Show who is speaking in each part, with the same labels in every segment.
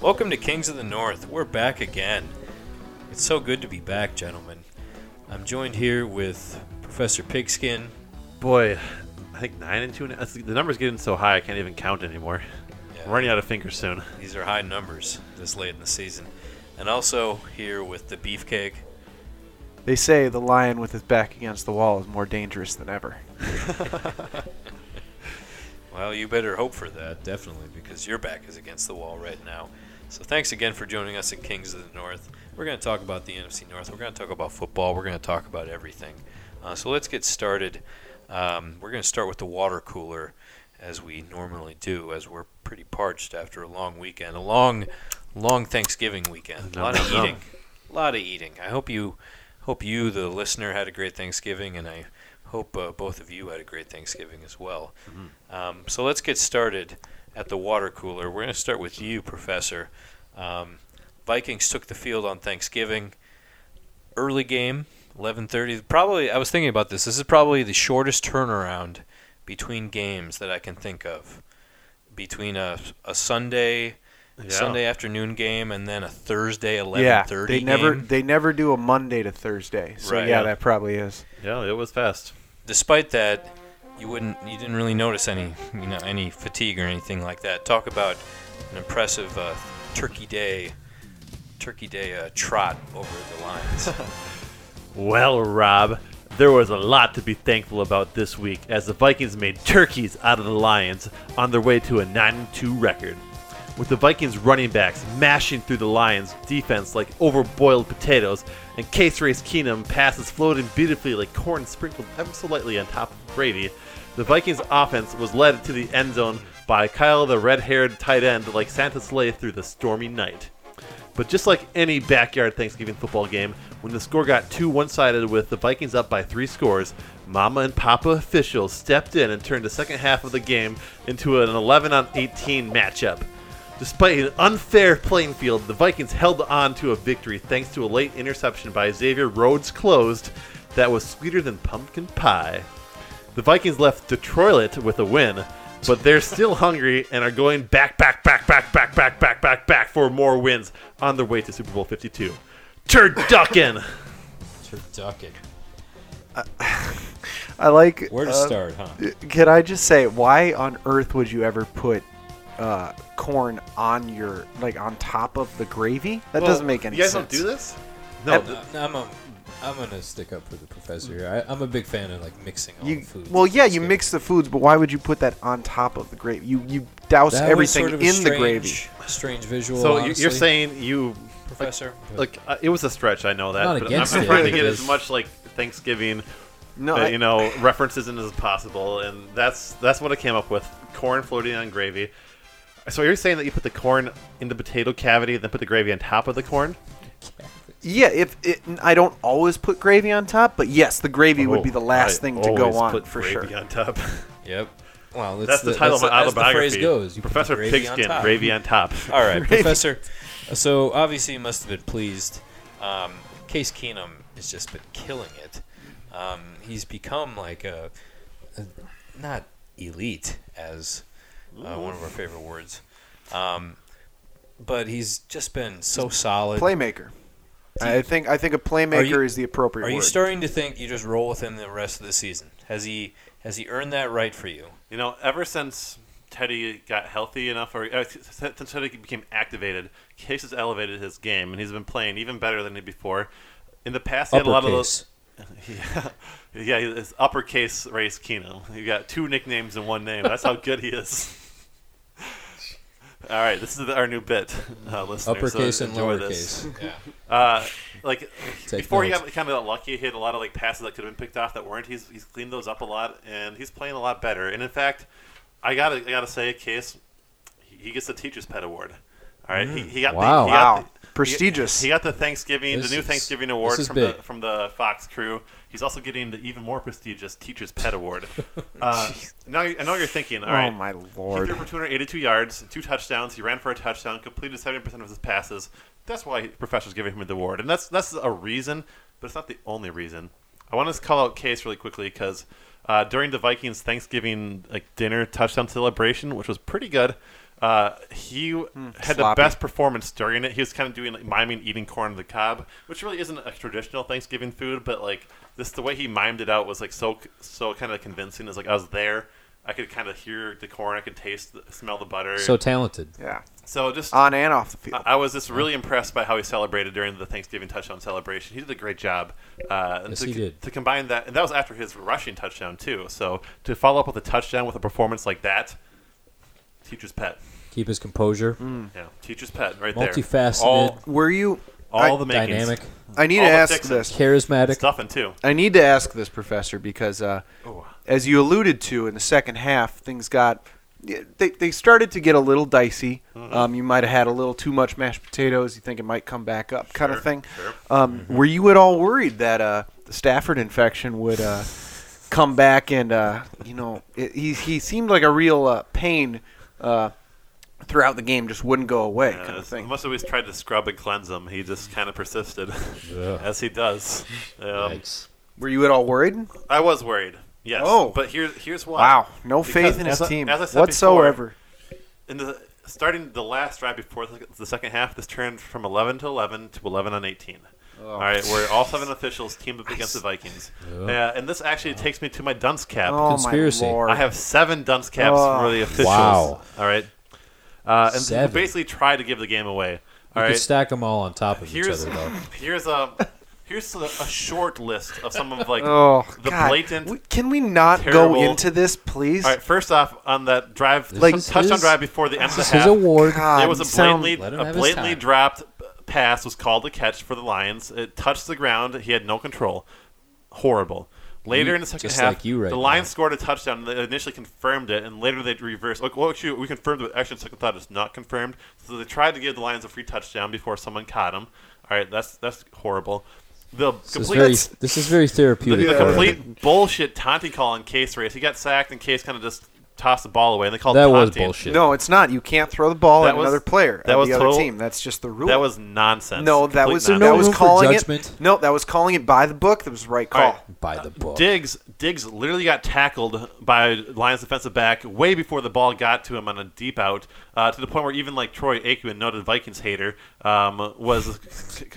Speaker 1: Welcome to Kings of the North. We're back again. It's so good to be back, gentlemen. I'm joined here with Professor Pigskin.
Speaker 2: Boy, I think nine and two. And, that's- the number's getting so high I can't even count anymore.
Speaker 1: Yeah.
Speaker 2: I'm running out of fingers soon.
Speaker 1: These are high numbers this late in the season. And also here with the Beefcake.
Speaker 3: They say the lion with his back against the wall is more dangerous than ever.
Speaker 1: Well, you better hope for that, definitely, because your back is against the wall right now. So thanks again for joining us in Kings of the North. We're going to talk about the NFC North. We're going to talk about football. We're going to talk about everything. Uh, so let's get started. Um, we're going to start with the water cooler, as we normally do, as we're pretty parched after a long weekend, a long, long Thanksgiving weekend. A
Speaker 2: Nom,
Speaker 1: lot of
Speaker 2: nom, nom.
Speaker 1: eating. A lot of eating. I hope you, hope you, the listener, had a great Thanksgiving, and I hope uh, both of you had a great Thanksgiving as well. Um, so let's get started at the water cooler. We're going to start with you, Professor. Um, Vikings took the field on Thanksgiving. Early game, 11:30. Probably, I was thinking about this. This is probably the shortest turnaround between games that I can think of. Between a, a Sunday
Speaker 2: Yeah.
Speaker 1: Sunday afternoon game and then a Thursday 11:30
Speaker 3: they never
Speaker 1: game.
Speaker 3: they never do a Monday to Thursday. So
Speaker 1: Right.
Speaker 3: yeah, that probably is.
Speaker 2: Yeah, it was fast.
Speaker 1: Despite that, you wouldn't you didn't really notice any you know any fatigue or anything like that. Talk about an impressive uh, Turkey Day Turkey Day uh, trot over the lines.
Speaker 2: Well, Rob, there was a lot to be thankful about this week as the Vikings made turkeys out of the Lions on their way to a 9 2 record. With the Vikings running backs mashing through the Lions' defense like overboiled potatoes, and Case Race Keenum passes floating beautifully like corn sprinkled ever so lightly on top of gravy, the Vikings' offense was led to the end zone by Kyle the red haired tight end like Santa Slay through the stormy night. But just like any backyard Thanksgiving football game, when the score got too one sided with the Vikings up by three scores, Mama and Papa officials stepped in and turned the second half of the game into an 11 on 18 matchup. Despite an unfair playing field, the Vikings held on to a victory thanks to a late interception by Xavier Rhodes Closed that was sweeter than pumpkin pie. The Vikings left Detroit with a win, but they're still hungry and are going back, back, back, back, back, back, back, back, back for more wins on their way to Super Bowl 52. Turducken!
Speaker 1: Turducken.
Speaker 3: I like
Speaker 1: Where to
Speaker 3: uh,
Speaker 1: start, huh?
Speaker 3: Can I just say why on earth would you ever put uh, corn on your like on top of the gravy? That doesn't make any
Speaker 2: You guys
Speaker 3: sense.
Speaker 2: don't do this? No.
Speaker 3: That-
Speaker 2: th-
Speaker 1: I'm a I'm gonna stick up for the professor here. I, I'm a big fan of like mixing all
Speaker 3: You,
Speaker 1: the food.
Speaker 3: well, yeah, you mix the foods, but why would you put that on top of the gravy? You you douse everything in the gravy.
Speaker 1: Strange visual.
Speaker 2: so you- you're saying you.
Speaker 1: professor?
Speaker 2: Like, uh, it was a stretch, I know that.
Speaker 1: Not
Speaker 2: but I'm,
Speaker 1: against
Speaker 2: I'm
Speaker 1: it,
Speaker 2: trying to
Speaker 1: but
Speaker 2: get
Speaker 1: it's-
Speaker 2: as much, like, Thanksgiving,
Speaker 3: No,
Speaker 2: uh,
Speaker 3: I-
Speaker 2: you know, references in as possible, and that's that's what I came up with. Corn floating on gravy. So you're saying that you put the corn in the potato cavity, then put the gravy on top of the corn?
Speaker 3: Yeah, if it, I don't always put gravy on top, but yes, the gravy would be the
Speaker 2: Oh,
Speaker 3: last
Speaker 2: I
Speaker 3: thing to go
Speaker 2: always
Speaker 3: on
Speaker 2: put
Speaker 3: for
Speaker 2: gravy
Speaker 3: sure.
Speaker 2: on top.
Speaker 1: Yep. Wow,
Speaker 2: That's the, title of my
Speaker 1: that's the
Speaker 2: autobiography.
Speaker 1: phrase goes. You put the
Speaker 2: Professor
Speaker 1: gravy on
Speaker 2: Pigskin,
Speaker 1: top.
Speaker 2: gravy on top.
Speaker 1: All right, Professor. So obviously you must have been pleased. Um, Case Keenum has just been killing it. Um, he's become like a, a- not elite as uh, one of our favorite words, um, but he's just been so solid.
Speaker 3: Playmaker. I think I think a playmaker
Speaker 1: you-
Speaker 3: is the appropriate
Speaker 1: Are you
Speaker 3: word.
Speaker 1: starting to think you just roll with him the rest of the season? Has he has he earned that right for you?
Speaker 2: You know, ever since Teddy got healthy enough, or uh, since Teddy became activated, Case has elevated his game, and he's been playing even better than he did before. In the past, he had a lot of those. Yeah, yeah, it's uppercase race Keenum. You got two nicknames in one name. That's how good he is. All right, this is our new bit, uh, listeners.
Speaker 4: uppercase
Speaker 2: so
Speaker 4: and
Speaker 2: enjoy
Speaker 4: lowercase.
Speaker 2: This.
Speaker 1: Yeah.
Speaker 2: Uh, like
Speaker 4: Take
Speaker 2: before he
Speaker 4: notes.
Speaker 2: got kind of got lucky, he had a lot of like passes that could have been picked off that weren't. He's he's cleaned those up a lot, and he's playing a lot better. And in fact, I gotta I gotta say, Case, he he gets the teacher's pet award. All right, he, he got
Speaker 4: Mm. Wow.
Speaker 2: the, he got
Speaker 3: Wow.
Speaker 2: the-
Speaker 3: Prestigious.
Speaker 2: He, he got the Thanksgiving,
Speaker 4: This
Speaker 2: the new
Speaker 4: is-
Speaker 2: Thanksgiving
Speaker 4: this
Speaker 2: award
Speaker 4: is
Speaker 2: from
Speaker 4: big.
Speaker 2: the from the Fox crew. He's also getting the even more prestigious teacher's pet award. Uh, now you- I know what you're thinking. All
Speaker 3: oh
Speaker 2: right,
Speaker 3: my
Speaker 2: he
Speaker 3: lord!
Speaker 2: threw for 282 yards, two touchdowns. He ran for a touchdown, completed 70% of his passes. That's why professors giving him the award, and that's that's a reason, but it's not the only reason. I want to call out Case really quickly because uh, during the Vikings Thanksgiving like dinner touchdown celebration, which was pretty good, Uh, he had the
Speaker 3: Hmm. sloppy.
Speaker 2: best performance during it. He was kind of doing like miming eating corn on the cob, which really isn't a traditional Thanksgiving food, but like this, the way he mimed it out was like so so kind of convincing. It's like I was there. I could kind of hear the corn. I could taste, the, smell the butter.
Speaker 4: So uh, talented.
Speaker 3: Yeah.
Speaker 2: so just
Speaker 3: On and off the field.
Speaker 2: I I was just really impressed by how he celebrated during the Thanksgiving touchdown celebration. He did a great job. Uh, and
Speaker 4: Yes,
Speaker 2: to,
Speaker 4: he did.
Speaker 2: To combine that, and that was after his rushing touchdown too. So to follow up with a touchdown with a performance like that, teacher's pet.
Speaker 4: Keep his composure.
Speaker 2: Yeah, teacher's pet right
Speaker 4: Hmm. Multifaceted.
Speaker 2: Mm. there. All,
Speaker 3: Were you?
Speaker 2: all
Speaker 3: I-
Speaker 2: the makings.
Speaker 4: Dynamic.
Speaker 3: I need
Speaker 2: all
Speaker 3: to
Speaker 2: the
Speaker 3: ask
Speaker 2: fixins.
Speaker 3: this.
Speaker 4: Charismatic.
Speaker 2: stuffing too.
Speaker 3: I need to ask this, Professor, because uh,
Speaker 2: Oh.
Speaker 3: as you alluded to in the second half, things got they, they started to get a little dicey.
Speaker 2: Mm-hmm.
Speaker 3: Um, you might have had a little too much mashed potatoes. You think it might come back up, kind
Speaker 2: Sure,
Speaker 3: of thing.
Speaker 2: sure. Mm-hmm.
Speaker 3: Um, Were you at all worried that uh, the Stafford infection would uh, come back and uh, you know it, he he seemed like a real uh, pain uh, throughout the game, just wouldn't go away,
Speaker 2: Uh,
Speaker 3: kind of thing.
Speaker 2: Much always tried to scrub and cleanse him. He just kind of persisted,
Speaker 4: Ugh.
Speaker 2: as he does. Um,
Speaker 4: Yikes.
Speaker 3: Were you at all worried?
Speaker 2: I was worried. Yes.
Speaker 3: Oh.
Speaker 2: but here, here's why.
Speaker 3: Wow, no
Speaker 2: Because
Speaker 3: faith in his
Speaker 2: as I-
Speaker 3: team
Speaker 2: as I said
Speaker 3: whatsoever.
Speaker 2: in the starting the last drive before the, the second half, this turned from 11 to 11 to 11 on 18.
Speaker 3: Oh.
Speaker 2: All right, where all seven officials teamed up against the Vikings, uh, and this actually takes me to my dunce cap.
Speaker 3: oh
Speaker 4: Conspiracy.
Speaker 3: my lord!
Speaker 2: I have seven dunce caps
Speaker 3: Oh.
Speaker 2: for the officials.
Speaker 4: Wow.
Speaker 2: All right, uh, and
Speaker 4: Seven.
Speaker 2: basically try to give the game away.
Speaker 4: You
Speaker 2: All right,
Speaker 4: could stack them all on top of each
Speaker 2: here's
Speaker 4: other, though.
Speaker 2: here's a here's a, a short list of some of like
Speaker 3: Oh,
Speaker 2: the
Speaker 3: God.
Speaker 2: blatant
Speaker 3: We- can we not
Speaker 2: terrible-
Speaker 3: go into this, please?
Speaker 2: All right, first off, on that drive,
Speaker 4: This
Speaker 2: like
Speaker 4: is
Speaker 2: touchdown
Speaker 4: his-
Speaker 2: drive before the end of
Speaker 4: This
Speaker 2: the
Speaker 4: is his
Speaker 2: half,
Speaker 4: award.
Speaker 3: God.
Speaker 2: it was a
Speaker 3: sound-
Speaker 2: blatantly
Speaker 4: Let him
Speaker 2: a
Speaker 4: have his
Speaker 2: blatantly
Speaker 4: time.
Speaker 2: dropped pass was called a catch for the Lions. It touched the ground. He had no control. Horrible. Later
Speaker 4: You-
Speaker 2: in the second
Speaker 4: just
Speaker 2: half,
Speaker 4: like you right
Speaker 2: the
Speaker 4: now.
Speaker 2: Lions scored a touchdown. They initially confirmed it, and later they reversed. Like, well, actually, we confirmed it. Actually, second thought it's not confirmed. So they tried to give the Lions a free touchdown before someone caught him. All right, that's that's horrible. The
Speaker 4: This is
Speaker 2: complete
Speaker 4: very, this is very therapeutic.
Speaker 2: the, the
Speaker 4: for him.
Speaker 2: complete bullshit taunting call on Case race. He got sacked, and Case kind of just tossed the ball away, and they called
Speaker 4: That
Speaker 2: taunting.
Speaker 4: was bullshit.
Speaker 3: No, it's not. You can't throw the ball
Speaker 2: That
Speaker 3: at
Speaker 2: was-
Speaker 3: another player
Speaker 2: that
Speaker 3: of
Speaker 2: was
Speaker 3: the
Speaker 2: total-
Speaker 3: other team. That's just the rule.
Speaker 2: That was nonsense.
Speaker 3: no, that
Speaker 2: Complete
Speaker 3: was
Speaker 2: nonsense.
Speaker 4: no
Speaker 3: that was
Speaker 4: room for
Speaker 3: calling it.
Speaker 4: judgment?
Speaker 3: No, that was calling it by the book. That was the right
Speaker 2: All
Speaker 3: call.
Speaker 2: right.
Speaker 4: By the book.
Speaker 2: Diggs Diggs literally got tackled by Lions defensive back way before the ball got to him on a deep out, uh, to the point where even like Troy Aikman, noted Vikings hater, um, was,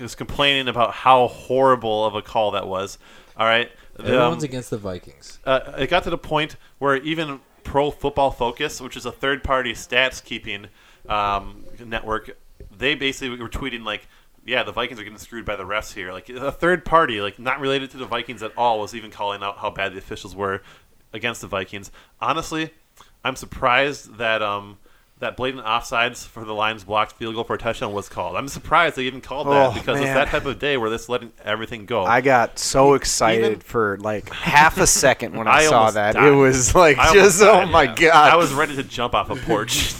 Speaker 2: was complaining about how horrible of a call that was. All right, The, um,
Speaker 4: Everyone's against the Vikings.
Speaker 2: uh, it got to the point where even Pro Football Focus, which is a third-party stats keeping um, network, they basically were tweeting like, "Yeah, the Vikings are getting screwed by the refs here." Like a third party, like not related to the Vikings at all, was even calling out how bad the officials were against the Vikings. Honestly, I'm surprised that um, that blatant offsides for the Lions blocked field goal for a touchdown was called. I'm surprised they even called that
Speaker 3: Oh,
Speaker 2: because it's
Speaker 3: man.
Speaker 2: that type of day where this letting everything go.
Speaker 3: I got so excited for like half a second when I,
Speaker 2: I
Speaker 3: saw
Speaker 2: almost
Speaker 3: that.
Speaker 2: died.
Speaker 3: It was like
Speaker 2: I almost
Speaker 3: just oh
Speaker 2: died,
Speaker 3: my
Speaker 2: yeah.
Speaker 3: god.
Speaker 2: I was ready to jump off a porch.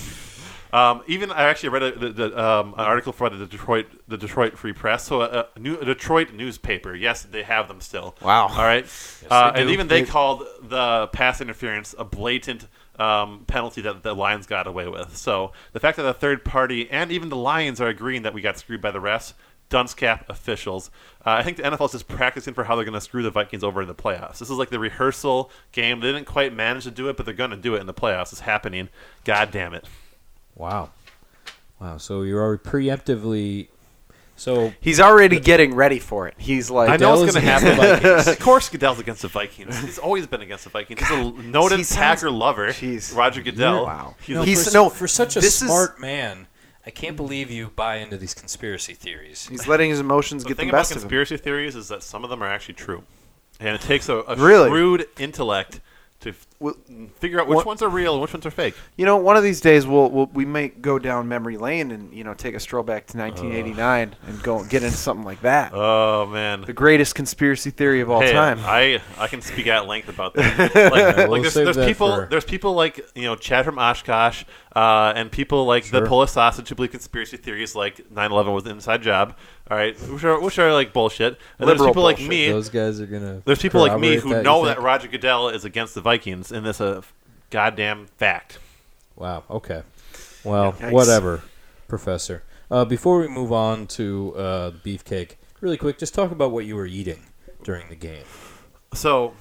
Speaker 2: um, even I actually read a, the, the, um, an article from the Detroit the Detroit Free Press, so a, a, new, a Detroit newspaper. Yes, they have them still.
Speaker 3: Wow.
Speaker 2: All right, uh,
Speaker 5: they
Speaker 2: and
Speaker 5: do.
Speaker 2: even they called the pass interference a blatant. Um, penalty that the Lions got away with. So the fact that the third party and even the Lions are agreeing that we got screwed by the refs, dunce cap officials. Uh, I think the NFL is just practicing for how they're going to screw the Vikings over in the playoffs. This is like the rehearsal game. They didn't quite manage to do it, but they're going to do it in the playoffs. It's happening. God damn it.
Speaker 4: Wow. Wow. So you're already preemptively. So
Speaker 3: He's already getting ready for it. He's like,
Speaker 2: I know
Speaker 4: Goodell
Speaker 2: it's
Speaker 4: is
Speaker 2: going to happen.
Speaker 4: against the
Speaker 2: Vikings. of course, Goodell's against the Vikings. He's always been against the Vikings. He's a noted
Speaker 3: he sounds-
Speaker 2: Packer lover.
Speaker 3: Jeez.
Speaker 2: Roger Goodell.
Speaker 3: Wow.
Speaker 2: He's
Speaker 3: No,
Speaker 2: a-
Speaker 3: He's-
Speaker 5: for, s-
Speaker 3: no,
Speaker 5: for such a
Speaker 3: this is-
Speaker 5: smart man. I can't believe you buy into these conspiracy theories.
Speaker 3: he's letting his emotions
Speaker 2: the
Speaker 3: get
Speaker 2: thing
Speaker 3: the
Speaker 2: about
Speaker 3: best of him.
Speaker 2: conspiracy theories is that some of them are actually true, and it takes a, a
Speaker 3: Really?
Speaker 2: shrewd intellect to f-
Speaker 3: Well,
Speaker 2: figure out which
Speaker 3: what-
Speaker 2: ones are real and which ones are fake.
Speaker 3: You know, one of these days we'll, we'll we might go down memory lane and you know take a stroll back to 1989 and go and get into something like that.
Speaker 2: Oh man.
Speaker 3: the greatest conspiracy theory of all
Speaker 2: Hey,
Speaker 3: time.
Speaker 2: I, I can speak at length about that. Like, like,
Speaker 4: we'll
Speaker 2: there's,
Speaker 4: save
Speaker 2: there's
Speaker 4: that
Speaker 2: people
Speaker 4: for-
Speaker 2: there's people like you know Chad from Oshkosh, uh, and people like the
Speaker 4: Sure.
Speaker 2: Polish sausage who believe conspiracy theories like 9/11 was an inside job. All right, which are which are like bullshit. And there's
Speaker 3: Liberal
Speaker 2: people like
Speaker 3: bullshit.
Speaker 2: me.
Speaker 4: those guys are gonna.
Speaker 2: there's people like me
Speaker 4: corroborate
Speaker 2: who
Speaker 4: that, you
Speaker 2: know
Speaker 4: think?
Speaker 2: that Roger Goodell is against the Vikings, and this a goddamn fact.
Speaker 4: Wow. Okay. Well,
Speaker 3: Yikes.
Speaker 4: whatever, Professor. Uh, before we move on to uh, beefcake, really quick, just talk about what you were eating during the game.
Speaker 2: So,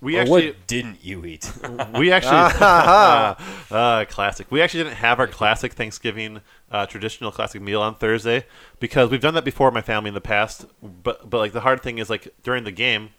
Speaker 2: We
Speaker 6: Or
Speaker 2: actually
Speaker 6: what didn't you eat?
Speaker 2: we actually uh, classic. We actually didn't have our classic Thanksgiving uh, traditional classic meal on Thursday because we've done that before with my family in the past. But but like the hard thing is like during the game,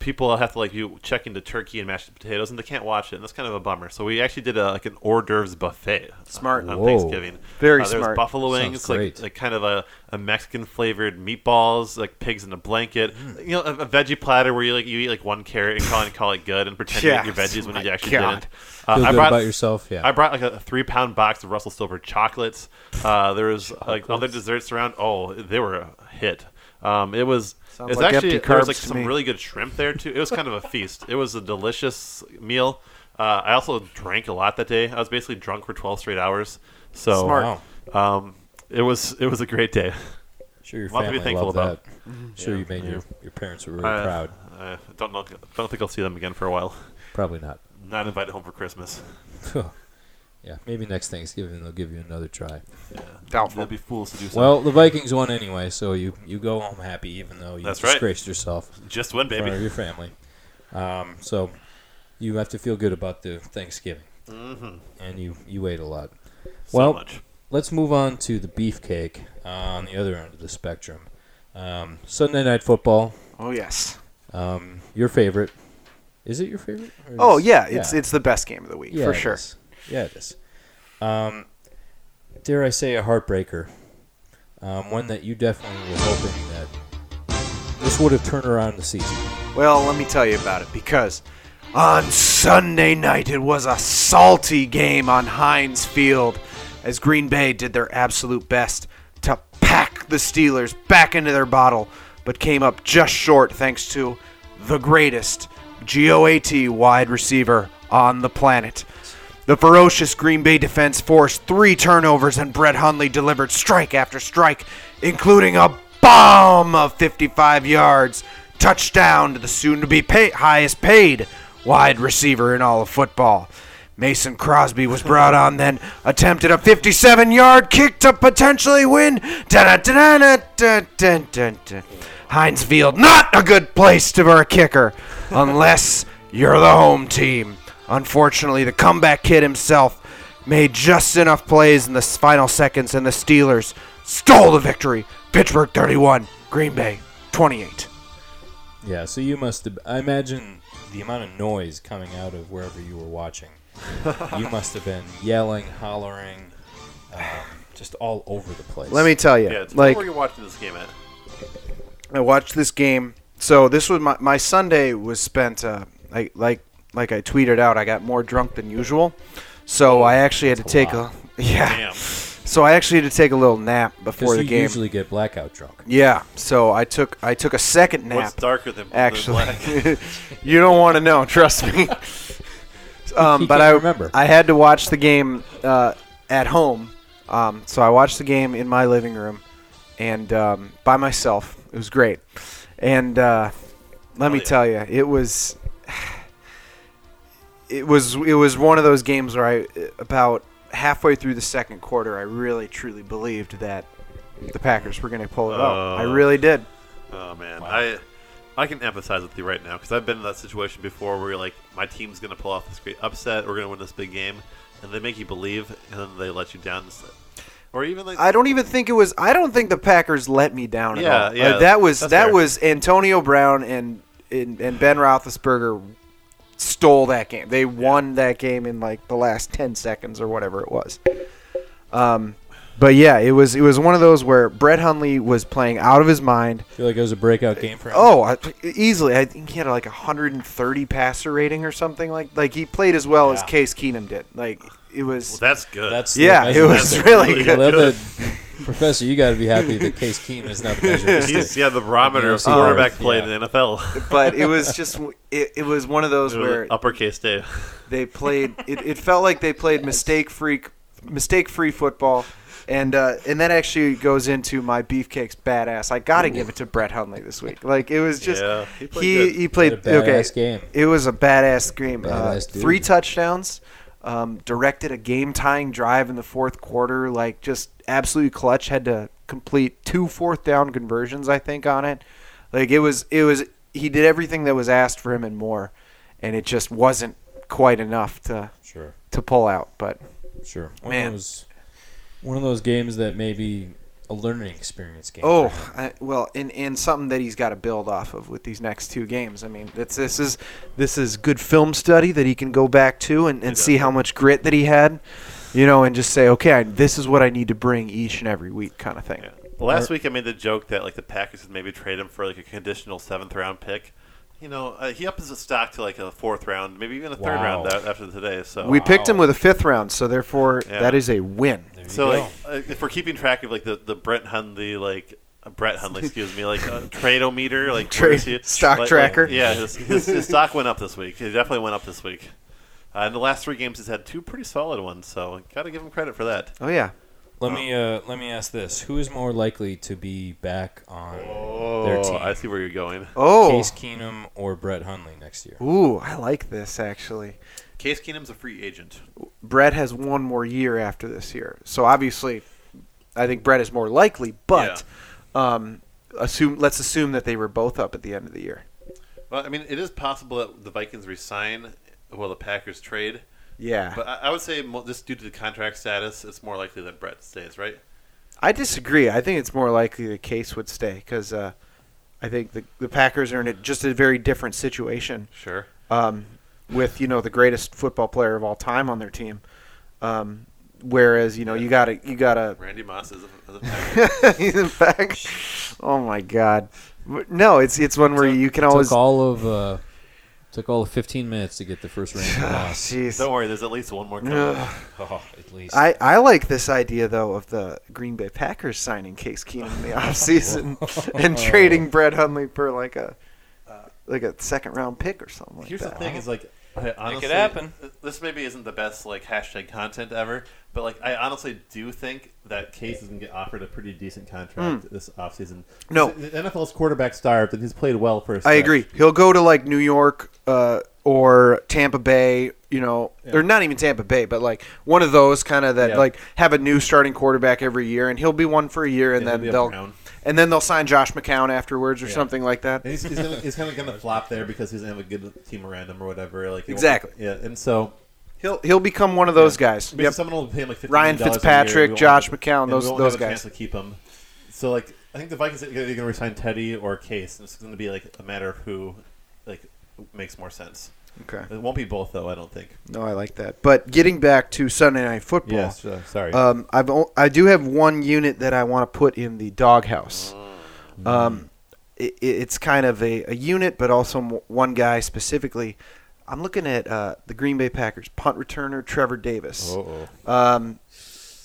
Speaker 2: people have to like you check into turkey and mashed potatoes and they can't watch it and that's kind of a bummer. So we actually did a, like an hors d'oeuvres buffet. uh,
Speaker 3: Smart.
Speaker 2: on
Speaker 1: Whoa.
Speaker 2: Thanksgiving.
Speaker 3: Very
Speaker 2: uh, there was
Speaker 3: smart.
Speaker 2: buffalo wings,
Speaker 1: Sounds
Speaker 2: like
Speaker 1: great.
Speaker 2: like kind of a, a Mexican flavored meatballs, like pigs in a blanket.
Speaker 1: Mm.
Speaker 2: You know, a, a veggie platter where you like you eat like one carrot and call it, call it good and pretend you ate your
Speaker 3: Yes,
Speaker 2: veggies when
Speaker 3: my
Speaker 2: you actually
Speaker 3: God.
Speaker 2: didn't. Uh,
Speaker 1: Feel
Speaker 2: I
Speaker 1: good
Speaker 2: brought
Speaker 1: about yourself. Yeah.
Speaker 2: I brought like a three pound box of Russell Silver chocolates. Uh, there was like other desserts around. Oh, they were a hit. Um, it was.
Speaker 3: Sounds
Speaker 2: it's
Speaker 3: like
Speaker 2: actually
Speaker 3: empty
Speaker 2: there was
Speaker 3: carbs
Speaker 2: like
Speaker 3: to
Speaker 2: some
Speaker 3: me.
Speaker 2: really good shrimp there too. It was kind of a feast. It was a delicious meal. Uh, I also drank a lot that day. I was basically drunk for twelve straight hours. So
Speaker 3: Smart.
Speaker 2: Um, it was it was a great day.
Speaker 1: sure, your
Speaker 2: lot to be
Speaker 1: family
Speaker 2: thankful
Speaker 1: loved
Speaker 2: about. Uh,
Speaker 1: that. Sure, you made your, your parents were really
Speaker 2: I-
Speaker 1: proud.
Speaker 2: I don't know. Don't think I'll see them again for a while.
Speaker 1: Probably not.
Speaker 2: Not invited home for Christmas.
Speaker 1: yeah, maybe next Thanksgiving they'll give you another try.
Speaker 3: Doubtful.
Speaker 2: They'd be fools to do so.
Speaker 1: Well, the Vikings won anyway, so you, you go home happy, even though you
Speaker 2: That's right.
Speaker 1: disgraced yourself
Speaker 2: just one
Speaker 1: in front
Speaker 2: baby.
Speaker 1: of your family. Um, so you have to feel good about the Thanksgiving,
Speaker 2: Mm-hmm.
Speaker 1: and you you ate a lot.
Speaker 2: So
Speaker 1: Well,
Speaker 2: much.
Speaker 1: Let's move on to the beefcake uh, on the other end of the spectrum. Um, Sunday night football,
Speaker 3: Oh yes.
Speaker 1: um, your favorite. Is it your favorite? Or
Speaker 3: Oh
Speaker 1: is-
Speaker 3: yeah, it's it's the best game of the week
Speaker 1: Yeah,
Speaker 3: for
Speaker 1: it
Speaker 3: sure.
Speaker 1: is. Yeah, it is. Um, dare I say a heartbreaker? Um, one that you definitely were hoping that this would have turned around the season.
Speaker 3: Well, let me tell you about it because on Sunday night it was a salty game on Heinz Field as Green Bay did their absolute best to pack the Steelers back into their bottle, but came up just short thanks to the greatest GOAT wide receiver on the planet. The ferocious Green Bay defense forced three turnovers, and Brett Hundley delivered strike after strike, including a bomb of 55 yards, touchdown to the soon-to-be pay- highest-paid wide receiver in all of football. Mason Crosby was brought on then, attempted a 57-yard kick to potentially win. Da-da-da-da-da-da-da-da. Heinz Field, not a good place to for a kicker, unless you're the home team. Unfortunately, the comeback kid himself made just enough plays in the s- final seconds, and the Steelers stole the victory. Pittsburgh 31, Green Bay 28.
Speaker 1: Yeah, so you must have. I imagine the amount of noise coming out of wherever you were watching. you must have been yelling, hollering, um, just all over the place.
Speaker 3: Let me tell you,
Speaker 2: Yeah, it's
Speaker 3: like
Speaker 2: where you're watching this game at.
Speaker 3: I watched this game. So this was my my Sunday was spent uh, I, like like I tweeted out. I got more drunk than usual, so I actually had to
Speaker 1: That's a
Speaker 3: take a,
Speaker 1: lot.
Speaker 3: yeah.
Speaker 2: Damn.
Speaker 3: So I actually had to take a little nap before
Speaker 1: because
Speaker 3: the
Speaker 1: you
Speaker 3: game.
Speaker 1: usually get blackout drunk.
Speaker 3: yeah, so I took I took a second nap.
Speaker 2: What's darker than
Speaker 3: actually.
Speaker 2: Than black?
Speaker 3: you don't want to know, trust me. um,
Speaker 1: He
Speaker 3: but
Speaker 1: can't
Speaker 3: I
Speaker 1: remember.
Speaker 3: I had to watch the game uh, at home, um, so I watched the game in my living room and um, by myself. It was great, and uh, let me
Speaker 2: Oh, yeah.
Speaker 3: tell you, it was it was it was one of those games where I about halfway through the second quarter, I really truly believed that the Packers were going to pull it out. I
Speaker 2: Oh.
Speaker 3: really did.
Speaker 2: Oh man, I I can empathize with you right now because I've been in that situation before where you're like, my team's gonna pull off this great upset, we're gonna win this big game, and they make you believe, and then they let you down, It's like- or even like
Speaker 3: I don't even think it was. I don't think the Packers let me down at
Speaker 2: Yeah,
Speaker 3: all.
Speaker 2: yeah,
Speaker 3: Like, that was that
Speaker 2: that's fair.
Speaker 3: was Antonio Brown and, and and Ben Roethlisberger stole that game. They won that game in like the last ten seconds or whatever it was. Um, but yeah, it was it was one of those where Brett Hundley was playing out of his mind.
Speaker 1: feel like it was a breakout game for him.
Speaker 3: Oh, I, easily. I think he had like a 130 passer rating or something like like he played as well as
Speaker 1: Yeah.
Speaker 3: Case Keenum did. Like it was.
Speaker 2: well, that's good.
Speaker 1: that's
Speaker 3: yeah,
Speaker 1: that's
Speaker 3: it
Speaker 1: the
Speaker 3: was
Speaker 1: measure.
Speaker 3: really
Speaker 2: really
Speaker 3: good.
Speaker 2: good.
Speaker 1: Well, that- Professor, you got to be happy that Case Keenum is not the measure. of
Speaker 2: He's
Speaker 1: mistake.
Speaker 2: yeah the barometer of
Speaker 1: Yeah.
Speaker 2: quarterback
Speaker 1: Yeah.
Speaker 2: play in the NFL.
Speaker 3: But it was just it, it was one of those where
Speaker 2: Uppercase Dave.
Speaker 3: They played. It, it felt like they played mistake freak, mistake free football, and uh, and that actually goes into my beefcakes badass. I gotta give it to Brett Hundley this week. Like it was just
Speaker 2: Yeah, he
Speaker 3: he
Speaker 2: played
Speaker 3: he,
Speaker 2: good.
Speaker 1: What
Speaker 3: played
Speaker 1: a badass
Speaker 3: okay.
Speaker 1: game.
Speaker 3: It was a badass game. uh,
Speaker 1: Badass dude.
Speaker 3: three touchdowns, um, directed a game tying drive in the fourth quarter. Like just absolutely clutch. Had to complete two fourth down conversions, I think, on it. Like it was it was he did everything that was asked for him and more, and it just wasn't quite enough to
Speaker 4: Sure,
Speaker 3: to pull out. But
Speaker 4: sure. One
Speaker 3: Man.
Speaker 4: of those, one of those games that may be a learning experience game.
Speaker 3: oh,
Speaker 4: for him.
Speaker 3: I, well, and and something that he's got to build off of with these next two games. I mean, that's this is this is good film study that he can go back to and, and see how much grit that he had, you know, and just say, okay, I, this is what I need to bring each and every week, kind of thing.
Speaker 2: Yeah. Well, last week I made the joke that like the Packers would maybe trade him for like a conditional seventh round pick. You know, uh, he ups his stock to like a fourth round, maybe even a third
Speaker 4: Wow.
Speaker 2: round a- after today. So
Speaker 3: We picked him
Speaker 4: Wow.
Speaker 3: with a fifth round, so therefore
Speaker 2: Yeah.
Speaker 3: that is a win.
Speaker 4: there you go.
Speaker 2: So like, uh, if we're keeping track of like the the Brent Hundley like uh, Brett Hundley, excuse me, like uh, tradeometer, like where
Speaker 3: Trade-
Speaker 2: is he-
Speaker 3: stock
Speaker 2: like-
Speaker 3: tracker.
Speaker 2: like- yeah, his, his, his stock went up this week. He definitely went up this week. Uh, in the last three games, he's had two pretty solid ones, so gotta give him credit for that.
Speaker 3: Oh yeah,
Speaker 4: Let me uh, let me ask this: Who is more likely to be back on their
Speaker 2: Oh,
Speaker 4: team,
Speaker 2: I see where you're going.
Speaker 3: oh,
Speaker 4: Case Keenum or Brett Hundley next year?
Speaker 3: ooh, I like this actually.
Speaker 2: Case Keenum's a free agent.
Speaker 3: Brett has one more year after this year. So obviously, I think Brett is more likely. But um, assume let's assume that they were both up at the end of the year.
Speaker 2: Well, I mean, it is possible that the Vikings resign while the Packers trade,
Speaker 3: Yeah,
Speaker 2: but I, I would say mo- just due to the contract status, it's more likely that Brett stays, right?
Speaker 3: I disagree. I think it's more likely the case would stay because uh, I think the the Packers are in a, just a very different situation
Speaker 2: Sure.
Speaker 3: um, with you know the greatest football player of all time on their team. Um, whereas you know you gotta you gotta
Speaker 2: Randy Moss is a, is a Packer.
Speaker 3: he's in fact oh my god no it's it's one where you can always
Speaker 4: took all of uh, took all of 15 minutes to get the first range
Speaker 1: Ah,
Speaker 4: loss.
Speaker 3: jeez
Speaker 2: Don't worry, there's at least one more. coming.
Speaker 3: Ugh.
Speaker 4: oh, at least
Speaker 3: I, I like this idea though of the Green Bay Packers signing Case Keenum in the offseason and trading Brett Hundley for like a like a second round pick or something like
Speaker 2: Uh, Here's the
Speaker 3: that.
Speaker 2: thing: is like, I honestly,
Speaker 5: happen.
Speaker 2: th- This maybe isn't the best like hashtag content ever, but like, I honestly do think that Case is gonna get offered a pretty decent contract this offseason.
Speaker 3: Hmm. No.
Speaker 2: the the NFL's quarterback starved, and he's played well for. A
Speaker 3: I
Speaker 2: stretch.
Speaker 3: agree. He'll go to like New York uh, or Tampa Bay, you know, or not even Tampa Bay, but like one of those kind of that
Speaker 2: Yeah.
Speaker 3: like have a new starting quarterback every year, and he'll be one for a year, and
Speaker 2: Yeah,
Speaker 3: then
Speaker 2: he'll be a
Speaker 3: they'll
Speaker 2: Brown.
Speaker 3: and then they'll sign Josh McCown afterwards or
Speaker 2: Yeah.
Speaker 3: something like that.
Speaker 2: And he's, he's, gonna, he's kind of gonna flop there because he's gonna have a good team around him or whatever. Like he won't-
Speaker 3: Exactly.
Speaker 2: Yeah, and so
Speaker 3: He'll he'll become one of those guys.
Speaker 2: Basically,
Speaker 3: Yep.
Speaker 2: Someone will pay him like $50
Speaker 3: Ryan
Speaker 2: million a year.
Speaker 3: Fitzpatrick,
Speaker 2: We won't-
Speaker 3: Josh McCown,
Speaker 2: and
Speaker 3: those-
Speaker 2: we won't
Speaker 3: those
Speaker 2: have a
Speaker 3: guys.
Speaker 2: chance to keep him. So like, I think the Vikings are going to resign Teddy or Case. and It's going to be like a matter of who, like, makes more sense.
Speaker 3: Okay.
Speaker 2: It won't be both though. I don't think.
Speaker 3: No, I like that. But getting back to Sunday Night Football,
Speaker 2: Yes. uh, sorry.
Speaker 3: um, I've o- I do have one unit that I want to put in the doghouse. Um, it, it's kind of a, a unit, but also m- one guy specifically. I'm looking at uh, the Green Bay Packers punt returner Trevor Davis.
Speaker 2: Oh.
Speaker 4: Uh-oh.
Speaker 3: Um,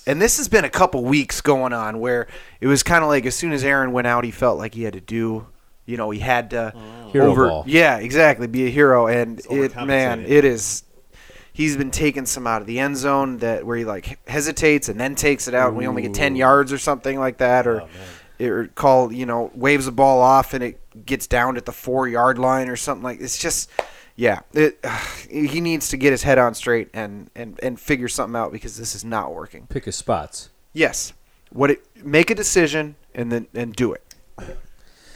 Speaker 3: and this has been a couple weeks going on where it was kind of like as soon as Aaron went out, he felt like he had to do, you know, he had
Speaker 2: Mm.
Speaker 3: to
Speaker 2: Oh,
Speaker 4: Hero
Speaker 3: over,
Speaker 4: ball.
Speaker 3: yeah, exactly, be a hero. And it,
Speaker 2: overcompensating.
Speaker 3: man, it is. He's been taking some out of the end zone that where he like hesitates and then takes it out, and we only get ten yards or something like that, or it or call you know waves the ball off and it gets down at the four yard line or something like. It's just. Yeah, it, he needs to get his head on straight and, and, and figure something out because this is not working.
Speaker 4: pick his spots.
Speaker 3: Yes. What it make a decision and then and do it.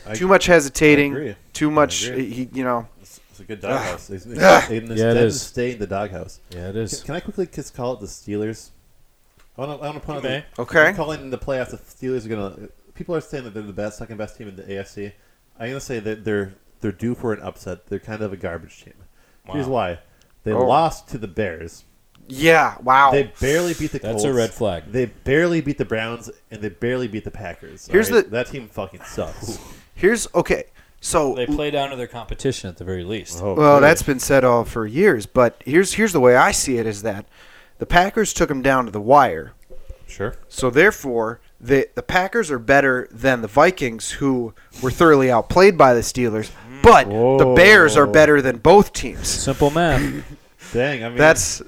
Speaker 2: I-
Speaker 3: too much
Speaker 2: I
Speaker 3: hesitating.
Speaker 2: agree.
Speaker 3: Too much.
Speaker 2: agree.
Speaker 3: He, you know.
Speaker 2: it's, it's a good
Speaker 3: Ah.
Speaker 2: doghouse. It's- it's- Aiden is
Speaker 4: Yeah, it
Speaker 2: dead
Speaker 4: is.
Speaker 2: to Stay in the doghouse.
Speaker 4: Yeah, it
Speaker 2: Can,
Speaker 4: is.
Speaker 2: can I quickly just call it the Steelers? I want to. I want to point out.
Speaker 4: You
Speaker 2: that-
Speaker 4: may.
Speaker 3: Okay.
Speaker 2: I'm Calling the playoffs, the Steelers are gonna. People are saying that they're the best, second best team in the AFC. I'm gonna say that they're they're due for an upset. They're kind of a garbage team. Here's
Speaker 4: Wow.
Speaker 2: why: they
Speaker 3: Oh.
Speaker 2: lost to the Bears.
Speaker 3: Yeah. Wow.
Speaker 2: They barely beat the Colts.
Speaker 4: That's a red flag.
Speaker 2: They barely beat the Browns, and they barely beat the Packers.
Speaker 3: Here's
Speaker 2: alright?
Speaker 3: the-
Speaker 2: that team fucking sucks.
Speaker 3: Here's okay. So
Speaker 4: They play down to their competition at the very least.
Speaker 3: Oh, well, that's been said all for years, but here's here's the way I see it is that the Packers took him down to the wire.
Speaker 2: sure.
Speaker 3: So therefore, the the Packers are better than the Vikings, who were thoroughly outplayed by the Steelers. But the Bears are
Speaker 2: Whoa.
Speaker 3: better than both teams.
Speaker 4: Simple math.
Speaker 2: Dang, I mean,
Speaker 3: That's.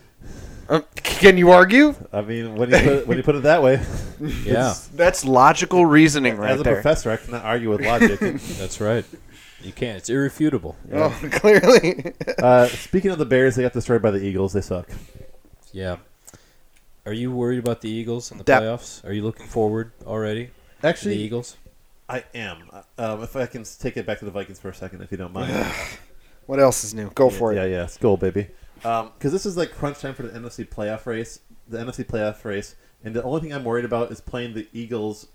Speaker 3: Um, can you argue?
Speaker 2: I mean, when you put it, when you put it that way,
Speaker 4: yeah,
Speaker 3: That's logical reasoning right
Speaker 2: as a
Speaker 3: there.
Speaker 2: professor, I cannot argue with logic.
Speaker 4: that's right. You can't. It's irrefutable.
Speaker 3: Oh, clearly.
Speaker 2: Uh, speaking of the Bears, they got destroyed by the Eagles. They suck.
Speaker 4: Yeah. Are you worried about the Eagles in the
Speaker 3: That-
Speaker 4: playoffs? Are you looking forward already? to The
Speaker 2: Actually,
Speaker 4: Eagles.
Speaker 2: I am. Um, if I can s- take it back to the Vikings for a second, if you don't mind.
Speaker 3: What else is new? Go for it.
Speaker 2: Yeah, yeah, skull baby. Because this is like crunch time for the NFC playoff race. The NFC playoff race, and the only thing I'm worried about is playing the Eagles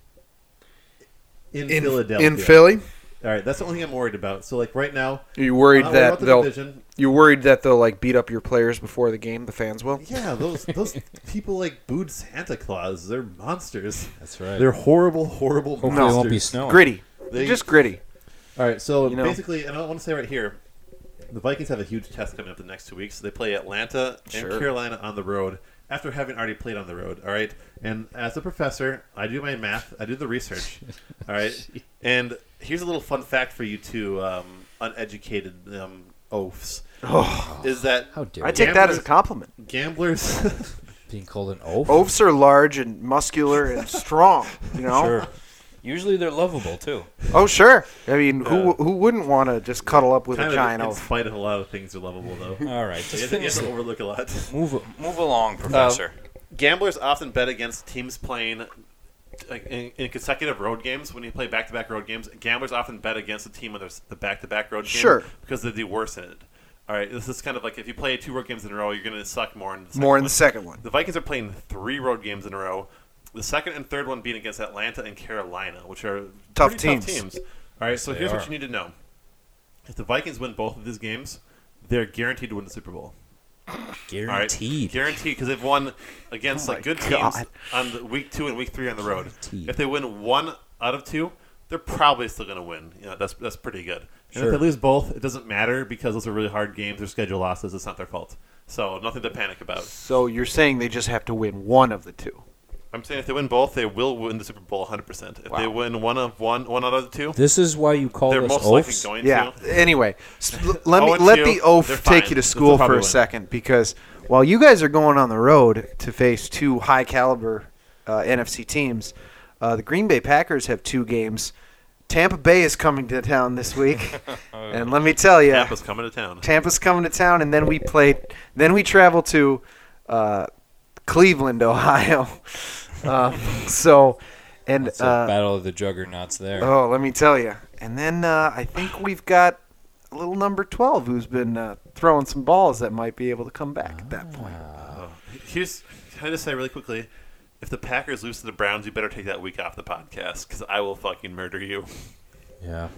Speaker 2: in, Philadelphia.
Speaker 3: In Philly,
Speaker 2: All right, that's the only thing I'm worried about. So like right now,
Speaker 3: are you worried
Speaker 2: I'm not
Speaker 3: that
Speaker 2: about the
Speaker 3: they'll
Speaker 2: division.
Speaker 3: you worried that they'll like beat up your players before the game? The fans will.
Speaker 2: Yeah, those those people like booed Santa Claus. They're monsters.
Speaker 1: That's right.
Speaker 2: They're horrible, horrible
Speaker 1: Hopefully
Speaker 2: monsters.
Speaker 1: it won't be snowing.
Speaker 3: Gritty,
Speaker 2: They-
Speaker 3: just gritty.
Speaker 2: All right, so
Speaker 3: You know-
Speaker 2: basically, and I want to say right here, the Vikings have a huge test coming up the next two weeks. They play Atlanta and
Speaker 3: Sure.
Speaker 2: Carolina on the road after having already played on the road. All right, and as a professor, I do my math, I do the research. all right, and here's a little fun fact for you two um, uneducated um, oafs:
Speaker 3: Oh,
Speaker 2: is that
Speaker 1: How dare
Speaker 3: I
Speaker 1: you?
Speaker 3: take that as a compliment.
Speaker 2: gamblers?
Speaker 1: Being called an oaf?
Speaker 3: Oafs are large and muscular and strong. You know.
Speaker 7: Sure. Usually they're lovable too.
Speaker 3: Oh sure. I mean, who who wouldn't want to just cuddle up with
Speaker 2: kind
Speaker 3: a
Speaker 2: of,
Speaker 3: giant
Speaker 2: in
Speaker 3: oaf?
Speaker 2: spite of a lot of things, are lovable though.
Speaker 7: All right,
Speaker 2: you
Speaker 7: just
Speaker 2: have to, you
Speaker 7: finish
Speaker 2: have to
Speaker 7: it.
Speaker 2: overlook a lot.
Speaker 7: Move move along,
Speaker 1: Uh,
Speaker 7: Professor.
Speaker 2: gamblers often bet against teams playing like, in, in consecutive road games. When you play back-to-back road games, gamblers often bet against the team on their s- the back-to-back road game
Speaker 3: Sure.
Speaker 2: because they do worse in it. All right, this is kind of like if you play two road games in a row, you're going to suck more in the second
Speaker 3: More in
Speaker 2: one.
Speaker 3: the second one.
Speaker 2: The Vikings are playing three road games in a row. The second and third one being against Atlanta and Carolina, which are
Speaker 3: Tough
Speaker 2: pretty Tough
Speaker 3: teams.
Speaker 2: teams. All right, so
Speaker 1: They
Speaker 2: here's
Speaker 1: are.
Speaker 2: what you need to know: if the Vikings win both of these games, they're guaranteed to win the Super Bowl. All right.
Speaker 1: Guaranteed.
Speaker 2: Guaranteed, because they've won against
Speaker 3: Oh
Speaker 2: like
Speaker 3: my
Speaker 2: good
Speaker 3: God.
Speaker 2: teams on the week two and week three on the road.
Speaker 1: Guaranteed.
Speaker 2: If they win one out of two, they're probably still going to win. You know, that's that's pretty good. And
Speaker 1: Sure.
Speaker 2: if they lose both, it doesn't matter because those are really hard games. They're schedule losses. It's not their fault. So nothing to panic about.
Speaker 3: So you're saying they just have to win one of the two?
Speaker 2: I'm saying if they win both, they will win the Super Bowl 100. percent If they
Speaker 3: Wow.
Speaker 2: win one of one, one out of the two,
Speaker 1: This is why you call
Speaker 2: they're
Speaker 1: us
Speaker 2: most likely
Speaker 1: oafs?
Speaker 2: going
Speaker 3: Yeah.
Speaker 2: to.
Speaker 3: Anyway, s- l- let
Speaker 2: Oh,
Speaker 3: me
Speaker 2: and
Speaker 3: let
Speaker 2: two,
Speaker 3: the
Speaker 2: they're
Speaker 3: oaf
Speaker 2: fine.
Speaker 3: take you to
Speaker 2: This will
Speaker 3: school for
Speaker 2: probably win.
Speaker 3: a second because while you guys are going on the road to face two high caliber uh, NFC teams, uh, the Green Bay Packers have two games. Tampa Bay is coming to town this week, and let me tell you,
Speaker 2: Oh, Tampa's coming to town.
Speaker 3: Tampa's coming to town, and then we play. Then we travel to uh, Cleveland, Ohio. Um, so, and
Speaker 1: It's a
Speaker 3: uh,
Speaker 1: battle of the juggernauts there.
Speaker 3: oh, let me tell you. And then uh, I think we've got little number twelve who's been uh, throwing some balls that might be able to come back at that
Speaker 1: Ah,
Speaker 3: point.
Speaker 2: Oh. Here's can I just say really quickly, if the Packers lose to the Browns, you better take that week off the podcast because I will fucking murder you.
Speaker 1: yeah.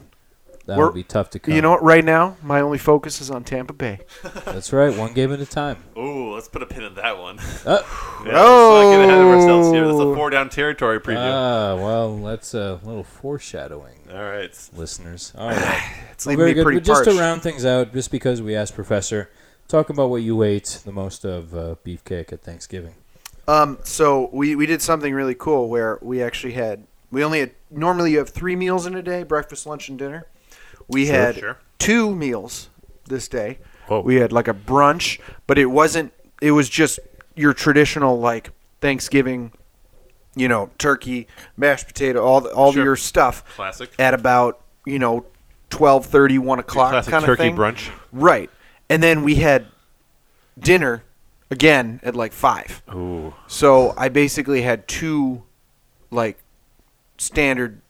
Speaker 1: That
Speaker 3: We're-
Speaker 1: would be tough to come.
Speaker 3: You know what? Right now, my only focus is on Tampa Bay.
Speaker 1: That's right. One game at a time.
Speaker 2: Oh, let's put a pin in that one.
Speaker 1: Ah,
Speaker 2: Yeah, let's not get ahead of ourselves here. That's a
Speaker 3: Oh.
Speaker 2: four down territory preview.
Speaker 1: ah, well, that's a little foreshadowing,
Speaker 2: All right.
Speaker 1: listeners. All right.
Speaker 3: It's
Speaker 1: Well,
Speaker 3: leaving
Speaker 1: very
Speaker 3: me
Speaker 1: good.
Speaker 3: pretty
Speaker 1: But just to
Speaker 3: parched.
Speaker 1: round things out, just because we asked Professor, talk about what you ate the most of uh, beefcake at Thanksgiving.
Speaker 3: Um, so we, we did something really cool where we actually had we only had normally you have three meals in a day breakfast lunch and dinner we
Speaker 2: Sure,
Speaker 3: had
Speaker 2: sure.
Speaker 3: two meals this day
Speaker 2: Whoa.
Speaker 3: we had like a brunch but it wasn't it was just your traditional like Thanksgiving you know turkey mashed potato all the, all
Speaker 2: Sure.
Speaker 3: your stuff
Speaker 2: Classic.
Speaker 3: at about you know 12:30 1 o'clock
Speaker 2: classic
Speaker 3: kind of
Speaker 2: turkey
Speaker 3: thing
Speaker 2: brunch.
Speaker 3: right and then we had dinner again at like 5
Speaker 2: Ooh.
Speaker 3: so I basically had two, like, standard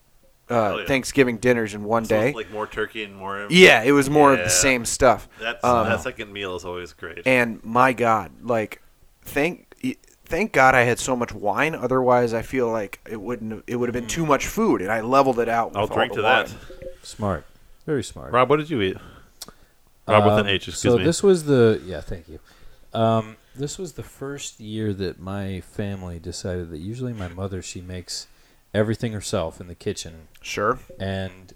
Speaker 3: uh,
Speaker 2: Hell yeah.
Speaker 3: Thanksgiving dinners in one
Speaker 2: So
Speaker 3: day.
Speaker 2: it's like more turkey and more.
Speaker 3: yeah, it was more of
Speaker 2: Yeah.
Speaker 3: the same stuff.
Speaker 2: That's
Speaker 3: Um,
Speaker 2: that second meal is always great.
Speaker 3: And my God, like, thank thank God I had so much wine. Otherwise, I feel like it wouldn't have, it would have been too much food, and I leveled it out. With
Speaker 2: I'll
Speaker 3: all
Speaker 2: drink
Speaker 3: the
Speaker 2: to that.
Speaker 3: wine.
Speaker 1: Smart. Very smart.
Speaker 2: Rob, what did you eat? Rob with an
Speaker 1: Um,
Speaker 2: H, excuse
Speaker 1: so
Speaker 2: me.
Speaker 1: this was the yeah, thank you. Um, this was the first year that my family decided that usually my mother she makes everything herself in the kitchen,
Speaker 3: Sure.
Speaker 1: and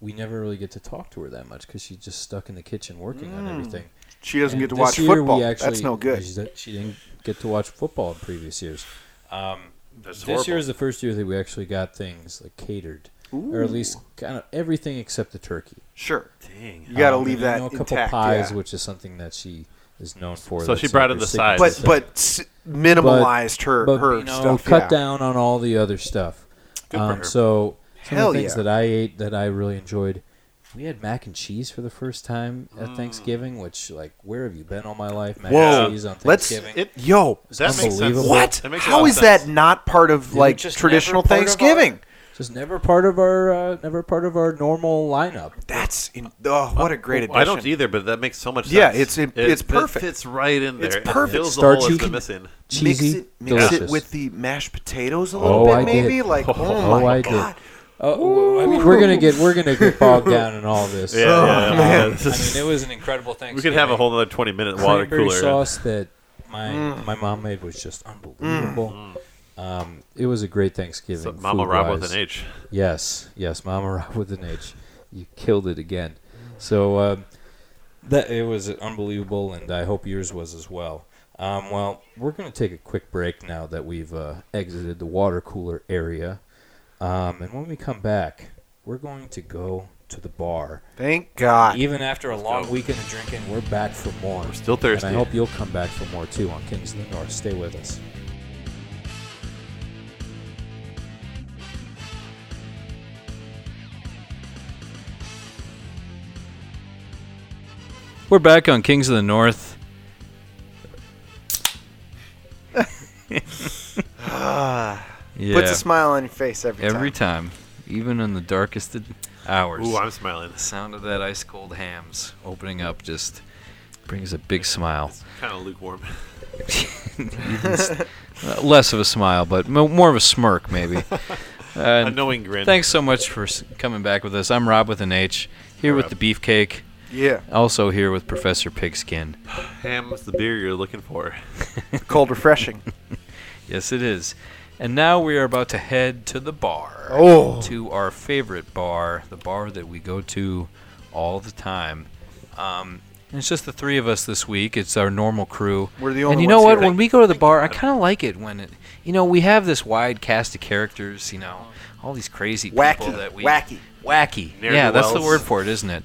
Speaker 1: we never really get to talk to her that much because she's just stuck in the kitchen working on everything.
Speaker 3: Mm. She doesn't
Speaker 1: And
Speaker 3: get to
Speaker 1: this
Speaker 3: watch
Speaker 1: year we
Speaker 3: football. That's
Speaker 1: actually-
Speaker 3: no good.
Speaker 1: She, didn't- she didn't get to watch football in previous years. Um,
Speaker 2: That's
Speaker 1: this
Speaker 2: horrible.
Speaker 1: year is the first year that we actually got things like catered, or at least kind of everything except the turkey.
Speaker 3: Sure.
Speaker 2: Dang.
Speaker 3: You got to
Speaker 1: Um,
Speaker 3: leave
Speaker 1: and I
Speaker 3: that
Speaker 1: know a couple
Speaker 3: intact.
Speaker 1: pies,
Speaker 3: yeah.
Speaker 1: which is something that she is known for.
Speaker 2: So
Speaker 1: that's
Speaker 2: she brought
Speaker 1: like
Speaker 2: in
Speaker 1: her
Speaker 2: the
Speaker 1: signature
Speaker 2: sides.
Speaker 3: but
Speaker 1: thing.
Speaker 3: but s- minimalized her
Speaker 1: But,
Speaker 3: her
Speaker 1: you know,
Speaker 3: stuff.
Speaker 1: cut
Speaker 3: yeah.
Speaker 1: down on all the other stuff.
Speaker 2: Good for
Speaker 1: um,
Speaker 2: her.
Speaker 1: So some
Speaker 3: Hell
Speaker 1: of the things
Speaker 3: yeah.
Speaker 1: that I ate that I really enjoyed. We had mac and cheese for the first time at
Speaker 2: Mm.
Speaker 1: Thanksgiving, which like where have you been all my life? Mac
Speaker 3: Whoa.
Speaker 1: and cheese on
Speaker 3: Let's
Speaker 1: Thanksgiving.
Speaker 2: It-
Speaker 3: yo
Speaker 2: That makes sense.
Speaker 1: unbelievable.
Speaker 3: What?
Speaker 2: That makes a lot
Speaker 3: How
Speaker 2: of
Speaker 3: is
Speaker 2: sense.
Speaker 3: that not part of
Speaker 7: were
Speaker 3: like
Speaker 7: just
Speaker 3: traditional
Speaker 7: never part of
Speaker 3: Thanksgiving?
Speaker 4: Just never part of our uh, never part of our normal lineup.
Speaker 3: That's in, oh, what a great addition.
Speaker 2: I don't either, but that makes so much sense.
Speaker 3: Yeah, it's- it- it's perfect.
Speaker 2: fits right in there.
Speaker 3: It's
Speaker 2: It
Speaker 3: perfect.
Speaker 2: fills the
Speaker 4: Starch
Speaker 2: hole
Speaker 4: you
Speaker 2: it's been
Speaker 4: can-
Speaker 2: missing.
Speaker 4: Cheesy,
Speaker 3: mix it, mix
Speaker 4: delicious.
Speaker 3: it with the mashed potatoes a
Speaker 4: Oh,
Speaker 3: little
Speaker 4: I
Speaker 3: bit,
Speaker 4: did.
Speaker 3: maybe. Like, oh,
Speaker 4: Oh,
Speaker 3: my
Speaker 4: I did.
Speaker 3: god,
Speaker 1: Uh,
Speaker 4: Oh, well, I mean, we're gonna get we're gonna get bogged down in all this.
Speaker 2: Yeah,
Speaker 1: Um,
Speaker 4: Uh,
Speaker 2: yeah,
Speaker 3: man.
Speaker 2: yeah,
Speaker 4: I
Speaker 2: this is-
Speaker 4: mean, it was an incredible thing.
Speaker 2: we could have a whole other twenty minute water
Speaker 4: cranberry
Speaker 2: cooler.
Speaker 4: sauce that my my mom made was just unbelievable. Um, it was a great Thanksgiving.
Speaker 2: So Mama
Speaker 4: food
Speaker 2: Rob with
Speaker 4: wise.
Speaker 2: an H.
Speaker 4: Yes, yes, Mama Rob with an H. You killed it again. So um, that it was unbelievable, and I hope yours was as well. Um, well, we're going to take a quick break now that we've uh, exited the water cooler area, um, and when we come back, we're going to go to the bar.
Speaker 3: thank God.
Speaker 4: Even after a long weekend of drinking, we're back for more.
Speaker 2: We're still thirsty.
Speaker 4: And I hope you'll come back for more too on Kings of the North. Stay with us. We're back on Kings of the North. yeah.
Speaker 3: Ah. Puts a smile on your face every,
Speaker 1: Every
Speaker 3: time.
Speaker 1: time, even in the darkest of hours,
Speaker 2: Ooh, I'm smiling.
Speaker 1: the sound of that ice cold hams opening up just brings a big smile.
Speaker 2: Kind of lukewarm.
Speaker 1: Uh, Less of a smile, but mo more of a smirk, maybe.
Speaker 2: a
Speaker 1: Uh,
Speaker 2: knowing grin.
Speaker 1: thanks so much for s- coming back with us. I'm Rob with an H, here
Speaker 2: Hi,
Speaker 1: with the beefcake,
Speaker 3: yeah,
Speaker 1: also here with Professor Pigskin.
Speaker 2: Ham's the beer you're looking for.
Speaker 3: cold refreshing.
Speaker 1: Yes, it is. And now we are about to head to the bar.
Speaker 3: Oh.
Speaker 1: To our favorite bar, the bar that we go to all the time. Um, and it's just the three of us this week. It's our normal crew.
Speaker 3: We're the
Speaker 1: and
Speaker 3: only
Speaker 1: you know
Speaker 3: ones
Speaker 1: what?
Speaker 3: here.
Speaker 1: When we go to the bar, I kind of like it when it, you know, we have this wide cast of characters. You know, all these crazy people
Speaker 3: wacky,
Speaker 1: that we
Speaker 3: wacky.
Speaker 1: wacky.
Speaker 2: Ne'er
Speaker 1: yeah,
Speaker 2: do
Speaker 1: that's the
Speaker 2: wells.
Speaker 1: word for it, isn't it?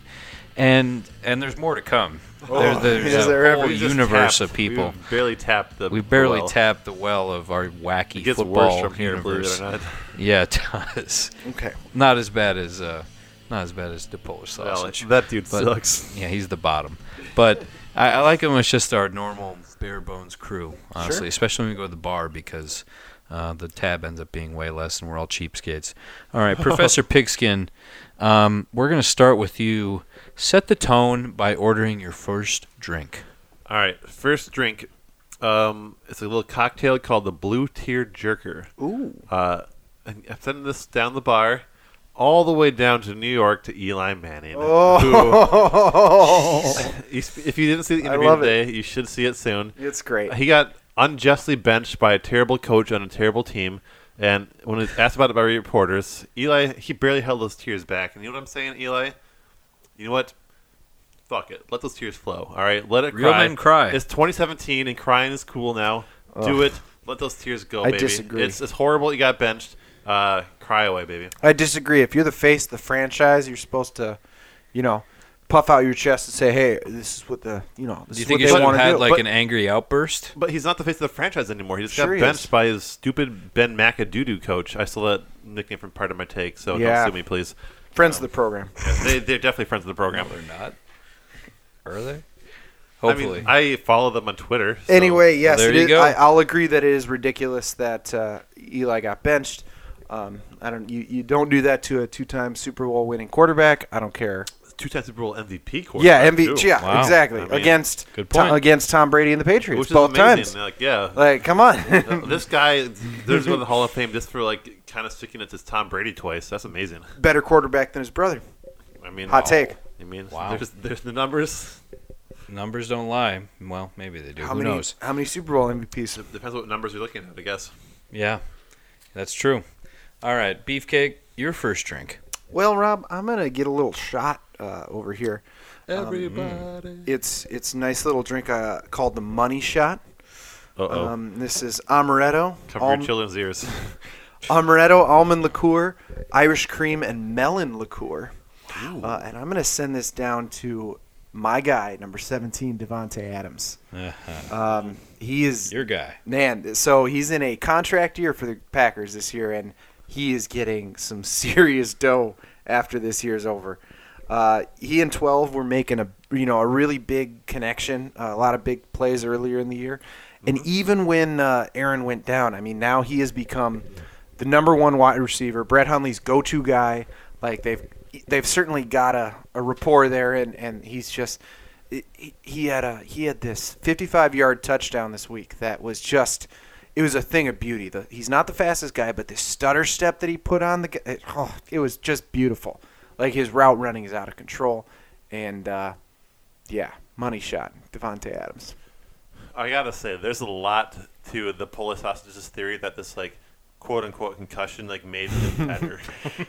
Speaker 1: And and there's more to come.
Speaker 3: Oh,
Speaker 1: There- there's
Speaker 3: is
Speaker 1: a
Speaker 3: there ever?
Speaker 1: whole
Speaker 3: We
Speaker 2: just
Speaker 1: universe
Speaker 2: tapped-
Speaker 1: of people.
Speaker 2: We barely tapped the.
Speaker 1: We barely
Speaker 2: well.
Speaker 1: tapped the well of our wacky
Speaker 2: It gets
Speaker 1: football
Speaker 2: worse from here, believe
Speaker 1: universe.
Speaker 2: it or not.
Speaker 1: Yeah, it does.
Speaker 3: Okay,
Speaker 1: Not as bad as uh, not as bad as the Polish
Speaker 2: Well,
Speaker 1: sausage.
Speaker 2: that dude
Speaker 1: But-
Speaker 2: sucks.
Speaker 1: yeah, he's the bottom. But I, I like him as just our normal bare bones crew, honestly. Especially when we go to the bar because uh, the tab ends up being way less, and we're all cheapskates. All right, Professor Pigskin, um, we're gonna start with you. Set the tone by ordering your first drink.
Speaker 2: All right, first drink. Um, it's a little cocktail called the Blue Tear Jerker. Ooh. Uh, and I'm sending this down the bar, all the way down to New York to Eli Manning. Oh.
Speaker 3: Oh.
Speaker 2: if you didn't see the
Speaker 3: I
Speaker 2: interview
Speaker 3: love it.
Speaker 2: today, you should see it soon.
Speaker 3: it's great.
Speaker 2: He got unjustly benched by a terrible coach on a terrible team. And when he's asked about it by reporters, Eli, he barely held those tears back. And you know what I'm saying, Eli? You know what? Fuck it. Let those tears flow. All right. Let it
Speaker 1: Real
Speaker 2: cry.
Speaker 1: men cry.
Speaker 2: It's 2017 and crying is cool now. Do it. Let those tears go,
Speaker 3: I
Speaker 2: baby.
Speaker 3: disagree.
Speaker 2: It's, it's horrible. You got benched. Uh, cry away, baby.
Speaker 3: I disagree. If you're the face of the franchise, you're supposed to, you know, puff out your chest and say, "Hey, this is what the you know this
Speaker 1: Do you
Speaker 3: is
Speaker 1: think
Speaker 3: what
Speaker 1: he
Speaker 3: they
Speaker 1: should
Speaker 3: want
Speaker 1: have
Speaker 3: to
Speaker 1: had
Speaker 3: do."
Speaker 1: like
Speaker 3: But-
Speaker 1: an angry outburst?
Speaker 2: But he's not the face of the franchise anymore. He just
Speaker 3: Sure
Speaker 2: got
Speaker 3: he
Speaker 2: benched
Speaker 3: is.
Speaker 2: by his stupid Ben McAdoodoo coach. I stole that nickname from part of my take, so
Speaker 3: Yeah.
Speaker 2: don't sue me, please.
Speaker 3: friends of
Speaker 1: Oh.
Speaker 3: the program.
Speaker 2: they, they're definitely friends of the program.
Speaker 1: not. Are they?
Speaker 2: I
Speaker 1: Hopefully.
Speaker 2: mean, I follow them on Twitter. so-
Speaker 3: Anyway, yes,
Speaker 1: there
Speaker 3: it
Speaker 1: you
Speaker 3: is-
Speaker 1: go.
Speaker 3: I, I'll agree that it is ridiculous that uh, Eli got benched. Um, I don't. You, you don't do that to a two-time Super Bowl winning quarterback. I don't care.
Speaker 2: two-time Super Bowl MVP
Speaker 3: yeah,
Speaker 2: quarterback.
Speaker 3: MV.
Speaker 2: too,
Speaker 3: Yeah,
Speaker 1: Wow.
Speaker 3: exactly.
Speaker 2: I mean,
Speaker 3: against
Speaker 1: good
Speaker 3: Tom,
Speaker 1: point.
Speaker 3: against Tom Brady and the Patriots
Speaker 2: which is
Speaker 3: both
Speaker 2: amazing.
Speaker 3: times.
Speaker 2: Like, yeah,
Speaker 3: Like, come on.
Speaker 2: Uh, this guy there's one in the Hall of Fame just for like kind of sticking it to Tom Brady twice. That's amazing.
Speaker 3: Better quarterback than his brother.
Speaker 2: I mean,
Speaker 3: Hot take.
Speaker 2: I mean,
Speaker 1: Wow.
Speaker 2: there's there's the numbers.
Speaker 1: Numbers don't lie. Well, maybe they do.
Speaker 3: How
Speaker 1: Who
Speaker 3: many?
Speaker 1: knows?
Speaker 3: How many Super Bowl MVPs?
Speaker 2: Depends what numbers you're looking at, I guess.
Speaker 1: Yeah, that's true. All right, beefcake, your first drink.
Speaker 3: Well, Rob, I'm gonna get a little shot uh, over here.
Speaker 2: Everybody.
Speaker 3: It's it's a nice little drink uh, called the Money Shot.
Speaker 2: Uh oh.
Speaker 3: Um, this is amaretto,
Speaker 2: Cover
Speaker 3: alm-
Speaker 2: your children's ears.
Speaker 3: amaretto almond liqueur, Irish cream, and melon liqueur. Uh, and I'm gonna send this down to my guy, number 17, Devonte Adams. Um, he is
Speaker 1: Your guy.
Speaker 3: man. So he's in a contract year for the Packers this year, and he is getting some serious dough after this year's over. Uh, he and 12 were making a you know a really big connection, uh, a lot of big plays earlier in the year, and even when uh, Aaron went down, I mean now he has become the number one wide receiver, Brett Hundley's go-to guy. Like they've they've certainly got a, a rapport there, and, and he's just he, he had a he had this 55-yard touchdown this week that was just it was a thing of beauty. The, he's not the fastest guy, but the stutter step that he put on the g- it, oh, it was just beautiful. Like his route running is out of control, and uh, yeah, money shot Devonte Adams.
Speaker 2: I gotta say, there's a lot to the Polish hostages theory that this like quote unquote concussion like made him better.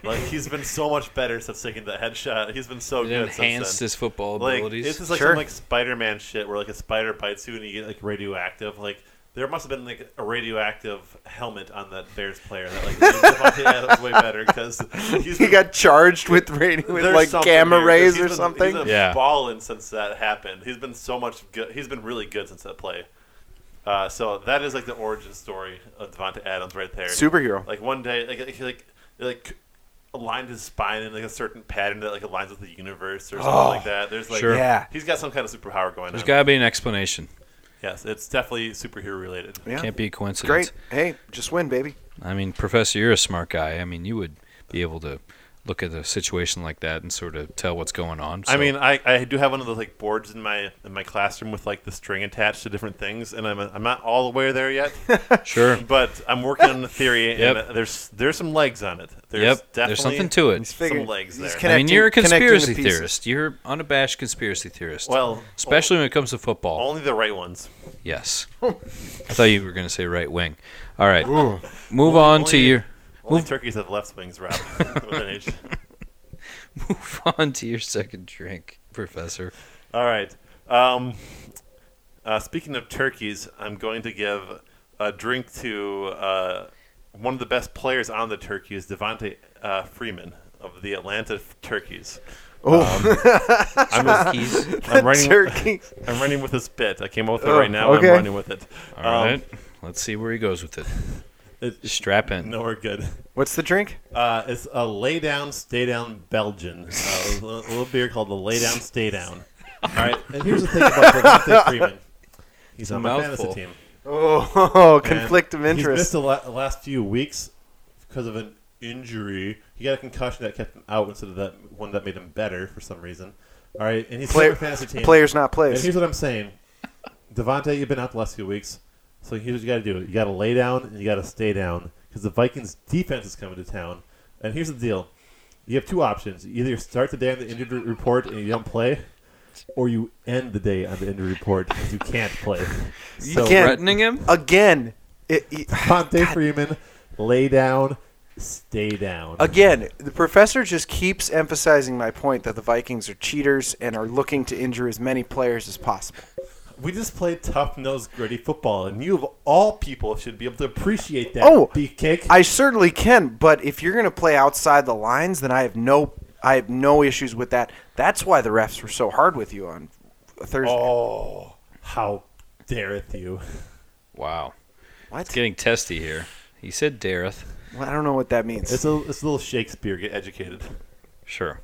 Speaker 2: like he's been so much better since taking the headshot. He's been so
Speaker 1: It
Speaker 2: good
Speaker 1: enhanced
Speaker 2: since then.
Speaker 1: his football
Speaker 2: Like
Speaker 1: abilities.
Speaker 2: this is like
Speaker 3: Sure.
Speaker 2: some like Spider-Man shit where like a spider bites you and you get like radioactive. Like there must have been like a radioactive helmet on that Bears player that like made Devontae Adams way better because he's
Speaker 3: He
Speaker 2: been-
Speaker 3: got charged with radio, with
Speaker 2: there's
Speaker 3: like
Speaker 2: something
Speaker 3: gamma
Speaker 2: here, 'cause
Speaker 3: rays
Speaker 2: he's
Speaker 3: or
Speaker 2: been-
Speaker 3: something.
Speaker 2: He's been
Speaker 1: Yeah.
Speaker 2: balling since that happened. He's been so much good. He's been really good since that play. Uh, so that is like the origin story of Devonta Adams right there.
Speaker 3: Superhero.
Speaker 2: Like one day, like he like he, like aligned his spine in like a certain pattern that like aligns with the universe or something
Speaker 3: Oh,
Speaker 2: like that. There's like
Speaker 1: sure.
Speaker 3: Yeah.
Speaker 2: he's got some kind of superpower going
Speaker 1: There's
Speaker 2: on.
Speaker 1: got to be an explanation.
Speaker 2: yes, it's definitely superhero related.
Speaker 3: Yeah.
Speaker 1: Can't be a
Speaker 3: It's
Speaker 1: coincidence.
Speaker 3: great. Hey, just win, baby.
Speaker 1: I mean, Professor, you're a smart guy. I mean, you would be able to look at a situation like that and sort of tell what's going on.
Speaker 2: I
Speaker 1: so-
Speaker 2: mean, I, I do have one of those like boards in my in my classroom with like the string attached to different things, and I'm I'm not all the way there yet.
Speaker 1: sure.
Speaker 2: but I'm working on the theory, and
Speaker 1: Yep.
Speaker 2: there's there's some legs on it. There's
Speaker 1: Yep,
Speaker 2: definitely
Speaker 1: there's something to
Speaker 3: He's
Speaker 1: it.
Speaker 3: figuring-
Speaker 2: legs
Speaker 3: he's
Speaker 2: there.
Speaker 1: I
Speaker 2: I mean,
Speaker 1: mean,
Speaker 3: connecting-
Speaker 1: you're a
Speaker 3: connecting the
Speaker 1: conspiracy
Speaker 3: pieces.
Speaker 1: theorist. You're unabashed conspiracy theorist.
Speaker 2: Well,
Speaker 1: especially when it comes to football.
Speaker 2: only the right ones.
Speaker 1: Yes. I thought you were going to say right wing. All right. Move on to
Speaker 2: only-
Speaker 1: your
Speaker 2: Only
Speaker 1: Move-
Speaker 2: turkeys have left wings, Rob. With an H.
Speaker 1: move on to your second drink, Professor.
Speaker 2: All right. Um, uh, speaking of turkeys, I'm going to give a drink to uh, one of the best players on the turkeys, Devontae uh, Freeman of the Atlanta Turkeys.
Speaker 1: I'm
Speaker 2: I'm running.
Speaker 3: Turkey.
Speaker 2: I'm running with this bit. I came up with it
Speaker 3: Oh,
Speaker 2: right now.
Speaker 3: okay.
Speaker 2: I'm running with it.
Speaker 1: All
Speaker 2: Um,
Speaker 1: right. Let's see where he goes with it.
Speaker 2: it-
Speaker 1: Strap in.
Speaker 2: no, we're good.
Speaker 3: What's the drink?
Speaker 2: Uh, it's a lay down, stay down Belgian. Uh, a little- a little beer called the lay down, stay down. All right, and here's the thing about Devontae Freeman. He's on my fantasy
Speaker 1: Mouthful.
Speaker 2: team.
Speaker 3: Oh,
Speaker 2: and
Speaker 3: conflict of
Speaker 2: He's missed
Speaker 3: interest.
Speaker 2: the la- the last few weeks because of an injury. He got a concussion that kept him out instead of that one that made him better for some reason. All right, and he's on
Speaker 3: Player-
Speaker 2: my fantasy team.
Speaker 3: Players not
Speaker 2: And
Speaker 3: plays.
Speaker 2: here's what I'm saying, Devontae, you've been out the last few weeks, so here's what you got to do: you got to lay down and you got to stay down because the Vikings' defense is coming to town. And here's the deal: you have two options. Either you start the day on the injury report and you don't play, or you end the day on the injury report because you can't play. So
Speaker 3: can't-
Speaker 1: Threatening him?
Speaker 3: Again, it, it-
Speaker 2: Devontae Freeman, lay down, stay down.
Speaker 3: again, the professor just keeps emphasizing my point that the Vikings are cheaters and are looking to injure as many players as possible.
Speaker 2: We just play tough-nosed, gritty football, and you of all people should be able to appreciate that.
Speaker 3: Oh,
Speaker 2: beefcake.
Speaker 3: I certainly can, but if you're going to play outside the lines, then I have no I have no issues with that. That's why the refs were so hard with you on Thursday.
Speaker 2: Oh, how dareth you!
Speaker 1: Wow.
Speaker 3: what?
Speaker 1: It's getting testy here. He said Dareth.
Speaker 3: Well, I don't know what that means.
Speaker 2: It's a, it's a little Shakespeare. Get educated.
Speaker 1: Sure.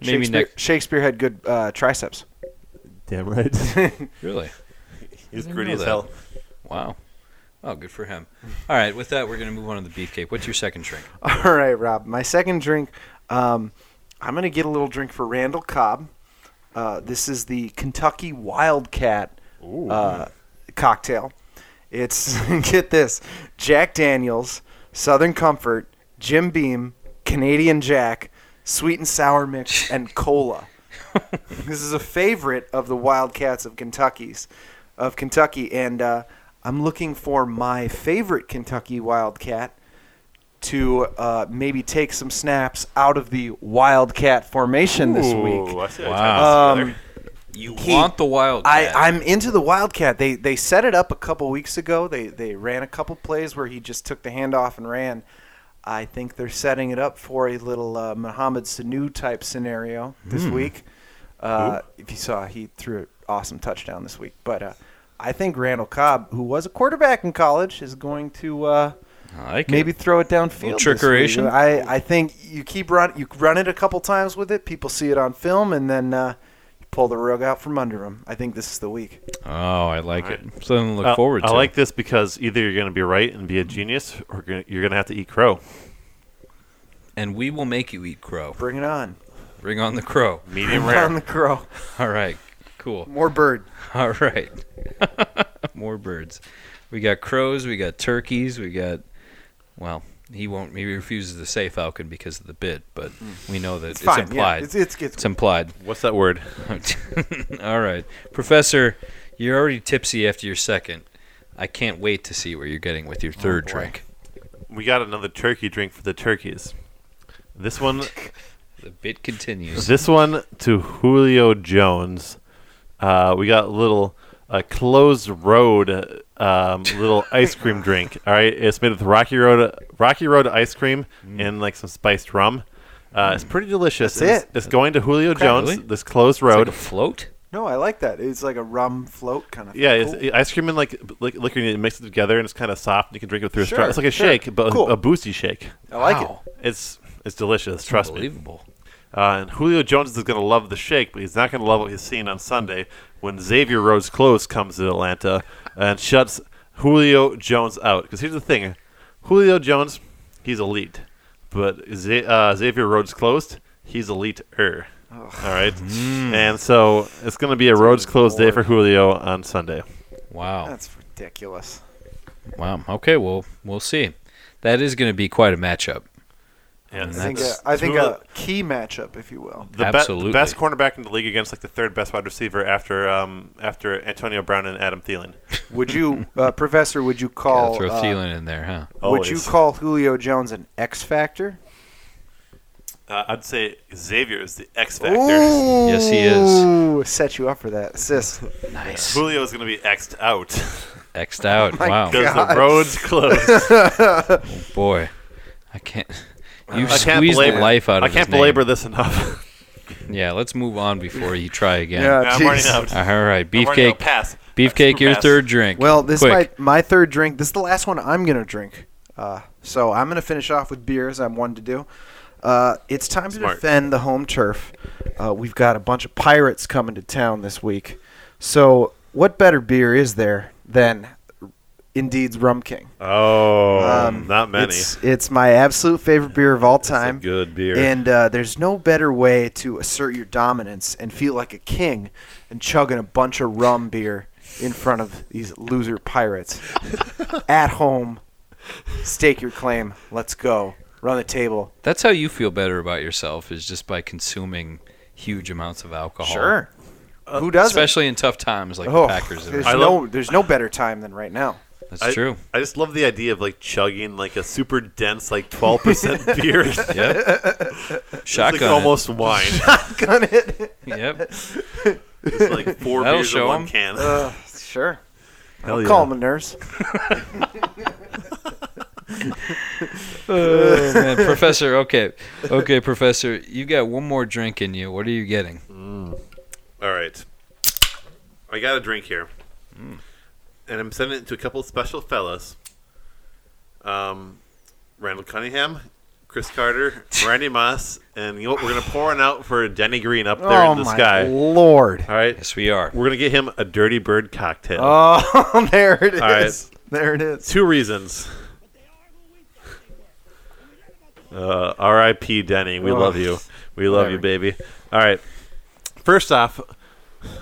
Speaker 1: Maybe
Speaker 3: Shakespeare,
Speaker 1: next.
Speaker 3: Shakespeare had good uh, triceps.
Speaker 2: Damn right.
Speaker 1: Really?
Speaker 2: He's
Speaker 1: I didn't
Speaker 2: gritty
Speaker 1: know
Speaker 2: as
Speaker 1: that.
Speaker 2: hell.
Speaker 1: Wow. Oh, good for him. All right. With that, we're going to move on to the beefcake. What's your second drink?
Speaker 3: All right, Rob. My second drink. Um, I'm gonna get a little drink for Randall Cobb. Uh, this is the Kentucky Wildcat uh, cocktail. It's get this: Jack Daniels, Southern Comfort, Jim Beam, Canadian Jack, sweet and sour mix, and cola. this is a favorite of the Wildcats of Kentucky's of Kentucky, and uh, I'm looking for my favorite Kentucky Wildcat to uh, maybe take some snaps out of the Wildcat formation this week.
Speaker 2: I see how you
Speaker 1: Wow.
Speaker 2: tie this together.
Speaker 1: You
Speaker 3: He-
Speaker 1: want the wild
Speaker 3: I,
Speaker 1: cat.
Speaker 3: I'm into the Wildcat. They they set it up a couple weeks ago. They they ran a couple plays where he just took the handoff and ran. I think they're setting it up for a little uh, Mohamed Sanu type scenario this week. Uh, if you saw, he threw an awesome touchdown this week. But uh, I think Randall Cobb, who was a quarterback in college, is going to. Uh,
Speaker 1: I like
Speaker 3: Maybe
Speaker 1: it.
Speaker 3: throw it downfield.
Speaker 1: Little
Speaker 3: this week.
Speaker 1: trickeration.
Speaker 3: I, I think you keep run you run it a couple times with it. People see it on film, and then uh, you pull the rug out from under him. I think this is the week.
Speaker 1: Oh, I like
Speaker 2: Alright.
Speaker 1: it. Something to look
Speaker 2: I-
Speaker 1: forward to.
Speaker 2: I like this because either you're going to be right and be a genius, or gonna, you're going to have to eat crow.
Speaker 1: and we will make you eat crow.
Speaker 3: Bring it on.
Speaker 1: Bring on the crow.
Speaker 2: Medium
Speaker 3: On
Speaker 2: rare.
Speaker 3: the crow.
Speaker 1: All right. Cool.
Speaker 3: More bird.
Speaker 1: All right. More birds. We got crows. We got turkeys. We got. Well, he won't. He refuses to say falcon because of the bit, but we know that it's,
Speaker 3: Fine.
Speaker 1: implied.
Speaker 3: Yeah,
Speaker 1: it's,
Speaker 3: Hmm. it's, it's, it's,
Speaker 1: implied.
Speaker 2: What's that word?
Speaker 1: All right, Professor. You're already tipsy after your second. I can't wait to see where you're getting with your third
Speaker 3: boy.
Speaker 1: drink.
Speaker 2: We got another turkey drink for the turkeys. This one,
Speaker 1: The bit continues.
Speaker 2: this one to Julio Jones. Uh, we got a little uh, closed road um, little ice cream drink. All right, it's made with Rocky Road Rocky Road ice cream and like some spiced rum. Uh, it's pretty delicious.
Speaker 3: Mm. That's
Speaker 2: It's-
Speaker 3: it.
Speaker 2: It's going to Julio Jones.
Speaker 1: really?
Speaker 2: This closed
Speaker 1: It's like
Speaker 2: road.
Speaker 1: a float.
Speaker 3: no, I like that. It's like a rum float kind of.
Speaker 2: Yeah,
Speaker 3: thing.
Speaker 2: it's
Speaker 3: Cool.
Speaker 2: it- ice cream and like li- liquor, and you mix it together, and it's kind of soft. and You can drink it through a straw.
Speaker 3: Sure,
Speaker 2: It's like a
Speaker 3: sure.
Speaker 2: shake, but a-
Speaker 3: Cool.
Speaker 2: a boosty shake.
Speaker 3: I like
Speaker 1: Wow.
Speaker 3: it.
Speaker 2: It's it's delicious. trust me.
Speaker 1: Unbelievable.
Speaker 2: Uh, and Julio Jones is going to love the shake, but he's not going to love what he's seeing on Sunday when Xavier Rhodes Close comes to Atlanta and shuts Julio Jones out. Because here's the thing, Julio Jones, he's elite, but Z- uh, Xavier Rhodes Close, he's elite er. All right,
Speaker 3: Mm.
Speaker 2: and so it's going to be a Rhodes Close day for Julio on Sunday.
Speaker 1: Wow.
Speaker 3: That's ridiculous.
Speaker 1: Wow. Okay. Well, we'll see. That is going to be quite a matchup.
Speaker 2: And
Speaker 3: I think, a,
Speaker 1: That's-
Speaker 3: I think uh,
Speaker 2: Smooth-
Speaker 3: a key matchup, if you will.
Speaker 2: the, be- the
Speaker 1: Absolutely.
Speaker 2: best cornerback in the league against like the third best wide receiver after um, after Antonio Brown and Adam Thielen.
Speaker 3: Would you, uh, Professor? Would you
Speaker 1: Gotta
Speaker 3: call?
Speaker 1: throw
Speaker 3: uh,
Speaker 1: Thielen in there, huh?
Speaker 3: would you
Speaker 2: Always.
Speaker 3: call Julio Jones an X factor?
Speaker 2: Uh, I'd say Xavier is the X factor.
Speaker 3: Yes,
Speaker 1: he is.
Speaker 3: Set you up for that, sis.
Speaker 1: Nice.
Speaker 2: Julio is going to be X'd out because
Speaker 1: X'd out.
Speaker 3: Oh my
Speaker 1: wow.
Speaker 3: God.
Speaker 2: the road's closed.
Speaker 1: Boy, I can't. You've
Speaker 2: I can't
Speaker 1: squeezed the
Speaker 2: belabor-
Speaker 1: life out of
Speaker 2: I can't
Speaker 1: his name.
Speaker 2: belabor this enough.
Speaker 1: Yeah, let's move on before you try again. Uh,
Speaker 3: Yeah.
Speaker 2: I'm running
Speaker 3: jeez.
Speaker 2: out.
Speaker 1: All right,
Speaker 2: I'm running out.
Speaker 1: beefcake.
Speaker 2: Pass.
Speaker 1: Beefcake, your
Speaker 2: Pass.
Speaker 1: third drink.
Speaker 3: Well, this is
Speaker 1: Quick.
Speaker 3: my, my third drink. This is the last one I'm gonna drink. Uh, so I'm gonna finish off with beer as I'm one to do. Uh, it's time to
Speaker 2: Smart.
Speaker 3: defend the home turf. Uh, we've got a bunch of pirates coming to town this week. So what better beer is there than Indeed's Rum King?
Speaker 2: Oh,
Speaker 3: Um,
Speaker 2: not many.
Speaker 3: It's, it's my absolute favorite beer of all time.
Speaker 2: good beer.
Speaker 3: And uh, there's no better way to assert your dominance and feel like a king than chugging a bunch of rum beer in front of these loser pirates. At home, stake your claim. Let's go. Run the table.
Speaker 1: That's how you feel better about yourself is just by consuming huge amounts of alcohol.
Speaker 3: Uh, Who doesn't?
Speaker 1: Uh-huh. Especially in tough times like
Speaker 3: oh,
Speaker 1: the Packers. have
Speaker 3: there's,
Speaker 1: been.
Speaker 2: I
Speaker 3: no,
Speaker 2: love-
Speaker 3: there's no better time than right now.
Speaker 1: That's
Speaker 2: I,
Speaker 1: true.
Speaker 2: I just love the idea of like chugging like a super dense like 12% beer. It's
Speaker 1: Yep.
Speaker 2: like
Speaker 1: Shotgun. it.
Speaker 2: almost wine.
Speaker 3: Gun it.
Speaker 1: Yep.
Speaker 2: It's like four
Speaker 1: That'll
Speaker 2: beers in
Speaker 1: show
Speaker 2: one
Speaker 1: 'em.
Speaker 2: can.
Speaker 3: Uh, sure.
Speaker 2: Hell
Speaker 3: I'll
Speaker 2: yeah.
Speaker 3: Call him a nurse.
Speaker 1: Oh, man. Professor, okay. Okay, Professor, you got one more drink in you. What are you getting?
Speaker 2: All right. I got a drink here.
Speaker 3: Mm.
Speaker 2: And I'm sending it to a couple of special fellas. Um, Randall Cunningham, Chris Carter, Randy Moss, and you know what? We're going to pour one out for Denny Green up there
Speaker 3: oh
Speaker 2: in the
Speaker 3: my
Speaker 2: sky.
Speaker 3: lord.
Speaker 2: All right.
Speaker 1: Yes, we are.
Speaker 2: We're going to get him a Dirty Bird cocktail.
Speaker 3: Oh, there it is.
Speaker 2: All right.
Speaker 3: There it is.
Speaker 2: Two reasons. Uh, R.I.P. Denny. We
Speaker 3: Oh.
Speaker 2: love you. We love you, baby. All right. First off,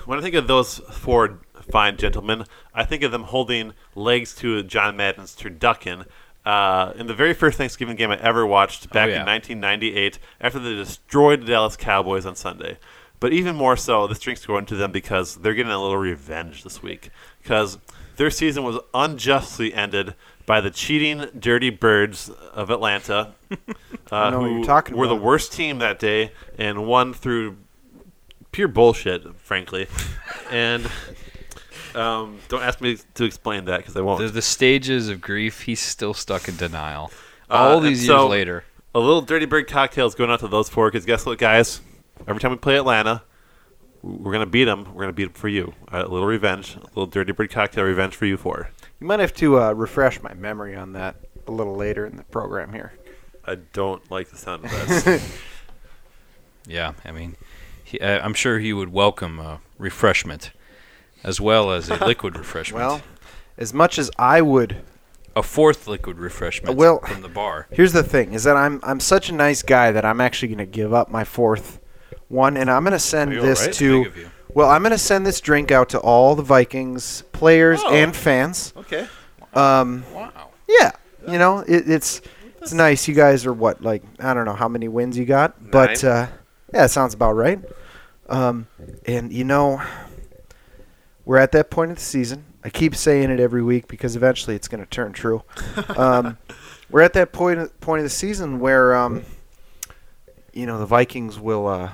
Speaker 2: when I think of those four fine gentlemen, I think of them holding legs to John Madden's turducken. Uh, in the very first Thanksgiving game I ever watched back
Speaker 1: yeah.
Speaker 2: in 1998, after they destroyed the Dallas Cowboys on Sunday. But even more so, this drink's going to them because they're getting a little revenge this week. Because their season was unjustly ended by the cheating, dirty birds of Atlanta, uh,
Speaker 3: know what
Speaker 2: who
Speaker 3: you're talking
Speaker 2: were
Speaker 3: about.
Speaker 2: the worst team that day and won through pure bullshit, frankly. and um, don't ask me to explain that because I won't.
Speaker 1: The, the stages of grief, he's still stuck in denial.
Speaker 2: Uh,
Speaker 1: All these
Speaker 2: and
Speaker 1: years
Speaker 2: so-
Speaker 1: later.
Speaker 2: a little dirty bird cocktail is going out to those four because guess what, guys? Every time we play Atlanta, we're gonna beat them. We're gonna beat them for you. Uh, a little revenge, a little dirty bird cocktail revenge for you four.
Speaker 3: You might have to uh, refresh my memory on that a little later in the program here.
Speaker 2: I don't like the sound of that.
Speaker 1: Yeah, I mean, he, uh, I'm sure he would welcome uh, refreshment, as well as a liquid refreshment.
Speaker 3: Well, as much as I would
Speaker 1: a fourth liquid refreshment
Speaker 3: Well-
Speaker 1: from the bar.
Speaker 3: Here's the thing: is that I'm I'm such a nice guy that I'm actually going to give up my fourth one, and I'm going to send
Speaker 2: Are you
Speaker 3: this
Speaker 2: alright?
Speaker 3: to.
Speaker 1: Big of you.
Speaker 3: Well, I'm going to send this drink out to all the Vikings players
Speaker 2: Oh.
Speaker 3: and fans.
Speaker 2: Okay.
Speaker 3: Um,
Speaker 1: Wow.
Speaker 3: yeah, you know it, it's it's nice. You guys are what like I don't know how many wins you got, but
Speaker 5: Nine.
Speaker 3: uh, yeah, it sounds about right. Um, and you know, we're at that point of the season. I keep saying it every week because eventually it's going to turn true. Um, we're at that point of, point of the season where um, you know the Vikings will uh,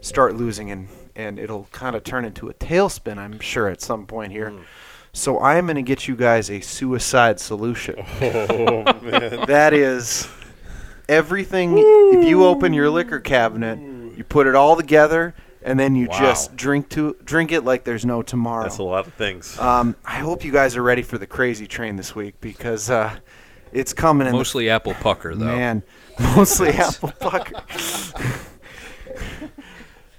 Speaker 3: start losing and and it'll kind of turn into a tailspin. I'm sure at some point here.
Speaker 2: Hmm.
Speaker 3: So I'm going to get you guys a suicide solution.
Speaker 2: Oh man.
Speaker 3: That is everything. If you open your liquor cabinet, you put it all together, and then you
Speaker 1: Wow.
Speaker 3: just drink to drink it like there's no tomorrow.
Speaker 2: That's a lot of things.
Speaker 3: um, I hope you guys are ready for the crazy train this week because uh, it's coming. In
Speaker 1: Mostly apple pucker,
Speaker 3: the,
Speaker 1: though.
Speaker 3: man, mostly apple pucker.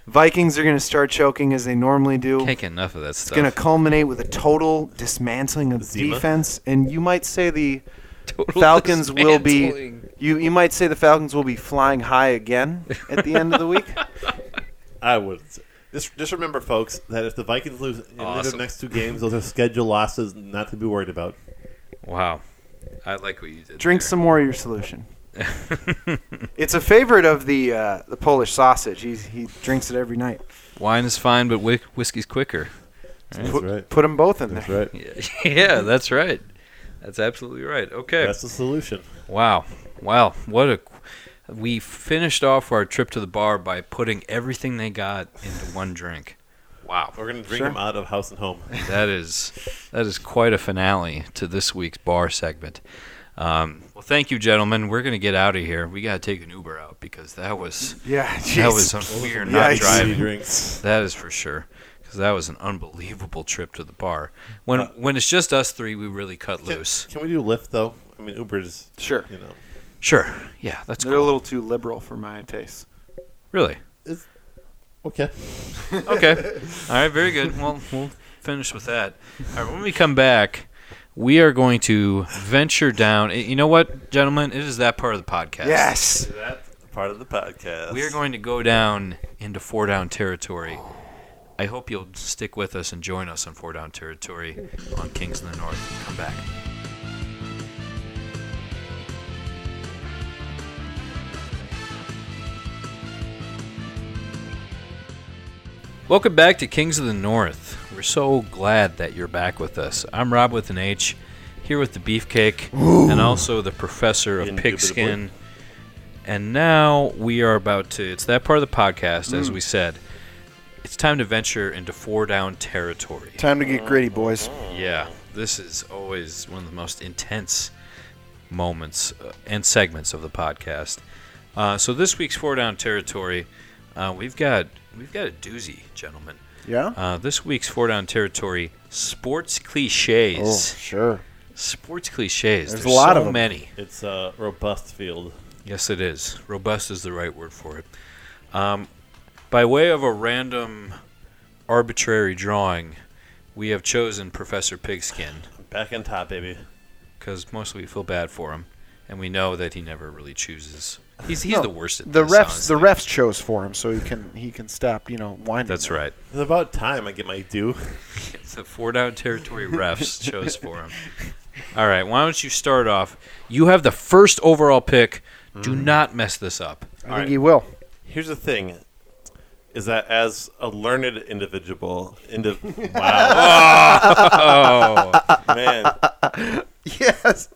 Speaker 3: Vikings are going to start choking as they normally do.
Speaker 1: Can't get enough of that
Speaker 3: It's going
Speaker 1: stuff.
Speaker 3: to culminate with a total dismantling of
Speaker 2: Zima?
Speaker 3: defense, and you might say the
Speaker 1: Total
Speaker 3: Falcons will be.
Speaker 1: dismantling.
Speaker 3: You you might say the Falcons will be flying high again at the end of the week.
Speaker 2: I would. Just, just remember, folks, that if the Vikings lose any of
Speaker 1: Awesome.
Speaker 2: their next two games, those are scheduled losses not to be worried about.
Speaker 1: Wow. I like what you did.
Speaker 3: Drink
Speaker 1: there.
Speaker 3: some more of your solution. It's a favorite of the uh, the Polish sausage. He's, he drinks it every night.
Speaker 1: Wine is fine, but whis- whiskey's quicker.
Speaker 2: That's
Speaker 3: put,
Speaker 2: right.
Speaker 3: put 'em both in
Speaker 2: That's
Speaker 3: there.
Speaker 2: right.
Speaker 1: Yeah, yeah, that's right. That's absolutely right. Okay.
Speaker 2: That's the solution.
Speaker 1: Wow. Wow. What a. We finished off our trip to the bar by putting everything they got into one drink. Wow.
Speaker 2: We're gonna drink
Speaker 3: Sure.
Speaker 2: them out of house and home.
Speaker 1: That is that is quite a finale to this week's bar segment. Um, well, thank you, gentlemen. We're gonna get out of here. We gotta take an Uber out because that was
Speaker 3: Yeah, jeez.
Speaker 1: that was un- we are not
Speaker 3: Yikes.
Speaker 1: driving.
Speaker 2: drinks.
Speaker 1: That is for sure. Because that was an unbelievable trip to the bar. When
Speaker 3: Uh,
Speaker 1: when it's just us three, we really cut
Speaker 2: Can,
Speaker 1: loose.
Speaker 2: can we do Lyft though? I mean, Uber's
Speaker 3: sure.
Speaker 2: you know
Speaker 1: Sure. Yeah, that's
Speaker 3: They're a
Speaker 1: cool.
Speaker 3: little too liberal for my taste.
Speaker 1: Really.
Speaker 2: okay.
Speaker 1: Okay. All right. Very good. Well, we'll finish with that. All right. When we come back, we are going to venture down. Eh, You know what, gentlemen? It is that part of the podcast.
Speaker 3: Yes.
Speaker 2: That's part of the podcast.
Speaker 1: We are going to go down into four down territory. I hope you'll stick with us and join us on four down territory on Kings in the North. Come back. Welcome back to Kings of the North. We're so glad that you're back with us. I'm Rob with an H, here with the Beefcake, and also the Professor of
Speaker 2: Indubitably.
Speaker 1: Pigskin. And now we are about to. It's that part of the podcast,
Speaker 3: Mm.
Speaker 1: as we said. It's time to venture into four down territory.
Speaker 3: Time to get gritty, boys.
Speaker 1: Yeah, this is always one of the most intense moments uh, and segments of the podcast. Uh, so this week's four down territory, uh, we've got we've got a doozy, gentlemen.
Speaker 3: Yeah.
Speaker 1: Uh, this week's four down territory: sports cliches.
Speaker 3: Oh, sure.
Speaker 1: Sports cliches.
Speaker 3: There's a lot
Speaker 1: so
Speaker 3: of 'em.
Speaker 1: many.
Speaker 2: It's a robust field.
Speaker 1: Yes, it is. Robust is the right word for it. Um, by way of a random, arbitrary drawing, we have chosen Professor Pigskin
Speaker 2: Back on top, baby.
Speaker 1: because mostly we feel bad for him, and we know that he never really chooses. He's he's
Speaker 3: No,
Speaker 1: the worst at
Speaker 3: The
Speaker 1: this,
Speaker 3: refs
Speaker 1: honestly.
Speaker 3: the refs chose for him, so he can he can stop. You know, whining.
Speaker 1: That's right.
Speaker 2: It's about time I get my due.
Speaker 1: The four down territory refs chose for him. All right, why don't you start off? You have the first overall pick. Do not mess this up.
Speaker 3: I think
Speaker 2: All right.
Speaker 3: he will.
Speaker 2: Here's the thing. Is that as a learned individual, indi- wow,
Speaker 1: Oh,
Speaker 2: man,
Speaker 3: Yes.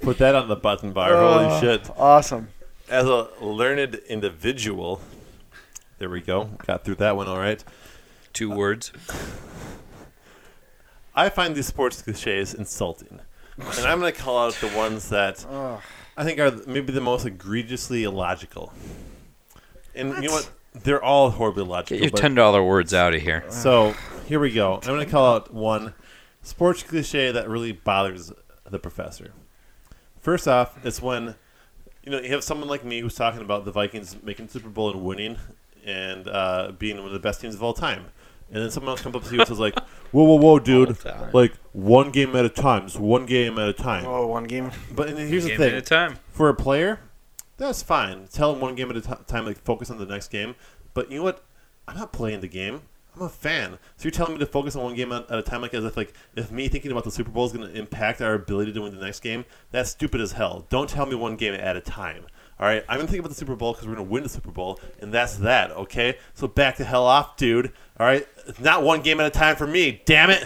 Speaker 2: put that on the button bar. Holy shit!
Speaker 3: Awesome.
Speaker 2: as a learned individual, there we go. Got through that one all right.
Speaker 1: two words.
Speaker 2: I find these sports cliches insulting, and I'm going to call out the ones that I think are th- maybe the most egregiously illogical. And you know what? They're all horribly illogical.
Speaker 1: Get your
Speaker 2: but-
Speaker 1: ten dollar words out of here.
Speaker 2: So here we go. I'm going to call out one sports cliche that really bothers the professor. First off, it's when you know you have someone like me who's talking about the Vikings making the Super Bowl and winning, and uh, being one of the best teams of all time. And then someone else comes up to you and says like, "Whoa, whoa, whoa, dude! Like one game at a time, just one game at a time."
Speaker 3: Oh, one game.
Speaker 2: But and here's the
Speaker 1: Game
Speaker 2: thing:
Speaker 1: at a time.
Speaker 2: for a player, that's fine. Tell him one game at a t- time, like focus on the next game. But you know what? I'm not playing the game. I'm a fan. So you're telling me to focus on one game at, at a time, like as if like if me thinking about the Super Bowl is going to impact our ability to win the next game. That's stupid as hell. Don't tell me one game at a time. All right, I'm gonna think about the Super Bowl because we're gonna win the Super Bowl, and that's that. Okay, so back the hell off, dude. All right, It's not one game at a time for me. Damn it.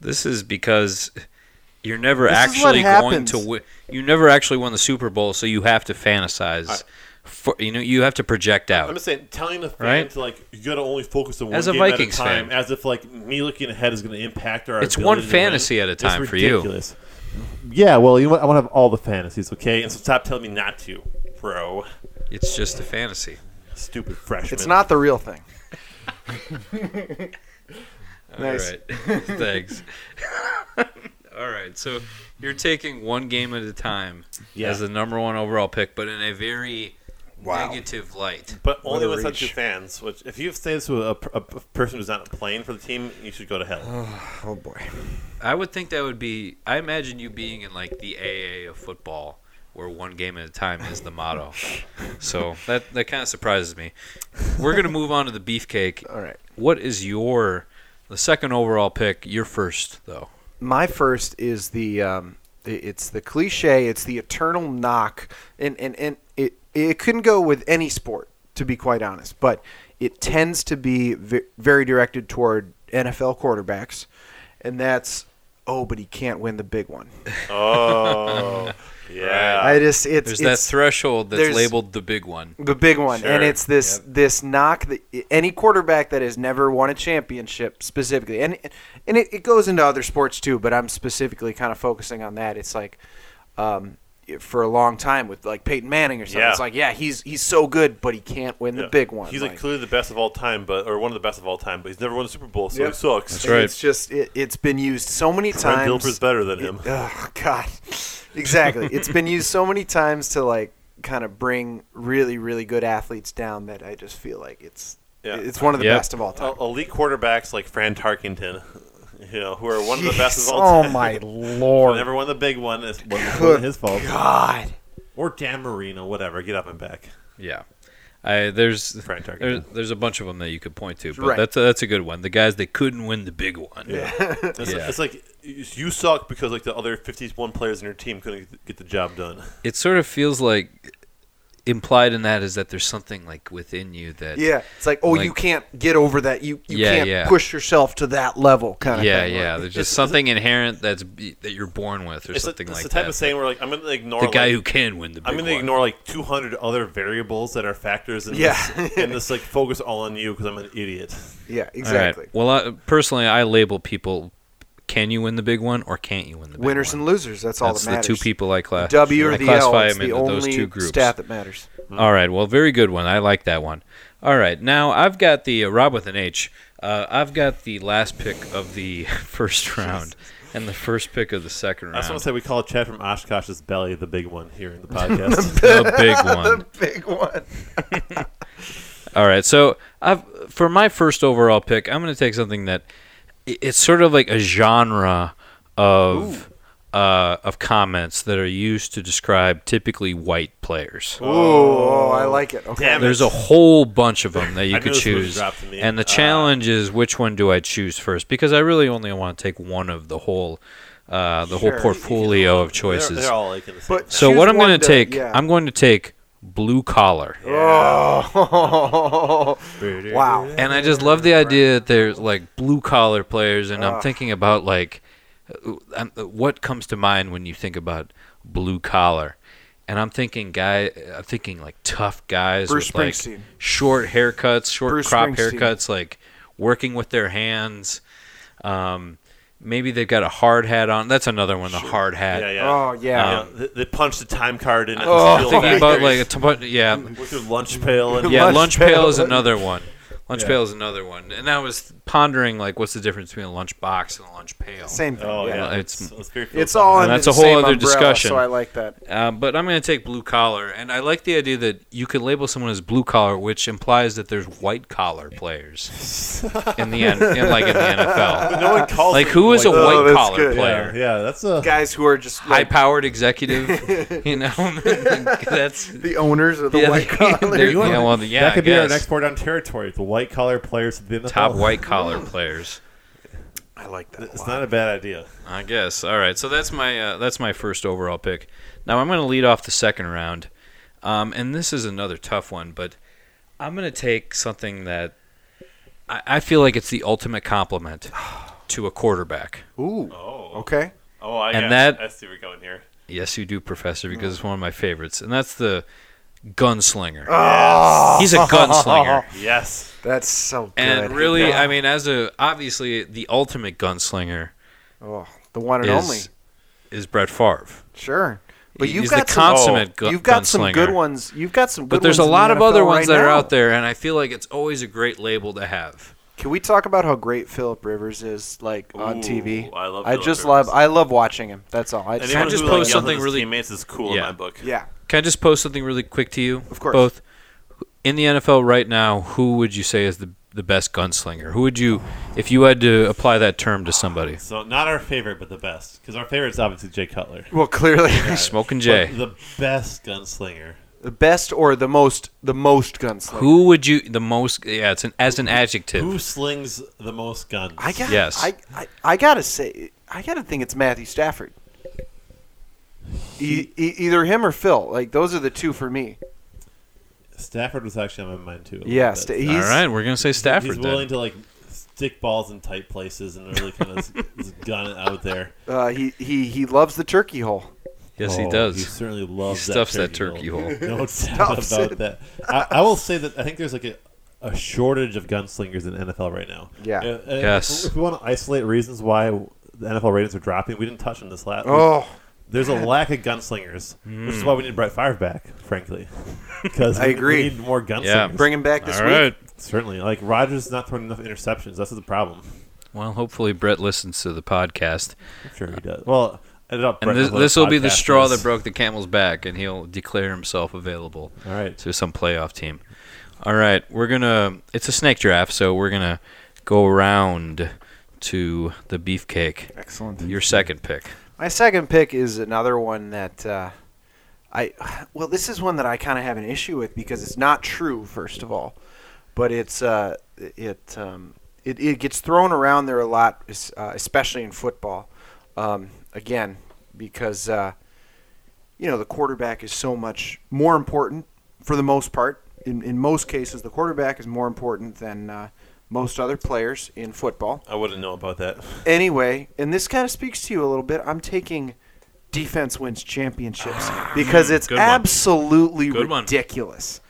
Speaker 1: This is because you're never
Speaker 3: This is what
Speaker 1: actually going
Speaker 3: happens.
Speaker 1: to win. You never actually won the Super Bowl, so you have to fantasize. For, you know, you have to project
Speaker 2: I'm
Speaker 1: out.
Speaker 2: just saying, telling the fan
Speaker 1: Right?
Speaker 2: to like you got to only focus on one
Speaker 1: As a
Speaker 2: game
Speaker 1: Vikings
Speaker 2: at a time,
Speaker 1: fan.
Speaker 2: as if like me looking ahead is going to impact our.
Speaker 1: It's
Speaker 2: ability
Speaker 1: one
Speaker 2: to win.
Speaker 1: fantasy at a
Speaker 2: It's
Speaker 1: time for you.
Speaker 2: ridiculous. Yeah, well, you know what? I want to have all the fantasies, okay? And so stop telling me not to, bro.
Speaker 1: It's just a fantasy.
Speaker 2: Stupid freshman.
Speaker 3: It's not the real thing.
Speaker 1: All right. Thanks. All right. So you're taking one game at a time
Speaker 2: Yeah.
Speaker 1: as the number one overall pick, but in a very
Speaker 4: Wow.
Speaker 1: negative light.
Speaker 2: But only
Speaker 4: What a
Speaker 2: with such
Speaker 4: reach.
Speaker 2: fans. Which, if you say this to a, a person who's not playing for the team, you should go to hell.
Speaker 4: Oh boy.
Speaker 1: I would think that would be. I imagine you being in like the AA of football, where one game at a time is the motto. so that that kind of surprises me. We're gonna move on to the beefcake.
Speaker 3: All right.
Speaker 1: What is your the second overall pick? Your first though.
Speaker 3: my first is the um, i- it's the cliche it's the eternal knock and and, and it, it couldn't go with any sport to be quite honest but it tends to be ve- very directed toward nfl quarterbacks and that's oh but he can't win the big one
Speaker 1: Uh,
Speaker 2: Oh, yeah.
Speaker 3: i just it's
Speaker 1: There's that
Speaker 3: it's
Speaker 1: threshold that's
Speaker 3: there's-
Speaker 1: labeled the big one.
Speaker 3: the big one
Speaker 1: Sure.
Speaker 3: and it's this this knock that any quarterback that has never won a championship specifically and and it, it goes into other sports too but i'm specifically kind of focusing on that it's like um for a long time with like peyton manning or something
Speaker 2: Yeah.
Speaker 3: it's like yeah he's he's so good but he can't win
Speaker 2: Yeah.
Speaker 3: the big one
Speaker 2: He's
Speaker 3: like,
Speaker 2: like clearly the best of all time, but or one of the best of all time, but he's never won a Super Bowl, so
Speaker 3: Yep.
Speaker 2: he sucks.
Speaker 1: That's
Speaker 3: and
Speaker 1: right.
Speaker 3: it's just it, it's been used so many
Speaker 2: Brent
Speaker 3: times
Speaker 2: Dilfer's better than him.
Speaker 3: Oh God, exactly. it's been used so many times to like kind of bring really, really good athletes down that I just feel like it's
Speaker 2: Yeah.
Speaker 3: it's one of the
Speaker 1: Yep.
Speaker 3: best of all time.
Speaker 2: Uh, elite quarterbacks like Fran Tarkington, you know, who are Oh, one of the best
Speaker 3: Jeez,
Speaker 2: of all time.
Speaker 3: Oh my lord!
Speaker 2: Never won the big one. It's one
Speaker 3: Good
Speaker 2: wasn't his fault.
Speaker 3: God.
Speaker 2: Or Dan Marino, whatever. Get up and back.
Speaker 1: Yeah. I, there's
Speaker 2: Frank Tarkenton.
Speaker 1: there's there's a bunch of them that you could point to, but
Speaker 3: Right.
Speaker 1: that's a, that's a good one. The guys that couldn't win the big one.
Speaker 2: Yeah. It's,
Speaker 1: Yeah.
Speaker 2: it's like you you suck because like the other 51 players in your team couldn't get the job done.
Speaker 1: It sort of feels like implied in that is that there's something like within you that
Speaker 3: Yeah, it's like oh,
Speaker 1: Like-
Speaker 3: you can't get over that. You you
Speaker 1: Yeah,
Speaker 3: can't
Speaker 1: yeah.
Speaker 3: push yourself to that level, kind of.
Speaker 1: yeah,
Speaker 3: thing.
Speaker 1: yeah.
Speaker 3: Like,
Speaker 1: There's just something inherent that's be- that you're born with or
Speaker 2: It's,
Speaker 1: something
Speaker 2: like, it's
Speaker 1: like
Speaker 2: the type
Speaker 1: that.
Speaker 2: of saying where like I'm gonna ignore
Speaker 1: the guy
Speaker 2: like,
Speaker 1: who can win the big
Speaker 2: I'm gonna
Speaker 1: one.
Speaker 2: ignore like 200 other variables that are factors in
Speaker 3: Yeah.
Speaker 2: this, and just like focus all on you because I'm an idiot.
Speaker 3: yeah,
Speaker 1: All right.
Speaker 3: exactly.
Speaker 1: Well, I, personally, I label people: can you win the big one or can't you win the big
Speaker 3: Winners
Speaker 1: one?
Speaker 3: and losers. That's all
Speaker 1: That's
Speaker 3: that
Speaker 1: the
Speaker 3: matters.
Speaker 1: two people I class.
Speaker 3: W or
Speaker 1: I
Speaker 3: the L.
Speaker 1: classify
Speaker 3: It's
Speaker 1: them
Speaker 3: the
Speaker 1: into
Speaker 3: only
Speaker 1: those two groups.
Speaker 3: stat that matters.
Speaker 1: All right. Well, very good one. I like that one. All right. Now I've got the uh, Rob with an H. Uh, I've got the last pick of the first round and the first pick of the second
Speaker 2: I just want
Speaker 1: round.
Speaker 2: to say we call Chad from Oshkosh's belly the big one here in the podcast.
Speaker 1: the big one.
Speaker 3: The big one.
Speaker 1: All right. So I've for my first overall pick, I'm going to take something that i- it's sort of like a genre of uh, of comments that are used to describe typically white players.
Speaker 3: Oh, I like it. Okay.
Speaker 2: Damn it.
Speaker 1: There's a whole bunch of them that you
Speaker 2: I
Speaker 1: could
Speaker 2: knew this would've
Speaker 1: choose.
Speaker 2: dropped to me.
Speaker 1: And the
Speaker 2: Uh,
Speaker 1: challenge is which one do I choose first? Because I really only want to take one of the whole uh, the
Speaker 3: Sure.
Speaker 1: whole portfolio of choices.
Speaker 2: They're, they're all like in the same.
Speaker 3: But-
Speaker 1: so
Speaker 3: Choose
Speaker 1: what I'm
Speaker 3: one
Speaker 1: going
Speaker 3: to-
Speaker 1: to take,
Speaker 3: yeah.
Speaker 1: I'm going to take blue collar.
Speaker 3: Oh, wow.
Speaker 1: And I just love the idea that there's like blue collar players, and
Speaker 3: Ah.
Speaker 1: I'm thinking about like uh, I'm- uh, what comes to mind when you think about blue collar. And I'm thinking guy, I'm thinking like tough guys
Speaker 3: Bruce
Speaker 1: with like
Speaker 3: Springsteen.
Speaker 1: short haircuts, short
Speaker 3: Bruce
Speaker 1: crop
Speaker 3: Springsteen.
Speaker 1: haircuts, like working with their hands. Um, maybe they've got a hard hat on. That's another one, the hard hat.
Speaker 2: yeah, yeah.
Speaker 3: Oh yeah.
Speaker 1: um,
Speaker 2: yeah, they, they punched the time card in.
Speaker 3: Oh,
Speaker 2: Oh,
Speaker 1: Thinking about like a t- yeah,
Speaker 2: with your lunch pail and
Speaker 1: yeah,
Speaker 3: Lunch
Speaker 1: lunch pail
Speaker 3: pail.
Speaker 1: is another one. Lunch
Speaker 4: Yeah.
Speaker 1: pail is another one, and I was pondering like, what's the difference between a lunch box and a lunch pail?
Speaker 3: Same thing.
Speaker 2: Oh
Speaker 3: yeah.
Speaker 2: yeah,
Speaker 1: it's-
Speaker 2: it's, very
Speaker 3: It's all
Speaker 1: And
Speaker 3: under
Speaker 1: that's
Speaker 3: the
Speaker 1: a whole
Speaker 3: same
Speaker 1: other
Speaker 3: umbrella,
Speaker 1: discussion.
Speaker 3: So I like that.
Speaker 1: Uh, but I'm going to take blue collar, and I like the idea that you could label someone as blue collar, which implies that there's white collar players in the N- in, like in the NFL.
Speaker 2: no one calls
Speaker 1: Like
Speaker 2: it
Speaker 1: who is a
Speaker 2: white-
Speaker 3: Oh,
Speaker 1: white
Speaker 3: that's
Speaker 1: collar
Speaker 3: good.
Speaker 1: player?
Speaker 2: Yeah, yeah, that's a
Speaker 3: Guys who are just
Speaker 1: High
Speaker 3: like
Speaker 1: powered executive, you know. that's
Speaker 3: the owners of the
Speaker 1: yeah,
Speaker 3: white collar.
Speaker 1: there- yeah, well, yeah,
Speaker 2: that could
Speaker 1: I
Speaker 2: be our
Speaker 1: guess.
Speaker 2: next port on territory. The white collar players of the NFL.
Speaker 1: top white collar players.
Speaker 3: I like that.
Speaker 2: It's not a bad idea.
Speaker 1: I guess. All right. So that's my uh, that's my first overall pick. Now I'm going to lead off the second round, um, and this is another tough one, but I'm going to take something that I, I feel like it's the ultimate compliment to a quarterback.
Speaker 3: Ooh.
Speaker 2: Oh,
Speaker 3: Okay.
Speaker 2: oh, I
Speaker 1: And that-
Speaker 2: I see where you're going here.
Speaker 1: Yes, you do, Professor, because it's one of my favorites, and that's the gunslinger.
Speaker 3: Oh,
Speaker 1: He's a gunslinger.
Speaker 2: Yes,
Speaker 3: that's so good.
Speaker 1: And really, I mean, as a obviously the ultimate gunslinger
Speaker 3: oh, the one and only.
Speaker 1: is is Brett Favre.
Speaker 3: Sure. But
Speaker 1: He-
Speaker 3: you've
Speaker 1: he's
Speaker 3: got
Speaker 1: the
Speaker 3: some,
Speaker 1: consummate gu-
Speaker 3: you've got some good
Speaker 1: gunslinger.
Speaker 3: ones. You've got some good
Speaker 1: But there's a
Speaker 3: ones in
Speaker 1: lot
Speaker 3: the
Speaker 1: of other
Speaker 3: NFL
Speaker 1: ones
Speaker 3: right
Speaker 1: that are
Speaker 3: now.
Speaker 1: out there, and I feel like it's always a great label to have.
Speaker 3: Can we talk about how great Philip Rivers is like on
Speaker 2: Ooh,
Speaker 3: TV?
Speaker 2: I love
Speaker 3: I
Speaker 2: Philip
Speaker 3: just
Speaker 2: Rivers.
Speaker 3: love I love watching him. That's all. I just,
Speaker 1: Anyone just who, like, post yells at something his really-
Speaker 2: Teammates is cool
Speaker 1: Yeah.
Speaker 2: in my book.
Speaker 3: yeah.
Speaker 1: Can I just pose something really quick to you?
Speaker 3: Of course.
Speaker 1: Both in the NFL right now, who would you say is the the best gunslinger? Who would you, if you had to apply that term to somebody?
Speaker 2: So not our favorite, but the best, because our favorite is obviously Jay Cutler.
Speaker 3: Well, clearly
Speaker 1: Smoking Jay.
Speaker 2: But the best gunslinger.
Speaker 3: the best or the most the most gunslinger.
Speaker 1: Who would you the most? Yeah, it's an as an adjective.
Speaker 2: Who slings the most guns?
Speaker 3: I got
Speaker 1: Yes.
Speaker 3: I, I I gotta say I gotta think it's Matthew Stafford. E- e- either him or Phil. Like those are the two for me.
Speaker 2: Stafford was actually on my mind too.
Speaker 3: Yeah,
Speaker 2: But
Speaker 3: Sta-
Speaker 2: he's
Speaker 1: All
Speaker 3: he's-
Speaker 1: right, we're gonna say Stafford.
Speaker 2: willing
Speaker 1: then.
Speaker 2: to like stick balls in tight places and really kind of s- s- gun it out there.
Speaker 3: Uh, he he he loves the turkey hole.
Speaker 1: yes,
Speaker 2: Oh,
Speaker 1: he
Speaker 2: He
Speaker 1: does.
Speaker 2: certainly loves
Speaker 1: He stuffs
Speaker 2: that
Speaker 1: that turkey
Speaker 2: turkey hole. no doubt
Speaker 3: Stuffs
Speaker 2: about
Speaker 3: it.
Speaker 2: that. I, I will say that I think there's like a, a shortage of gunslingers in NFL right now.
Speaker 3: Yeah.
Speaker 2: Uh, uh,
Speaker 1: Yes.
Speaker 2: If we want to isolate reasons why the NFL ratings are dropping, we didn't touch on this last.
Speaker 3: Oh,
Speaker 2: There's a lack of gunslingers, which is why we need Brett Favre back, frankly. Because
Speaker 3: I
Speaker 2: We
Speaker 3: agree.
Speaker 2: need more gunslingers.
Speaker 3: bring him back this
Speaker 1: All
Speaker 3: week.
Speaker 1: right.
Speaker 2: Certainly, like Rogers is not throwing enough interceptions. That's the problem.
Speaker 1: Well, hopefully Brett listens to the podcast,
Speaker 2: I'm sure he does. Well, ended up.
Speaker 1: and this this will be the straw that broke the camel's back, and he'll declare himself available.
Speaker 2: All right.
Speaker 1: to some playoff team. All right, we're gonna. It's a snake draft, so we're gonna go around to the beefcake.
Speaker 3: Excellent.
Speaker 1: Your second pick.
Speaker 3: My second pick is another one that uh, I well, this is one that I kind of have an issue with because it's not true, first of all, but it's uh, it um, it it gets thrown around there a lot, es- uh, especially in football. Um, again, because uh, you know the quarterback is so much more important for the most part. In in most cases, the quarterback is more important than uh, most other players in football
Speaker 2: I wouldn't know about that.
Speaker 3: anyway, and this kind of speaks to you a little bit. I'm taking defense wins championships
Speaker 2: Ah,
Speaker 3: because it's
Speaker 1: one.
Speaker 3: absolutely
Speaker 1: Good one.
Speaker 3: ridiculous.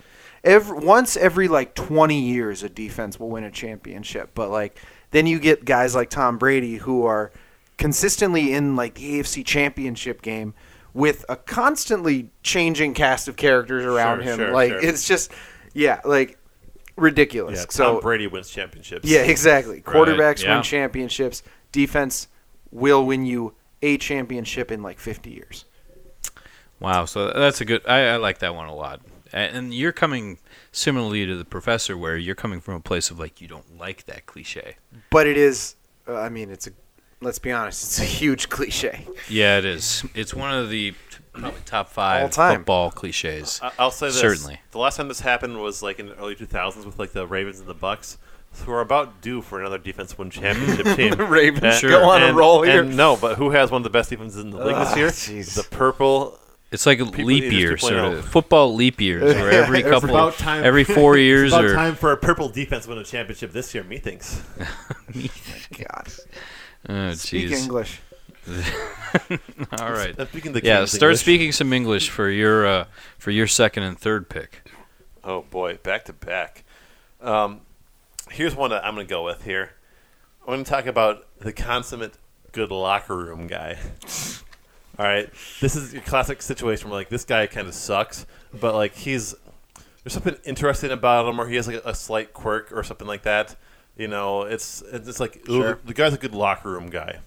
Speaker 3: Every once every like 20 years, a defense will win a championship, but like then you get guys like Tom Brady who are consistently in like the AFC championship game with a constantly changing cast of characters around
Speaker 2: Sure,
Speaker 3: him.
Speaker 2: sure,
Speaker 3: like
Speaker 2: sure.
Speaker 3: it's just yeah, like ridiculous.
Speaker 2: Yeah,
Speaker 3: so
Speaker 2: Tom Brady wins championships.
Speaker 3: yeah, exactly. Quarterbacks
Speaker 1: yeah.
Speaker 3: win championships. Defense will win you a championship in like 50 years.
Speaker 1: Wow, so that's a good. I, I like that one a lot. A- And you're coming similarly to the professor, where you're coming from a place of like you don't like that cliche.
Speaker 3: But it is, uh, I mean, it's a, let's be honest, it's a huge cliche.
Speaker 1: Yeah, it is. It's one of the t- probably top five
Speaker 3: All time.
Speaker 1: football cliches.
Speaker 2: I- I'll say this.
Speaker 1: Certainly.
Speaker 2: The last time this happened was like in the early 2000s with like the Ravens and the Bucks. So we're about due for another defense win championship team.
Speaker 3: Ravens
Speaker 1: Sure.
Speaker 3: go on
Speaker 2: And-
Speaker 3: a roll here.
Speaker 2: And no, but who has one of the best defenses in the league this
Speaker 3: Ugh,
Speaker 2: year?
Speaker 3: jeez.
Speaker 2: The purple.
Speaker 1: It's like a
Speaker 2: People
Speaker 1: leap
Speaker 2: need to
Speaker 1: year,
Speaker 2: just play
Speaker 1: sort
Speaker 2: it
Speaker 1: of
Speaker 2: out.
Speaker 1: football leap years, where every
Speaker 3: It's
Speaker 1: couple,
Speaker 2: about time-
Speaker 1: every four years,
Speaker 2: it's about
Speaker 1: or
Speaker 2: time for a purple defense win a championship this year, methinks.
Speaker 3: God,
Speaker 1: oh,
Speaker 3: speak
Speaker 1: jeez.
Speaker 3: English.
Speaker 1: All right.
Speaker 2: That's speaking the
Speaker 1: Yeah,
Speaker 2: King's
Speaker 1: start
Speaker 2: English.
Speaker 1: speaking some English for your uh, for your second and third pick.
Speaker 2: Oh boy, back to back. Um, here's one that I'm going to go with here. I'm going to talk about the consummate good locker room guy. All right, this is your classic situation where like this guy kind of sucks, but like he's there's something interesting about him, or he has like a, a slight quirk or something like that. You know, it's it's just like ooh,
Speaker 3: Sure.
Speaker 2: the guy's a good locker room guy.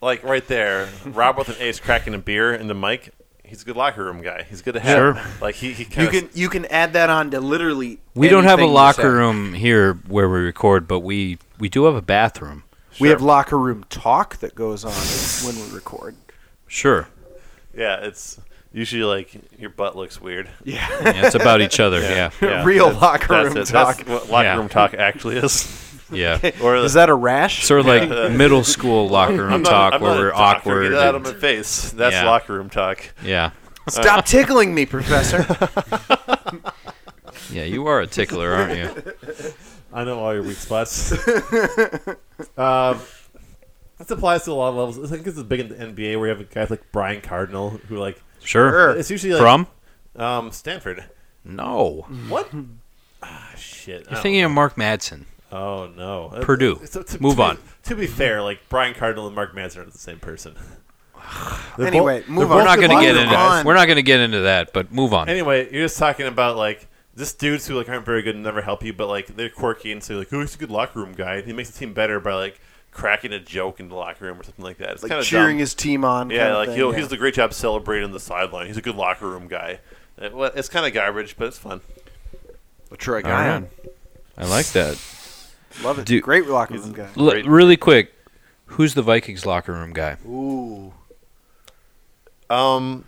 Speaker 2: Like right there, Rob with an ace cracking a beer in the mic. He's a good locker room guy. He's good to have.
Speaker 1: Sure.
Speaker 2: Like he, he
Speaker 3: You
Speaker 2: kind
Speaker 3: can you can add that on to literally.
Speaker 1: We don't have a
Speaker 3: anything you say.
Speaker 1: locker room here where we record, but we we do have a bathroom.
Speaker 3: We
Speaker 2: Sure.
Speaker 3: have locker room talk that goes on when we record.
Speaker 1: Sure,
Speaker 2: yeah, it's usually like your butt looks weird.
Speaker 3: Yeah,
Speaker 1: yeah, it's about each other. Yeah,
Speaker 2: Yeah,
Speaker 3: real
Speaker 2: that's-
Speaker 3: locker
Speaker 2: that's
Speaker 3: room
Speaker 2: it.
Speaker 3: talk.
Speaker 2: That's what locker
Speaker 1: Yeah.
Speaker 2: room talk actually is.
Speaker 1: yeah.
Speaker 2: Or
Speaker 3: Is that a rash?
Speaker 1: Sort of like middle school locker room
Speaker 2: I'm not-
Speaker 1: talk
Speaker 2: I'm
Speaker 1: where
Speaker 2: not a
Speaker 1: we're
Speaker 2: doctor.
Speaker 1: awkward.
Speaker 2: Get that out of
Speaker 1: and-
Speaker 2: my face. That's
Speaker 1: Yeah.
Speaker 2: locker room talk.
Speaker 1: yeah,
Speaker 3: Stop tickling me, Professor.
Speaker 1: yeah. You are a tickler, aren't you?
Speaker 2: I know all your weak spots. um, this applies to a lot of levels. I think this is big in the NBA where you have guys like Brian Cardinal who like
Speaker 1: Sure.
Speaker 2: it's usually like
Speaker 1: From?
Speaker 2: um Stanford.
Speaker 1: No.
Speaker 2: What? ah, shit. I
Speaker 1: You're
Speaker 2: don't
Speaker 1: thinking
Speaker 2: know.
Speaker 1: of Mark Madsen.
Speaker 2: Oh no. Uh,
Speaker 1: Purdue.
Speaker 2: so to-
Speaker 1: Move
Speaker 2: to be-
Speaker 1: on.
Speaker 2: to be fair, like Brian Cardinal and Mark Manson are the same person. They're both-
Speaker 3: Anyway,
Speaker 2: they're
Speaker 3: move
Speaker 2: both
Speaker 3: on.
Speaker 1: We're not
Speaker 3: good
Speaker 1: going to get
Speaker 3: locker
Speaker 1: into
Speaker 3: room.
Speaker 1: we're not going to get into that, but move on.
Speaker 2: Anyway, you're just talking about like just dudes who like aren't very good and never help you, but like they're quirky and so you're like, oh, he's a good locker room guy. And he makes the team better by like cracking a joke in the locker room or something like that. It's
Speaker 3: like
Speaker 2: kind of
Speaker 3: cheering
Speaker 2: dumb.
Speaker 3: his team on.
Speaker 2: yeah,
Speaker 3: kinda
Speaker 2: like
Speaker 3: thing,
Speaker 2: you know,
Speaker 3: yeah.
Speaker 2: he does a great job celebrating the sideline. He's a good locker room guy. It- well, It's kind of garbage, but it's fun.
Speaker 3: Troy
Speaker 1: All right.
Speaker 3: Guyon.
Speaker 1: I like that.
Speaker 3: Love it.
Speaker 1: Dude.
Speaker 3: Great locker room guy.
Speaker 1: L-
Speaker 2: Great.
Speaker 1: really quick, who's the Vikings locker room guy?
Speaker 3: Ooh.
Speaker 2: Um,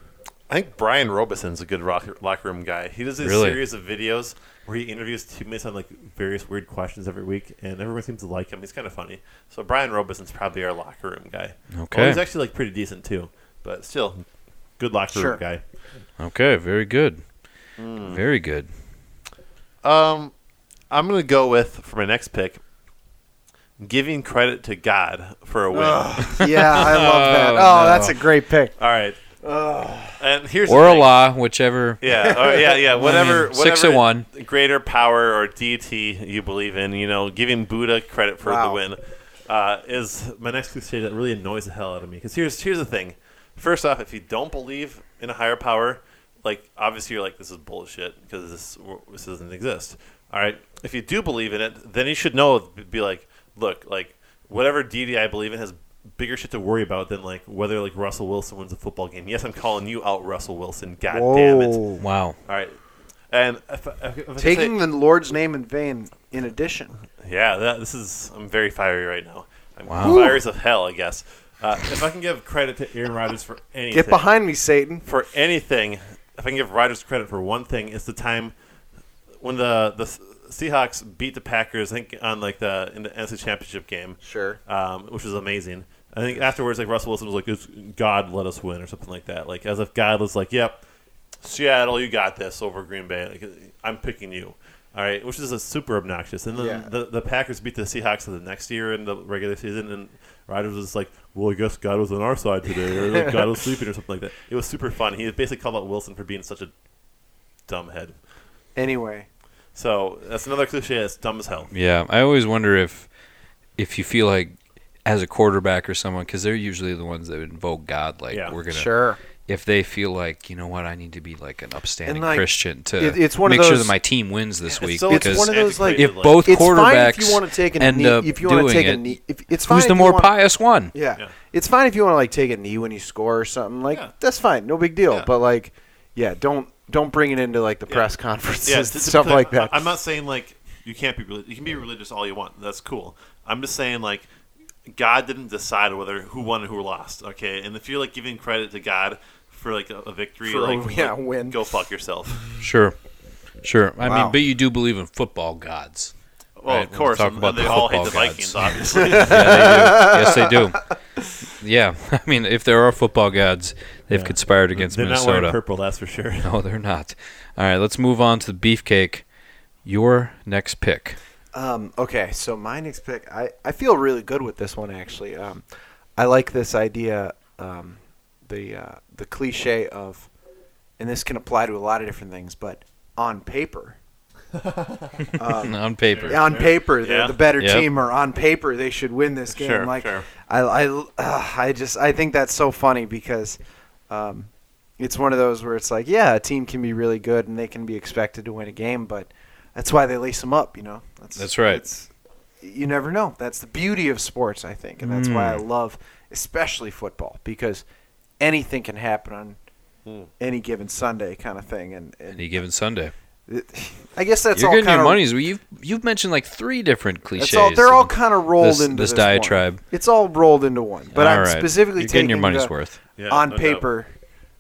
Speaker 2: I think Brian Robeson's a good rocker, locker room guy. He does a
Speaker 1: Really?
Speaker 2: series of videos where he interviews teammates on like various weird questions every week, and everyone seems to like him. He's kind of funny. So Brian Robeson's probably our locker room guy.
Speaker 1: Okay.
Speaker 2: Well, he's actually like pretty decent too, but still, good locker
Speaker 3: Sure.
Speaker 2: room guy.
Speaker 1: Okay, very good.
Speaker 2: Hmm.
Speaker 1: Very good.
Speaker 2: Um, I'm gonna go with for my next pick. Giving credit to God for a win.
Speaker 3: Yeah, I love that. Oh, that's a great pick.
Speaker 2: All right. And here's the
Speaker 1: Or
Speaker 2: thing.
Speaker 1: Allah, whichever.
Speaker 2: Yeah, or, yeah, yeah. Whatever,
Speaker 1: mean,
Speaker 2: whatever.
Speaker 1: six of one.
Speaker 2: Greater power or DT you believe in, you know, giving Buddha credit for the
Speaker 3: Wow.
Speaker 2: win uh, is my next cliche that really annoys the hell out of me. Because here's here's the thing. First off, if you don't believe in a higher power, like obviously you're like this is bullshit because this this doesn't exist. All right. If you do believe in it, then you should know. Be like, look, like whatever deity I believe in has bigger shit to worry about than like whether like Russell Wilson wins a football game. Yes, I'm calling you out, Russell Wilson. God damn it.
Speaker 3: Whoa.
Speaker 1: Wow.
Speaker 2: All right. And if, I- if, I could
Speaker 3: Taking
Speaker 2: say,
Speaker 3: the Lord's name in vain. In addition,
Speaker 2: yeah, that, this is I'm very fiery right now. I'm
Speaker 1: Wow.
Speaker 2: fires of hell, I guess. Uh, if I can give credit to Aaron Rodgers for anything,
Speaker 3: get behind me, Satan.
Speaker 2: for anything, if I can give Rodgers credit for one thing, it's the time when the the Seahawks beat the Packers. I think on like the in the NFC Championship game.
Speaker 3: Sure.
Speaker 2: um, which was amazing. I think afterwards, like Russell Wilson was like, "It's- "God let us win" or something like that. Like as if God was like, "Yep, Seattle, you got this over Green Bay. Like, I'm picking you." All right, which is a super obnoxious. And then
Speaker 3: Yeah.
Speaker 2: the, the Packers beat the Seahawks in the next year in the regular season, and Rodgers was like, "Well, I guess God was on our side today, or like, God was sleeping, or something like that." It was super fun. He basically called out Wilson for being such a dumbhead.
Speaker 3: Anyway,
Speaker 2: So that's another cliche. That's dumb as hell.
Speaker 1: Yeah, I always wonder if if you feel like as a quarterback or someone, because they're usually the ones that invoke God. Like
Speaker 2: Yeah.
Speaker 1: we're gonna.
Speaker 3: sure.
Speaker 1: If they feel like you know what, I need to be like an upstanding
Speaker 3: like,
Speaker 1: Christian to
Speaker 3: it- it's one of
Speaker 1: make sure
Speaker 3: those-
Speaker 1: that my team wins this week.
Speaker 2: so
Speaker 1: because
Speaker 3: one of those, like-
Speaker 2: antiquated,
Speaker 1: if both
Speaker 3: It's fine
Speaker 1: quarterbacks
Speaker 3: if you want to take a
Speaker 1: end
Speaker 3: knee.
Speaker 1: up
Speaker 3: If you want
Speaker 1: doing
Speaker 3: to take
Speaker 1: it,
Speaker 3: a knee, if, it's fine.
Speaker 1: who's the
Speaker 3: if you
Speaker 1: more
Speaker 3: wanna-
Speaker 1: pious one?
Speaker 3: Yeah.
Speaker 2: Yeah.
Speaker 3: it's fine if you want to like take a knee when you score or something. Like
Speaker 2: Yeah.
Speaker 3: that's fine, no big deal.
Speaker 2: Yeah.
Speaker 3: But like, yeah, don't don't bring it into like the press conferences
Speaker 2: yeah,
Speaker 3: and
Speaker 2: just to be
Speaker 3: stuff
Speaker 2: clear,
Speaker 3: like that.
Speaker 2: I- I'm not saying like you can't be religious. You can be religious all you want. That's cool. I'm just saying like God didn't decide whether who won and who lost. Okay, and if you're like giving credit to God for like a, a victory,
Speaker 3: For a-
Speaker 2: like
Speaker 3: yeah,
Speaker 2: like,
Speaker 3: win.
Speaker 2: go fuck yourself.
Speaker 1: Sure, sure. I
Speaker 3: Wow.
Speaker 1: mean, but you do believe in football gods.
Speaker 2: Well,
Speaker 1: Right,
Speaker 2: of
Speaker 1: we'll
Speaker 2: course,
Speaker 1: talk
Speaker 2: and-
Speaker 1: about
Speaker 2: and
Speaker 1: the
Speaker 2: they all
Speaker 1: football
Speaker 2: hate the
Speaker 1: gods.
Speaker 2: Vikings, obviously.
Speaker 1: Yeah, they do. yes, they do. Yeah, I mean, if there are football gods, they've conspired against Minnesota.
Speaker 2: purple, that's for sure.
Speaker 1: No, they're not. All right, let's move on to the beefcake. Your next pick.
Speaker 3: Um, okay, so my next pick, I, I feel really good with this one actually. Um, I like this idea, um, the uh, the cliche of, and this can apply to a lot of different things, but on paper, Uh,
Speaker 1: on paper.
Speaker 3: on paper they're
Speaker 2: Yeah.
Speaker 3: the better
Speaker 1: Yep.
Speaker 3: team, or on paper they should win this game.
Speaker 2: Sure,
Speaker 3: like
Speaker 2: sure.
Speaker 3: I I, uh, I just I think that's so funny because, um, it's one of those where it's like, yeah, a team can be really good and they can be expected to win a game, but that's why they lace them up, you know.
Speaker 1: That's right.
Speaker 3: It's, you never know. That's the beauty of sports, I think, and that's why
Speaker 1: Mm.
Speaker 3: I love, especially football, because anything can happen on
Speaker 2: Hmm.
Speaker 3: any given Sunday, kind of thing. And, and
Speaker 1: Any given Sunday.
Speaker 3: it- I guess that's
Speaker 1: You're
Speaker 3: all
Speaker 1: getting
Speaker 3: kind
Speaker 1: your
Speaker 3: of
Speaker 1: money's. well, You've you've mentioned like three different cliches.
Speaker 3: That's all, they're all
Speaker 1: in
Speaker 3: kind of rolled
Speaker 1: this,
Speaker 3: into
Speaker 1: this,
Speaker 3: one.
Speaker 1: diatribe.
Speaker 3: It's all rolled into one, but I'm
Speaker 1: All right.
Speaker 3: specifically
Speaker 1: You're
Speaker 3: taking
Speaker 1: getting your money's
Speaker 3: the-
Speaker 1: worth.
Speaker 2: Yeah,
Speaker 3: on
Speaker 2: no doubt.
Speaker 3: paper.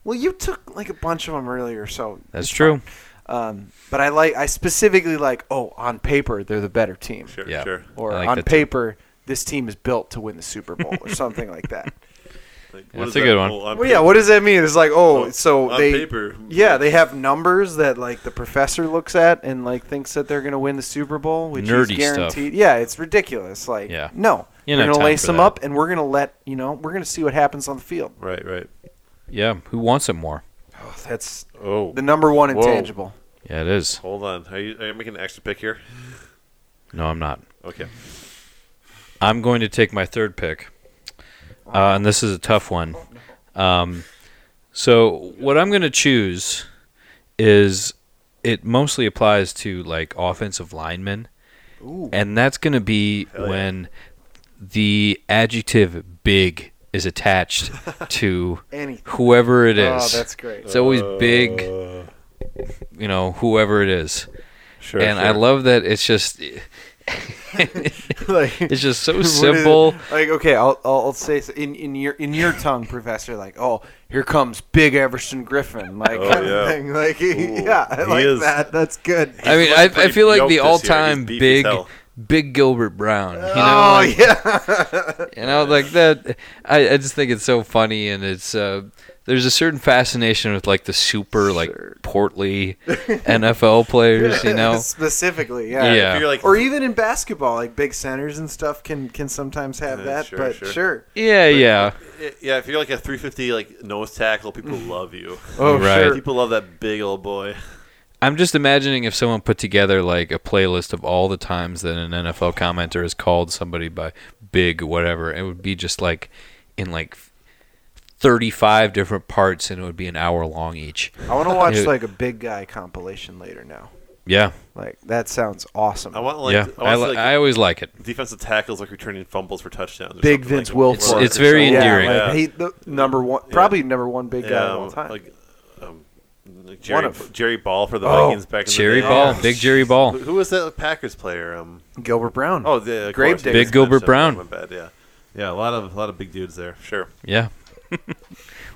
Speaker 3: Well, you took like a bunch of them earlier, so
Speaker 1: That's
Speaker 3: it's
Speaker 1: true.
Speaker 3: fine. Um, but I like I specifically like oh on paper they're the better team,
Speaker 2: Sure,
Speaker 1: Yeah.
Speaker 2: sure.
Speaker 3: or
Speaker 1: I like
Speaker 3: on
Speaker 1: that too.
Speaker 3: paper this team is built to win the Super Bowl or something like that.
Speaker 2: Like, what
Speaker 1: That's
Speaker 2: is
Speaker 1: a
Speaker 2: that
Speaker 1: good one.
Speaker 2: whole on
Speaker 3: Well, yeah,
Speaker 2: paper-
Speaker 3: what does that mean? It's like oh,
Speaker 2: Well,
Speaker 3: so
Speaker 2: on
Speaker 3: they
Speaker 2: paper,
Speaker 3: yeah they have numbers that like the professor looks at and like thinks that they're gonna win the Super Bowl, which
Speaker 1: Nerdy
Speaker 3: is
Speaker 1: stuff.
Speaker 3: guaranteed. Yeah, it's ridiculous. Like
Speaker 1: Yeah.
Speaker 3: no,
Speaker 1: You don't have
Speaker 3: we're gonna
Speaker 1: time
Speaker 3: lace
Speaker 1: for
Speaker 3: them
Speaker 1: that.
Speaker 3: up and we're gonna let you know we're gonna see what happens on the field.
Speaker 2: Right, right.
Speaker 1: Yeah. Who wants it more?
Speaker 3: Oh, that's
Speaker 2: Oh,
Speaker 3: the number one
Speaker 2: Whoa.
Speaker 3: intangible.
Speaker 1: Yeah, it is.
Speaker 2: hold on. Are you, are you making an extra pick here?
Speaker 1: No, I'm not.
Speaker 2: Okay.
Speaker 1: I'm going to take my third pick, uh, and this is a tough one. Um, so what I'm going to choose is it mostly applies to like offensive linemen, and that's going to be
Speaker 2: Hell yeah.
Speaker 1: when the adjective "big" is attached to
Speaker 3: Anything.
Speaker 1: whoever it is.
Speaker 3: Oh, that's great.
Speaker 1: it's always big,
Speaker 2: Uh,
Speaker 1: you know, whoever it is.
Speaker 2: sure.
Speaker 1: and I
Speaker 2: sure.
Speaker 1: love that it's just
Speaker 3: like,
Speaker 1: it's just so
Speaker 3: what is-
Speaker 1: simple.
Speaker 3: like, okay, I'll, I'll, I'll say so in in your in your tongue, Professor. Like, oh, here comes Big Everson Griffin. Like,
Speaker 2: Oh,
Speaker 3: kind
Speaker 2: yeah.
Speaker 3: of thing. Like, yeah, I
Speaker 2: he
Speaker 3: like
Speaker 2: is-
Speaker 3: that. That's good.
Speaker 1: I mean, I, I
Speaker 2: pretty
Speaker 1: feel like
Speaker 2: yoked
Speaker 1: the
Speaker 2: this year. He's
Speaker 1: all-time
Speaker 2: beef as
Speaker 1: big,
Speaker 2: hell.
Speaker 1: big Gilbert Brown. You know,
Speaker 3: oh
Speaker 1: like,
Speaker 3: yeah,
Speaker 1: you know, like that. I, I just think it's so funny, and it's uh, there's a certain fascination with like the super, like portly NFL players. You know,
Speaker 3: specifically,
Speaker 1: yeah.
Speaker 3: yeah.
Speaker 2: If you're like,
Speaker 3: Or even in basketball, like big centers and stuff can can sometimes have
Speaker 2: Uh,
Speaker 3: that.
Speaker 2: sure,
Speaker 3: but
Speaker 2: sure.
Speaker 3: sure,
Speaker 1: yeah, yeah.
Speaker 2: yeah, if you're like a 350 like nose tackle, people love you.
Speaker 3: oh
Speaker 1: Right.
Speaker 3: sure,
Speaker 2: People love that big old boy.
Speaker 1: I'm just imagining if someone put together like a playlist of all the times that an NFL commenter has called somebody by big whatever, it would be just like in like 35 different parts, and it would be an hour long each.
Speaker 3: I want to watch
Speaker 1: Dude.
Speaker 3: like a big guy compilation later. Now,
Speaker 1: Yeah,
Speaker 3: like that sounds awesome.
Speaker 2: I want like
Speaker 1: yeah.
Speaker 2: I,
Speaker 1: I,
Speaker 2: want
Speaker 1: li-
Speaker 2: like,
Speaker 1: I always like it.
Speaker 2: defensive tackles like returning fumbles for touchdowns. Or
Speaker 3: Big
Speaker 2: something
Speaker 3: Vince
Speaker 2: like
Speaker 3: Wilfork.
Speaker 1: It's- it's very
Speaker 3: Yeah,
Speaker 1: endearing.
Speaker 3: like,
Speaker 2: Yeah.
Speaker 3: he- the number one, probably number one big guy of all time.
Speaker 2: Like, um, like Jerry,
Speaker 3: of-
Speaker 2: Jerry Ball for the
Speaker 3: Oh,
Speaker 2: Vikings back in the
Speaker 1: Jerry
Speaker 2: day.
Speaker 1: Ball, big Jerry Ball.
Speaker 2: Who- Who was that Packers player? Um,
Speaker 3: Gilbert Brown.
Speaker 2: oh, the of
Speaker 3: Grave
Speaker 2: course,
Speaker 3: digger.
Speaker 2: Vince
Speaker 1: Big Gilbert
Speaker 2: Vincent,
Speaker 1: Brown.
Speaker 2: My bad. Yeah, yeah. A lot of a lot of big dudes there. Sure.
Speaker 1: Yeah.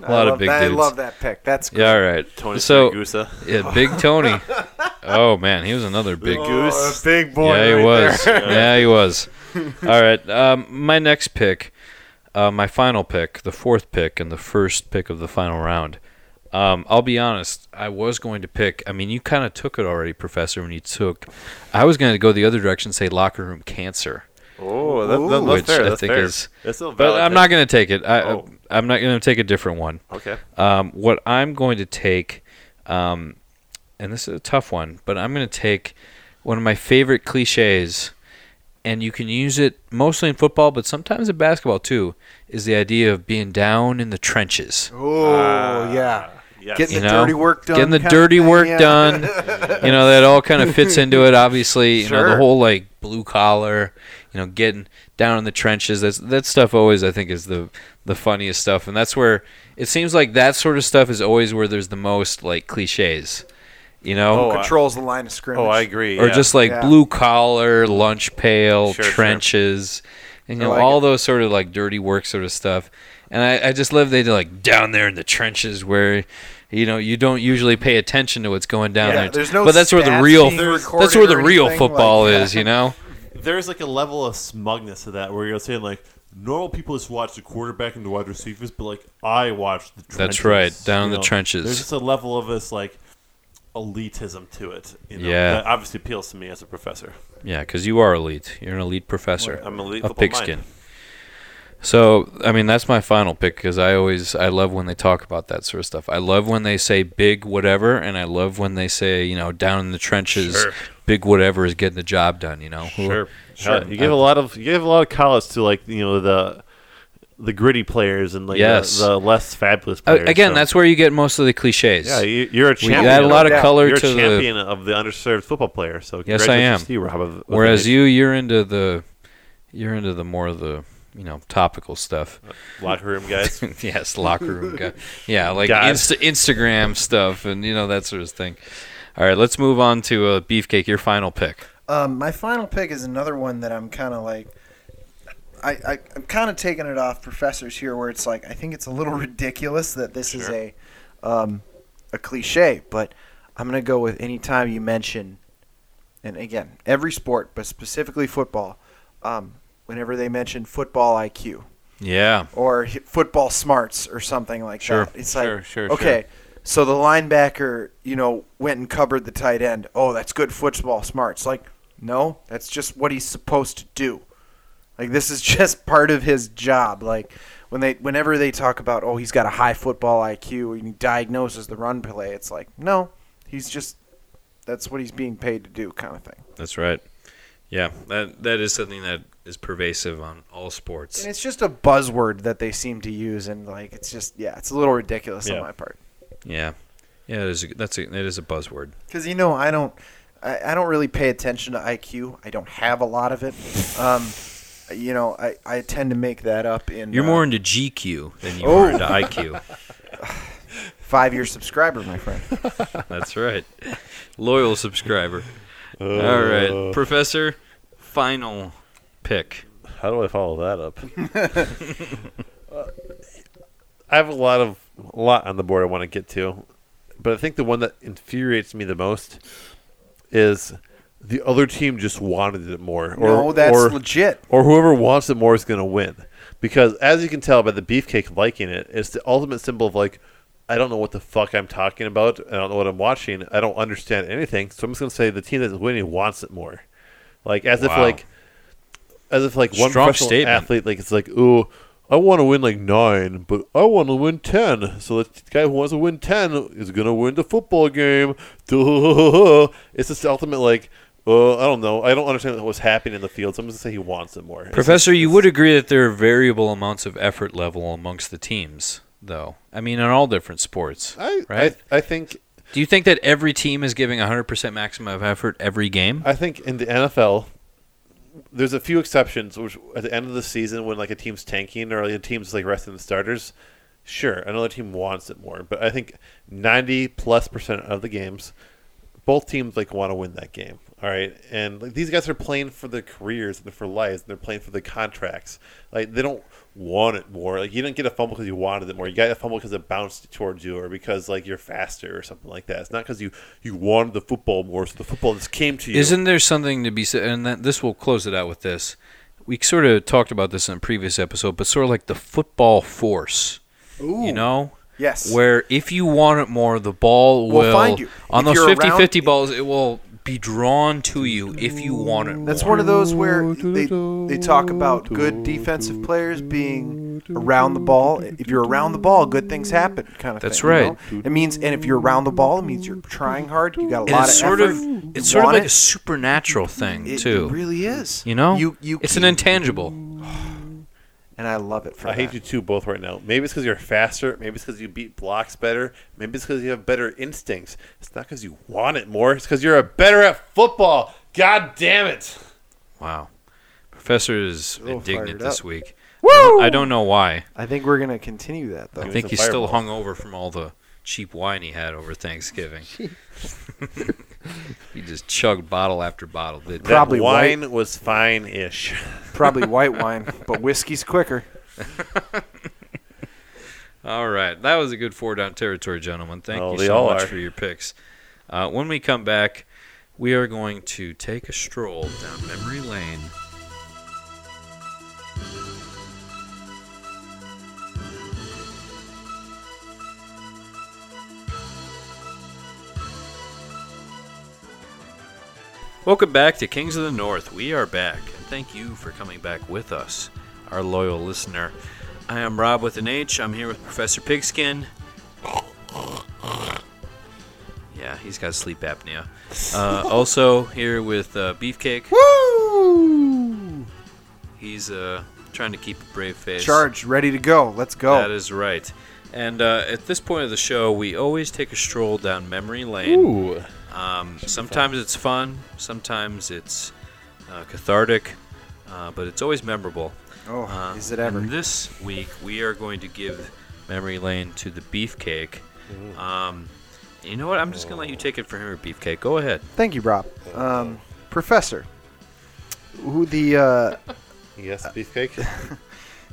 Speaker 3: a
Speaker 1: lot of big
Speaker 3: that,
Speaker 1: dudes.
Speaker 3: I love that pick. That's great.
Speaker 1: Yeah. All right.
Speaker 2: Tony
Speaker 1: so
Speaker 2: Siragusa.
Speaker 1: yeah, big Tony. oh man, he was another big.
Speaker 2: Big
Speaker 3: Oh,
Speaker 2: Goose.
Speaker 3: a big boy.
Speaker 1: yeah, he
Speaker 3: right
Speaker 1: was.
Speaker 3: there.
Speaker 1: yeah, he was. All right. Um, my next pick, uh, my final pick, the fourth pick, and the first pick of the final round. Um, I'll be honest. I was going to pick. I mean, you kind of took it already, Professor. When you took, I was going to go the other direction, and say locker room cancer,
Speaker 2: Oh, that, that, that's
Speaker 1: which
Speaker 2: fair.
Speaker 1: I
Speaker 2: that's
Speaker 1: think
Speaker 2: fair.
Speaker 1: is-
Speaker 2: That's still a
Speaker 1: but
Speaker 2: valid
Speaker 1: I'm not
Speaker 2: pick.
Speaker 1: going to take it. I,
Speaker 2: Oh.
Speaker 1: I, I'm not going to take a different one.
Speaker 2: Okay.
Speaker 1: Um, what I'm going to take, um, and this is a tough one, but I'm going to take one of my favorite cliches, and you can use it mostly in football, but sometimes in basketball too, is the idea of being down in the trenches.
Speaker 3: Oh, yeah.
Speaker 2: Ah, Yes.
Speaker 3: Getting
Speaker 1: You
Speaker 3: the
Speaker 1: know,
Speaker 3: dirty work done.
Speaker 1: Getting the
Speaker 3: kinda
Speaker 1: dirty
Speaker 3: thing,
Speaker 1: work
Speaker 3: yeah.
Speaker 1: done. You know, that all kind of fits into it, obviously. You know, the
Speaker 3: Sure.
Speaker 1: whole like blue collar, you know, getting down in the trenches. That's that stuff always I think is the the funniest stuff. And that's where it seems like that sort of stuff is always where there's the most like cliches. You know?
Speaker 2: Oh, I-
Speaker 3: Controls the line of scrimmage.
Speaker 2: oh, I agree.
Speaker 1: or
Speaker 2: yeah.
Speaker 1: just like
Speaker 3: Yeah.
Speaker 1: blue collar, lunch pail,
Speaker 2: Sure, sure.
Speaker 1: trenches, and you
Speaker 3: I
Speaker 1: know
Speaker 3: like
Speaker 1: all those sort of like dirty work sort of stuff. And I, I just love they do like down there in the trenches where you know you don't usually pay attention to what's going down
Speaker 3: Yeah,
Speaker 1: there.
Speaker 3: there's no
Speaker 1: but that's where the
Speaker 3: stats
Speaker 1: real
Speaker 3: being
Speaker 1: that's
Speaker 3: recorded
Speaker 1: where the
Speaker 3: or
Speaker 1: real
Speaker 3: anything like
Speaker 1: football
Speaker 3: that.
Speaker 1: is, you know.
Speaker 2: there's like a level of smugness to that where you're saying like normal people just watch the quarterback and the wide receivers, but like I watch the trenches.
Speaker 1: That's right, down in
Speaker 2: you
Speaker 1: the trenches.
Speaker 2: There's just a level of this like elitism to it. You know,
Speaker 1: Yeah.
Speaker 2: that obviously appeals to me as a professor.
Speaker 1: Yeah, because you are elite. You're an elite professor.
Speaker 2: I'm an elite
Speaker 1: a
Speaker 2: football
Speaker 1: pigskin.
Speaker 2: mind.
Speaker 1: So I mean that's my final pick because I always I love when they talk about that sort of stuff. I love when they say big whatever, and I love when they say you know down in the trenches,
Speaker 2: Sure.
Speaker 1: big whatever is getting the job done. You know, Who-
Speaker 2: Sure, sure. you give a lot of you give a lot of college to like you know the the gritty players and like
Speaker 1: Yes.
Speaker 2: the, the less fabulous
Speaker 1: Uh,
Speaker 2: players.
Speaker 1: again,
Speaker 2: so-
Speaker 1: that's where you get most of the cliches.
Speaker 2: yeah. You, you're a
Speaker 1: we
Speaker 2: champion.
Speaker 1: add a lot
Speaker 8: No
Speaker 1: of
Speaker 8: doubt.
Speaker 1: color
Speaker 2: you're a
Speaker 1: to the.
Speaker 2: champion of the underserved football player. So
Speaker 1: Yes, I am.
Speaker 2: congratulations to you, Rob, of- of
Speaker 1: Whereas
Speaker 2: the-
Speaker 1: you, you're into the, you're into the more of the, you know, topical stuff.
Speaker 2: locker room guys.
Speaker 1: yes, locker room guy. Yeah, like
Speaker 2: God.
Speaker 1: Insta- Instagram stuff and you know that sort of thing. All right, let's move on to uh, beefcake. Your final pick.
Speaker 3: Um, my final pick is another one that I'm kind of like. I, I, I'm kind of taking it off professors here, where it's like I think it's a little ridiculous that this is a, um, a cliche, but I'm gonna go with any time you mention, and again every sport, but specifically football, um, whenever they mention football IQ
Speaker 1: Yeah,
Speaker 3: or h- football smarts or something like
Speaker 1: Sure,
Speaker 3: that. It's like
Speaker 1: sure, sure,
Speaker 3: okay, so the linebacker, you know, went and covered the tight end. Oh, that's good football smarts. Like, no, that's just what he's supposed to do. Like this is just part of his job. Like when they whenever they talk about oh he's got a high football IQ and he diagnoses the run play, it's like, no, he's just that's what he's being paid to do kind of thing.
Speaker 1: that's right. Yeah, that that is something that is pervasive on all sports.
Speaker 3: And it's just a buzzword that they seem to use and like it's just yeah, it's a little ridiculous
Speaker 2: Yeah.
Speaker 3: on my part.
Speaker 1: Yeah, yeah, it is a, that's a, it is a buzzword.
Speaker 3: Because you know, I don't, I, I don't really pay attention to IQ. I don't have a lot of it. Um, you know, I, I tend to make that up in
Speaker 1: You're
Speaker 3: uh,
Speaker 1: more into GQ than you
Speaker 3: Oh.
Speaker 1: are into IQ.
Speaker 3: five year subscriber, my friend.
Speaker 1: That's right, loyal subscriber. All right, professor. Final pick.
Speaker 2: How do I follow that up? I have a lot of a lot on the board I want to get to, but I think the one that infuriates me the most is the other team just wanted it more, or
Speaker 3: no, that's
Speaker 2: or,
Speaker 3: legit.
Speaker 2: or whoever wants it more is going to win. Because as you can tell by the beefcake liking it, it's the ultimate symbol of like, I don't know what the fuck I'm talking about. I don't know what I'm watching. I don't understand anything. So I'm just going to say the team that's winning wants it more. Like as if
Speaker 1: Wow.
Speaker 2: like, as if like one
Speaker 1: Strong
Speaker 2: professional
Speaker 1: statement.
Speaker 2: athlete like it's like, ooh, I want to win like nine, but I want to win ten. So the guy who wants to win ten is going to win the football game. Duh. It's just the ultimate like. Uh, I don't know. I don't understand what's happening in the field. So I'm just gonna say he wants it more. It's just-
Speaker 1: Professor, you would agree that there are variable amounts of effort level amongst the teams, though. I mean, in all different sports,
Speaker 2: I,
Speaker 1: right?
Speaker 2: I I think
Speaker 1: Do you think that every team is giving 100% maximum of effort every game?
Speaker 2: I think in the NFL, there's a few exceptions. Which at the end of the season, when like a team's tanking or like, a team's like resting the starters, sure, another team wants it more. But I think 90 plus percent of the games, both teams like want to win that game. All right, and like these guys are playing for their careers and for lives, and they're playing for the contracts. Like they don't want it more. Like you didn't get a fumble because you wanted it more. You got a fumble because it bounced towards you, or because like you're faster or something like that. It's not because you you wanted the football more, so the football just came to you.
Speaker 1: Isn't there something to be said? And that, this will close it out with this. We sort of talked about this in a previous episode, but sort of like the football force, you know?
Speaker 3: Yes.
Speaker 1: Where if you want it more, the ball will,
Speaker 3: Will find you.
Speaker 1: on
Speaker 3: If
Speaker 1: those
Speaker 3: you're
Speaker 1: 50 50
Speaker 3: around-
Speaker 1: balls, it will be drawn to you if you want it
Speaker 3: That's
Speaker 1: more.
Speaker 3: one of those where they, they talk about good defensive players being around the ball. If you're around the ball, good things happen, kind of
Speaker 1: That's
Speaker 3: thing. you know? It means, and if you're around the ball, it means you're trying hard. You got a
Speaker 1: And
Speaker 3: lot
Speaker 1: it's
Speaker 3: of
Speaker 1: sort
Speaker 3: effort.
Speaker 1: of
Speaker 3: you
Speaker 1: it's sort of
Speaker 3: want
Speaker 1: like a
Speaker 3: it.
Speaker 1: supernatural thing
Speaker 3: It-
Speaker 1: too.
Speaker 3: It really is.
Speaker 1: you know,
Speaker 3: you you.
Speaker 1: it's
Speaker 3: keep,
Speaker 1: an intangible.
Speaker 3: and I love it for
Speaker 2: I hate
Speaker 3: that.
Speaker 2: you too, both right now. Maybe it's because you're faster. Maybe it's because you beat blocks better. Maybe it's because you have better instincts. It's not because you want it more. It's because you're a better at football. God damn it!
Speaker 1: Wow, Professor is
Speaker 3: little
Speaker 1: indignant
Speaker 3: fired
Speaker 1: this
Speaker 3: up.
Speaker 1: week. I don't- I don't know why.
Speaker 3: I think we're gonna continue that though.
Speaker 1: I
Speaker 2: was
Speaker 1: think
Speaker 2: a
Speaker 1: he's still
Speaker 2: fireball.
Speaker 1: hung over from all the cheap wine he had over Thanksgiving. he just chugged bottle after bottle. Did
Speaker 2: That
Speaker 3: Probably
Speaker 2: wine was fine-ish.
Speaker 3: Probably white wine, but whiskey's quicker.
Speaker 1: All right, that was a good four down territory, gentlemen. Thank
Speaker 2: Oh,
Speaker 1: you
Speaker 2: they
Speaker 1: so
Speaker 2: all
Speaker 1: much
Speaker 2: are.
Speaker 1: for your picks. Uh, when we come back, we are going to take a stroll down memory lane. Welcome back to Kings of the North. We are back, and thank you for coming back with us, our loyal listener. I am Rob with an H. I'm here with Professor Pigskin. Yeah, he's got sleep apnea. Uh, also here with uh, Beefcake. Woo! He's uh, trying to keep a brave face.
Speaker 3: Charged, ready to go. Let's go.
Speaker 1: That is right. And uh, at this point of the show, we always take a stroll down memory lane.
Speaker 2: Ooh.
Speaker 1: Um, sometimes it's fun, sometimes it's uh, cathartic, uh, but it's always memorable.
Speaker 3: oh,
Speaker 1: Uh,
Speaker 3: is it ever?
Speaker 1: And this week, we are going to give memory lane to the beefcake.
Speaker 2: Mm-hmm.
Speaker 3: Hmm.
Speaker 1: Um, you know what? I'm just going to
Speaker 3: Oh.
Speaker 1: let you take it for him, beefcake. Go ahead.
Speaker 3: Thank you, Rob. Um, professor, who the uh,
Speaker 2: Yes, beefcake.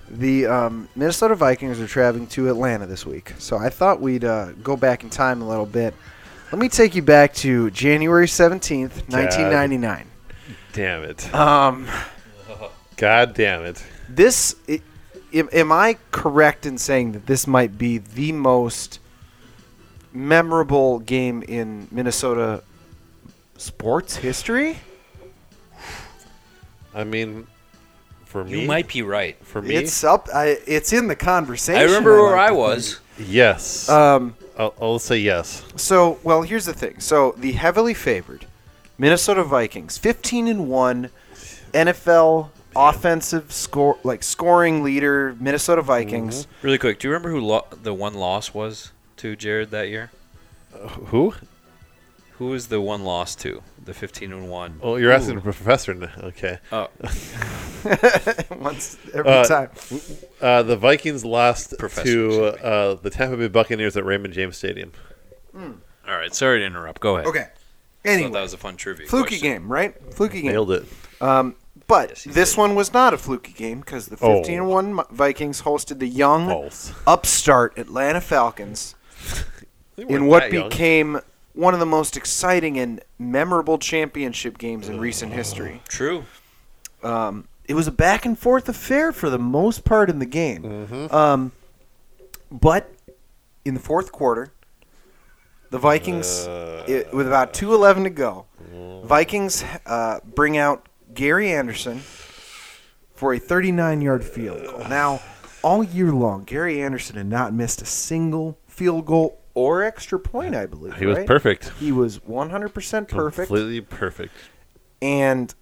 Speaker 3: the um, Minnesota Vikings are traveling to Atlanta this week, so I thought we'd uh, go back in time a little bit. Let me take you back to January seventeenth, nineteen ninety nine.
Speaker 2: damn it.
Speaker 3: Um,
Speaker 2: God damn it.
Speaker 3: this i- am, am I correct in saying that this might be the most memorable game in Minnesota sports history?
Speaker 2: I mean, for me,
Speaker 9: You might be right.
Speaker 2: for me,
Speaker 3: It's up. I, it's in the conversation.
Speaker 9: I remember where
Speaker 3: like
Speaker 9: I
Speaker 3: to
Speaker 9: was.
Speaker 2: yes.
Speaker 3: think. Um,
Speaker 2: I'll, I'll say yes.
Speaker 3: So, well, here's the thing. So, the heavily favored Minnesota Vikings, 15 and 1 NFL offensive score like scoring leader Minnesota Vikings.
Speaker 9: Really quick, do you remember who lo- the one loss was to Jared that year?
Speaker 2: Who?
Speaker 9: Who was the one loss to? The 15 and 1.
Speaker 2: Oh, you're asking the professor. Now. Okay.
Speaker 1: Oh,
Speaker 9: Mm-hmm.
Speaker 3: Once every
Speaker 2: Uh,
Speaker 3: time.
Speaker 2: Uh, the Vikings lost
Speaker 9: Professor,
Speaker 2: to uh, the Tampa Bay Buccaneers at Raymond James Stadium.
Speaker 9: All right, sorry to interrupt. Go ahead.
Speaker 3: Okay.
Speaker 9: I thought that
Speaker 3: Anyway,
Speaker 9: was a fun trivia.
Speaker 3: fluky
Speaker 9: question.
Speaker 3: game, right? Fluky game.
Speaker 2: Nailed it.
Speaker 3: Um, but
Speaker 9: Yes, he
Speaker 3: this
Speaker 9: did.
Speaker 3: one was not a fluky game because the
Speaker 2: Oh.
Speaker 3: 15 1 Vikings hosted the young
Speaker 2: False.
Speaker 3: upstart Atlanta Falcons
Speaker 2: They weren't
Speaker 3: in what
Speaker 2: that young.
Speaker 3: became one of the most exciting and memorable championship games in recent history.
Speaker 9: True.
Speaker 3: Um, it was a back and forth affair for the most part in the game.
Speaker 2: Mm-hmm.
Speaker 3: Um, but in the fourth quarter, the Vikings,
Speaker 2: Uh,
Speaker 3: it, with about 2.11 to go,
Speaker 2: mm.
Speaker 3: Vikings uh, bring out Gary Anderson for a 39 yard field goal. Now, all year long, Gary Anderson had not missed a single field goal or extra point, I believe.
Speaker 2: He was
Speaker 3: right?
Speaker 2: perfect.
Speaker 3: He was 100% perfect
Speaker 2: Completely perfect.
Speaker 3: and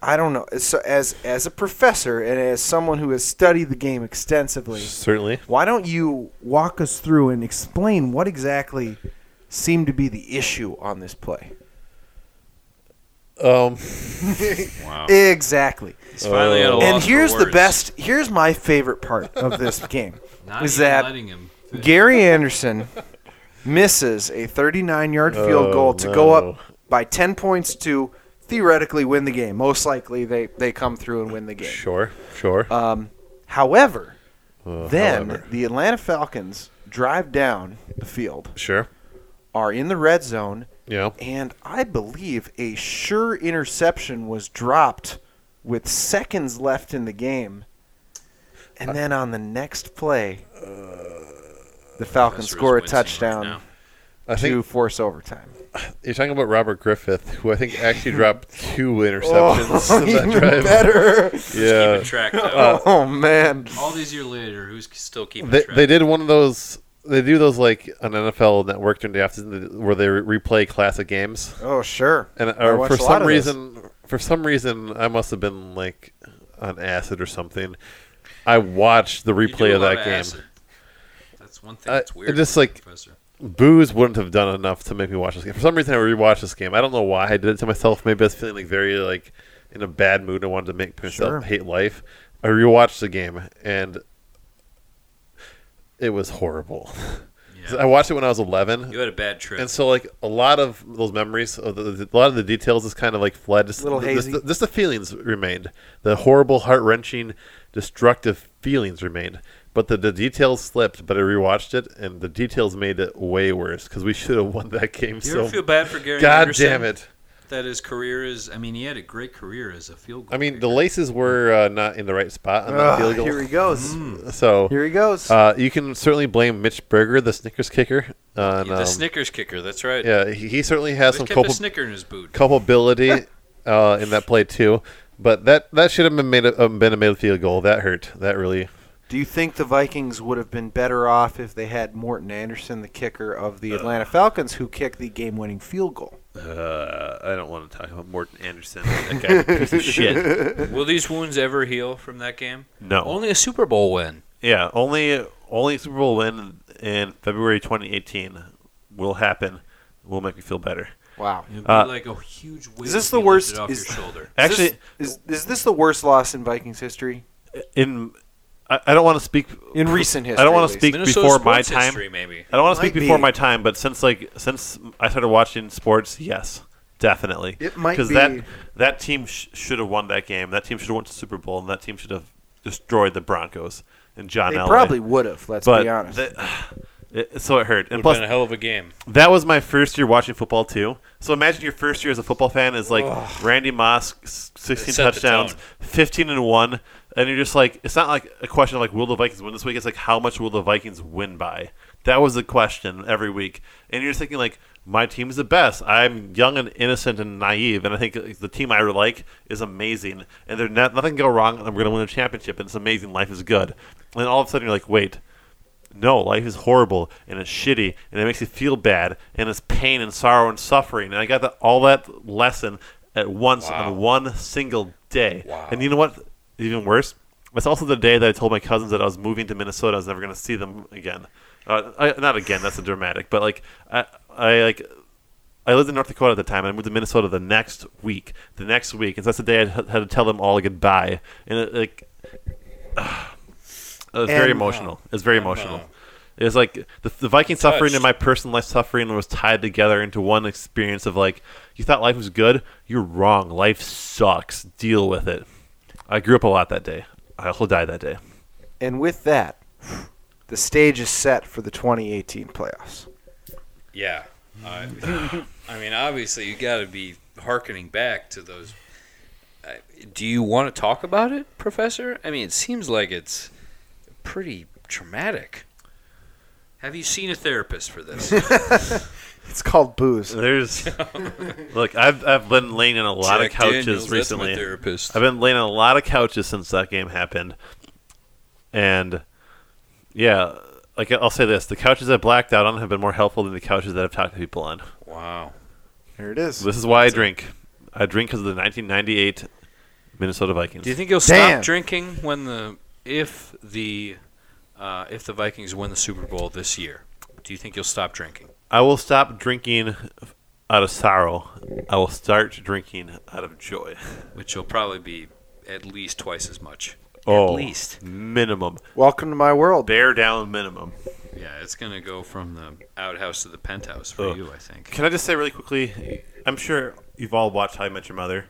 Speaker 3: I don't know. So as as a professor and as someone who has studied the game extensively,
Speaker 2: Certainly.
Speaker 3: why don't you walk us through and explain what exactly seemed to be the issue on this play?
Speaker 2: Um,
Speaker 1: Wow.
Speaker 3: Exactly.
Speaker 1: He's finally
Speaker 2: Oh.
Speaker 1: at a loss
Speaker 3: and
Speaker 1: for
Speaker 3: here's the
Speaker 1: words.
Speaker 3: best. Here's my favorite part of this game.
Speaker 1: Not
Speaker 3: is
Speaker 1: even
Speaker 3: that-
Speaker 1: letting him finish.
Speaker 3: Gary Anderson misses a 39-yard field
Speaker 2: Oh,
Speaker 3: goal to go
Speaker 2: no.
Speaker 3: up by 10 points to theoretically win the game. Most likely they they come through and win the game.
Speaker 2: sure. Sure.
Speaker 3: Um, however,
Speaker 2: Uh,
Speaker 3: then
Speaker 2: however.
Speaker 3: the Atlanta Falcons drive down the field,
Speaker 2: Sure.
Speaker 3: are in the red zone,
Speaker 2: Yeah.
Speaker 3: and I believe a sure interception was dropped with seconds left in the game.
Speaker 2: Uh,
Speaker 3: And then on the next play,
Speaker 2: uh,
Speaker 3: the Falcons
Speaker 1: Professor is
Speaker 3: score a
Speaker 1: wincing right
Speaker 3: touchdown
Speaker 1: now.
Speaker 2: I
Speaker 3: to
Speaker 2: think
Speaker 3: force overtime.
Speaker 2: you're talking about Robert Griffith, who I think actually dropped two interceptions in that
Speaker 3: Oh, even
Speaker 2: drive.
Speaker 3: better.
Speaker 2: Yeah. Uh,
Speaker 1: Keeping track, though.
Speaker 3: oh man.
Speaker 1: All these years later, who's still keeping
Speaker 2: They,
Speaker 1: track?
Speaker 2: they did one of those. They do those like on NFL Network during the afternoon where they re- replay classic games.
Speaker 3: Oh sure.
Speaker 2: And
Speaker 3: I
Speaker 2: or
Speaker 3: watched
Speaker 2: for
Speaker 3: a lot
Speaker 2: some
Speaker 3: of those.
Speaker 2: reason, for some reason, I must have been like on acid or something. I watched the
Speaker 1: You do a
Speaker 2: replay of
Speaker 1: lot
Speaker 2: that game.
Speaker 1: acid. That's one thing
Speaker 2: I-
Speaker 1: that's
Speaker 2: it
Speaker 1: weird.
Speaker 2: just,
Speaker 1: about you,
Speaker 2: like-
Speaker 1: Professor.
Speaker 2: Booze wouldn't have done enough to make me watch this game. For some reason, I rewatched this game. I don't know why I did it to myself. Maybe I was feeling like very like in a bad mood. I wanted to make myself
Speaker 3: Sure.
Speaker 2: hate life. I rewatched the game and it was horrible.
Speaker 1: Yeah.
Speaker 2: I watched it when I was eleven.
Speaker 1: You had a bad trip.
Speaker 2: And so, like a lot of those memories, of the, the- a lot of the details is kind of like fled. Just,
Speaker 3: Little
Speaker 2: just-
Speaker 3: hazy.
Speaker 2: just the feelings remained. The horrible, heart wrenching, destructive feelings remained. But the, the details slipped. But I rewatched it, and the details made it way worse because we should have won that game.
Speaker 1: Do you
Speaker 2: so
Speaker 1: ever feel bad for Gary
Speaker 2: God
Speaker 1: Anderson?
Speaker 2: damn it!
Speaker 1: That his career is. I mean, he had a great career as a field goal.
Speaker 2: I mean, the
Speaker 1: kicker.
Speaker 2: laces were uh, not in the right spot on that
Speaker 3: Ugh,
Speaker 2: field goal. Hmm.
Speaker 3: here he goes.
Speaker 2: So
Speaker 3: Here he goes.
Speaker 2: uh, you can certainly blame Mitch Berger, the Snickers kicker. On,
Speaker 1: Yeah, the
Speaker 2: um,
Speaker 1: Snickers kicker. That's right.
Speaker 2: yeah, he, he certainly has
Speaker 1: They
Speaker 2: some
Speaker 1: kept
Speaker 2: culpability.
Speaker 1: a Snicker in his boot.
Speaker 2: culpability uh, in that play too. But that that should have been made a, um, been a made field goal. That hurt. That really.
Speaker 3: Do you think the Vikings would have been better off if they had Morton Anderson, the kicker of the Atlanta Falcons, who kicked the game winning field goal?
Speaker 2: Uh, I don't want to talk about Morton Anderson. That guy's a piece of shit.
Speaker 1: Will these wounds ever heal from that game?
Speaker 2: No.
Speaker 1: Only a Super Bowl win.
Speaker 2: Yeah, only only Super Bowl win in February 2018 will happen. Will make me feel better.
Speaker 3: Wow.
Speaker 1: It'd be
Speaker 2: Uh,
Speaker 1: like a huge weight.
Speaker 10: is this
Speaker 1: would
Speaker 10: the
Speaker 1: be lifted
Speaker 10: worst-
Speaker 1: Off
Speaker 10: is-
Speaker 1: your shoulder.
Speaker 2: Actually,
Speaker 10: is, this, is is this the worst loss in Vikings history
Speaker 2: in I, I don't want to speak.
Speaker 10: in recent history?
Speaker 2: I don't
Speaker 10: at
Speaker 2: want to
Speaker 10: least?
Speaker 2: speak
Speaker 1: Minnesota
Speaker 2: before my
Speaker 1: sports
Speaker 2: time.
Speaker 1: history, maybe.
Speaker 2: I don't want to speak
Speaker 10: Might
Speaker 2: before
Speaker 10: be.
Speaker 2: my time, but since like since I started watching sports, yes, definitely.
Speaker 10: It might
Speaker 2: because
Speaker 10: be-
Speaker 2: that that team sh- should have won that game. That team should have won the Super Bowl, and that team should have destroyed the Broncos and John.
Speaker 10: They
Speaker 2: Elway.
Speaker 10: probably would have. Let's
Speaker 2: but
Speaker 10: be honest.
Speaker 2: the- it- so it hurt.
Speaker 5: Would
Speaker 2: And
Speaker 5: have
Speaker 2: plus,
Speaker 5: been a hell of a game.
Speaker 2: that was my first year watching football too. So imagine your first year as a football fan is like Randy Moss, s- sixteen
Speaker 5: It set the
Speaker 2: touchdowns,
Speaker 5: tone.
Speaker 2: fifteen and one, and you're just like, it's not like a question of like, will the Vikings win this week? It's like, how much will the Vikings win by? That was the question every week, and you're just thinking like, my team is the best. I'm young and innocent and naive, and I think like, the team I like is amazing, and there's not, nothing can go wrong, and we're gonna win a championship, and it's amazing. Life is good, and all of a sudden you're like, wait. No, life is horrible and it's shitty and it makes you feel bad and it's pain and sorrow and suffering. And I got that, all that lesson at once on one single day. And you know what? Even worse, it's also the day that I told my cousins that I was moving to Minnesota. I was never going to see them again. Uh, I, not again. That's a dramatic. But like, I, I like I lived in North Dakota at the time, and I moved to Minnesota the next week. The next week, and so that's the day I had had to tell them all goodbye, and it, like, it was very
Speaker 10: And-
Speaker 2: emotional. It was very emotional. It was like the, the Viking suffering and my personal life suffering was tied together into one experience of like, you thought life was good, you're wrong. Life sucks. Deal with it. I grew up a lot that day. I also died that day.
Speaker 10: and with that, the stage is set for the 2018 playoffs.
Speaker 1: Yeah. I I mean, obviously, you got to be hearkening back to those. I- Do you want to talk about it, Professor? I mean, it seems like it's pretty traumatic. Have you seen a therapist for this?
Speaker 10: It's called booze.
Speaker 2: There's look, I've I've been laying on a lot
Speaker 1: Jack
Speaker 2: of couches
Speaker 1: Daniels, that's my
Speaker 2: recently.
Speaker 1: therapist.
Speaker 2: I've been laying on a lot of couches since that game happened, and yeah, like I'll say this: the couches I blacked out on have been more helpful than the couches that I've talked to people on.
Speaker 1: Wow.
Speaker 10: There it is.
Speaker 2: This is why I drink. I drink because of the 1998 Minnesota Vikings.
Speaker 1: Do you think you'll
Speaker 10: Damn.
Speaker 1: stop drinking when the if the uh, if the Vikings win the Super Bowl this year? Do you think you'll stop drinking?
Speaker 2: I will stop drinking out of sorrow. I will start drinking out of joy.
Speaker 1: Which will probably be at least twice as much.
Speaker 2: Oh,
Speaker 1: At least.
Speaker 2: minimum,
Speaker 10: Welcome to my world.
Speaker 2: bear down minimum.
Speaker 1: Yeah, it's gonna go from the outhouse to the penthouse for
Speaker 2: Ugh.
Speaker 1: you, I think.
Speaker 2: Can I just say really quickly? I'm sure you've all watched How I Met Your Mother.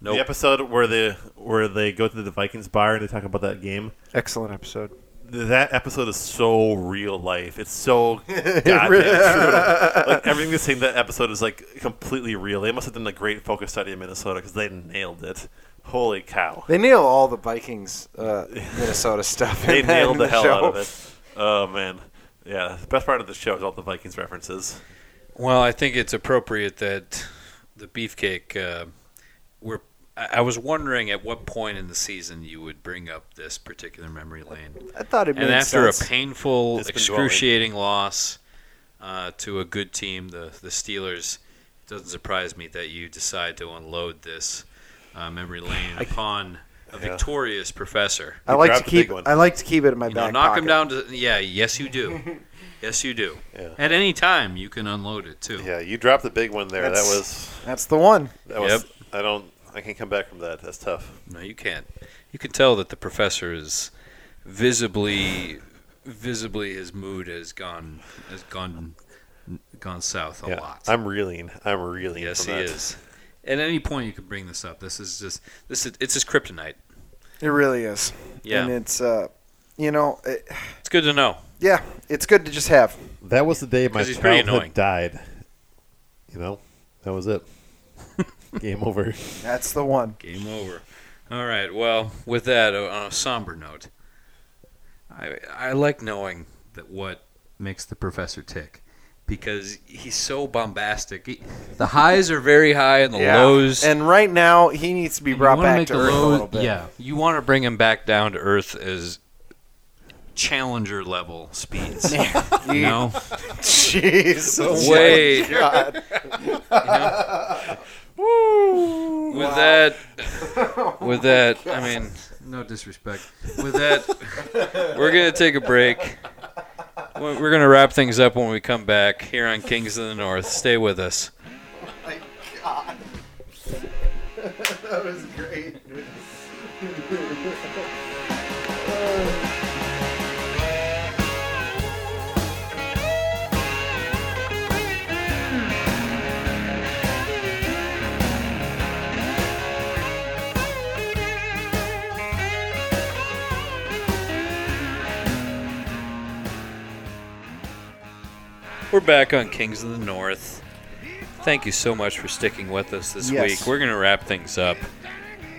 Speaker 1: Nope.
Speaker 2: The episode where the where they go to the Vikings bar and they talk about that game.
Speaker 10: Excellent episode.
Speaker 2: Th- That episode is so real life. It's so goddamn true. Like everything that's in that episode is like completely real. They must have done a great focus study in Minnesota because they nailed it. Holy cow!
Speaker 10: They nail all the Vikings uh, Minnesota stuff.
Speaker 2: They
Speaker 10: in that-
Speaker 2: nailed
Speaker 10: in
Speaker 2: the, hell
Speaker 10: show.
Speaker 2: out of it. Oh man, yeah. The best part of the show is all the Vikings references.
Speaker 1: Well, I think it's appropriate that the beefcake. Uh, we're. I I was wondering at what point in the season you would bring up this particular memory lane,
Speaker 10: I thought it made
Speaker 1: and after
Speaker 10: sense.
Speaker 1: a painful,
Speaker 2: It's been dwelling.
Speaker 1: excruciating loss uh, to a good team, the the Steelers, it doesn't surprise me that you decide to unload this uh, memory lane upon a victorious professor.
Speaker 10: I like to
Speaker 2: dropped the big
Speaker 10: keep.
Speaker 2: one.
Speaker 10: I like to keep it in my
Speaker 1: You know,
Speaker 10: back
Speaker 1: knock
Speaker 10: pocket.
Speaker 1: him down to yeah. Yes, you do. yes, you do.
Speaker 2: Yeah.
Speaker 1: At any time, you can unload it too.
Speaker 2: Yeah, you dropped the big one there.
Speaker 10: That's-
Speaker 2: that was
Speaker 10: That's the one.
Speaker 2: That was.
Speaker 1: Yep.
Speaker 2: I don't. I can't come back from that. That's tough.
Speaker 1: No, you can't. You can tell that the professor is visibly, visibly, his mood has gone has gone gone south a lot.
Speaker 2: I'm reeling. I'm reeling.
Speaker 1: yes, he
Speaker 2: from that.
Speaker 1: is. At any point, you could bring this up. This is just this is it's his kryptonite.
Speaker 10: It really is.
Speaker 1: Yeah,
Speaker 10: And it's, uh, you know, it,
Speaker 1: it's good to know.
Speaker 10: yeah, it's good to just have.
Speaker 11: That was the day my
Speaker 1: 'Cause he's pretty annoying.
Speaker 11: childhood died. You know, that was it. Game over.
Speaker 10: That's the one.
Speaker 1: Game over. All right. Well, with that, uh, on a somber note, I I like knowing that what makes the professor tick, because he's so bombastic. He, the highs are very high and the lows.
Speaker 10: And right now, he needs to be
Speaker 1: and you
Speaker 10: brought
Speaker 1: wanna
Speaker 10: back
Speaker 1: make
Speaker 10: to
Speaker 1: the
Speaker 10: earth a
Speaker 1: lows-
Speaker 10: little bit.
Speaker 1: Yeah, you want to bring him back down to earth as challenger level speeds. you know,
Speaker 3: Jeez.
Speaker 1: way. Woo! With that, with that, I mean, no disrespect. With that, we're gonna take a break. We're we're gonna wrap things up when we come back here on Kings of the North. Stay with us.
Speaker 3: That was great.
Speaker 1: We're back on Kings of the North. Thank you so much for sticking with us this
Speaker 3: Yes.
Speaker 1: week. We're going to wrap things up.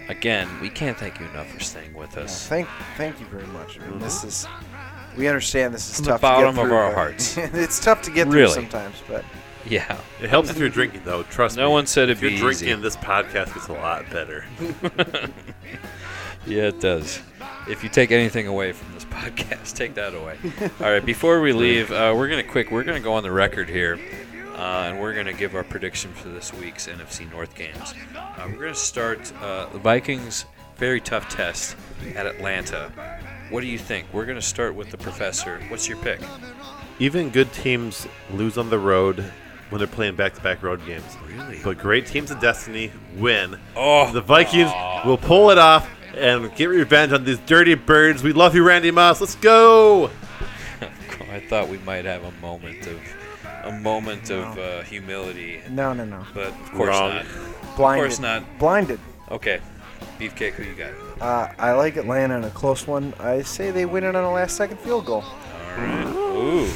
Speaker 1: Again, we can't thank you enough for staying with us.
Speaker 3: Thank, thank you very much. I mean, this is, we understand this is
Speaker 1: From the
Speaker 3: tough.
Speaker 1: bottom
Speaker 3: to
Speaker 1: of
Speaker 3: get through,
Speaker 1: our
Speaker 3: but-
Speaker 1: hearts.
Speaker 3: it's tough to get
Speaker 1: Really.
Speaker 3: through sometimes, but
Speaker 1: Yeah.
Speaker 2: It helps if you're drinking, though. Trust me.
Speaker 1: No one said it'd
Speaker 2: if you're
Speaker 1: be
Speaker 2: drinking,
Speaker 1: easy.
Speaker 2: this podcast gets a lot better.
Speaker 1: Yeah, it does. If you take anything away from this podcast, take that away. All right, before we leave, uh, we're going to quick, we're going to go on the record here. Uh, and we're going to give our prediction for this week's NFC North games. Uh, we're going to start uh, the Vikings' very tough test at Atlanta. What do you think? We're going to start with the professor. What's your pick?
Speaker 2: Even good teams lose on the road when they're playing back-to-back road games.
Speaker 1: Really?
Speaker 2: But great teams of destiny win.
Speaker 1: Oh.
Speaker 2: The Vikings will pull it off and get revenge on these dirty birds. We love you, Randy Moss. Let's go.
Speaker 1: I thought we might have a moment of a moment of uh, humility,
Speaker 3: no, no, no.
Speaker 1: but of course
Speaker 2: Wrong.
Speaker 1: not.
Speaker 3: Blinded.
Speaker 1: course not.
Speaker 3: Blinded.
Speaker 1: Okay, beefcake, who you got?
Speaker 3: Uh, I like Atlanta in a close one. I say they win it on a last-second field goal.
Speaker 1: All right. Ooh.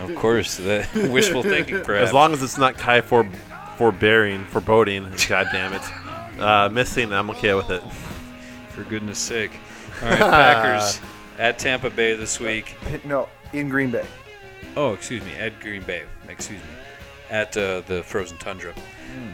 Speaker 1: of course, the wishful thinking, perhaps.
Speaker 2: As long as it's not Kai for forbearing, foreboding. God damn it. Uh, missing, I'm okay with it.
Speaker 1: For goodness sake. All right, Packers at Tampa Bay this week.
Speaker 3: No, in Green Bay.
Speaker 1: Oh, excuse me, at Green Bay. Excuse me, at uh, the Frozen Tundra.
Speaker 3: Hmm.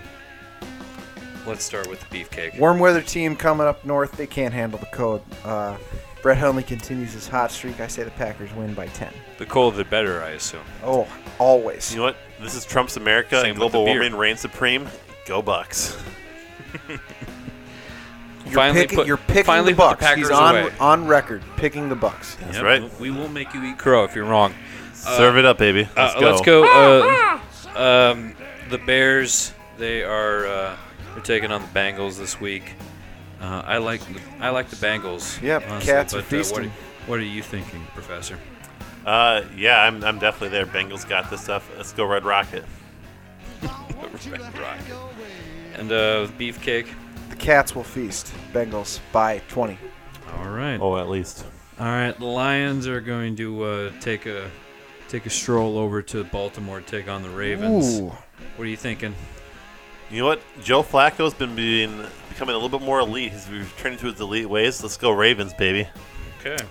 Speaker 1: Let's start with the beefcake.
Speaker 3: Warm weather team coming up north. They can't handle the cold. Uh, Brett Hundley continues his hot streak. I say the Packers win by 10.
Speaker 1: The colder the better, I assume.
Speaker 3: Oh, always.
Speaker 2: You know what? This is Trump's America
Speaker 1: Same
Speaker 2: and
Speaker 1: with the
Speaker 2: global
Speaker 1: beer.
Speaker 2: warming reigns supreme. Go Bucks.
Speaker 3: You're picking, you're picking
Speaker 1: finally
Speaker 3: the
Speaker 1: put
Speaker 3: Bucks.
Speaker 1: Packers
Speaker 3: He's on
Speaker 1: away.
Speaker 3: on record picking the Bucks.
Speaker 2: That's
Speaker 1: Yep,
Speaker 2: right.
Speaker 1: We will make you eat crow if you're wrong.
Speaker 2: Serve it up, baby. Let's
Speaker 1: Uh,
Speaker 2: go.
Speaker 1: Let's go. Uh, um, the Bears. They are uh, they're taking on the Bengals this week. Uh, I like the, I like the Bengals.
Speaker 3: Yep,
Speaker 1: honestly,
Speaker 3: cats
Speaker 1: but,
Speaker 3: are
Speaker 1: uh, what,
Speaker 3: feasting.
Speaker 1: are, what are you thinking, Professor?
Speaker 2: Uh, yeah, I'm, I'm definitely there. Bengals got this stuff. Let's go, Red Rocket.
Speaker 1: Rock. And uh, beefcake.
Speaker 3: The Cats will feast. Bengals by 20.
Speaker 1: All right.
Speaker 2: Oh, at least.
Speaker 1: All right. The Lions are going to uh, take a take a stroll over to Baltimore, take on the Ravens. What are you thinking?
Speaker 2: You know what? Joe Flacco's been being, becoming a little bit more elite. He's returning to his elite ways. Let's go, Ravens, baby.
Speaker 1: Okay.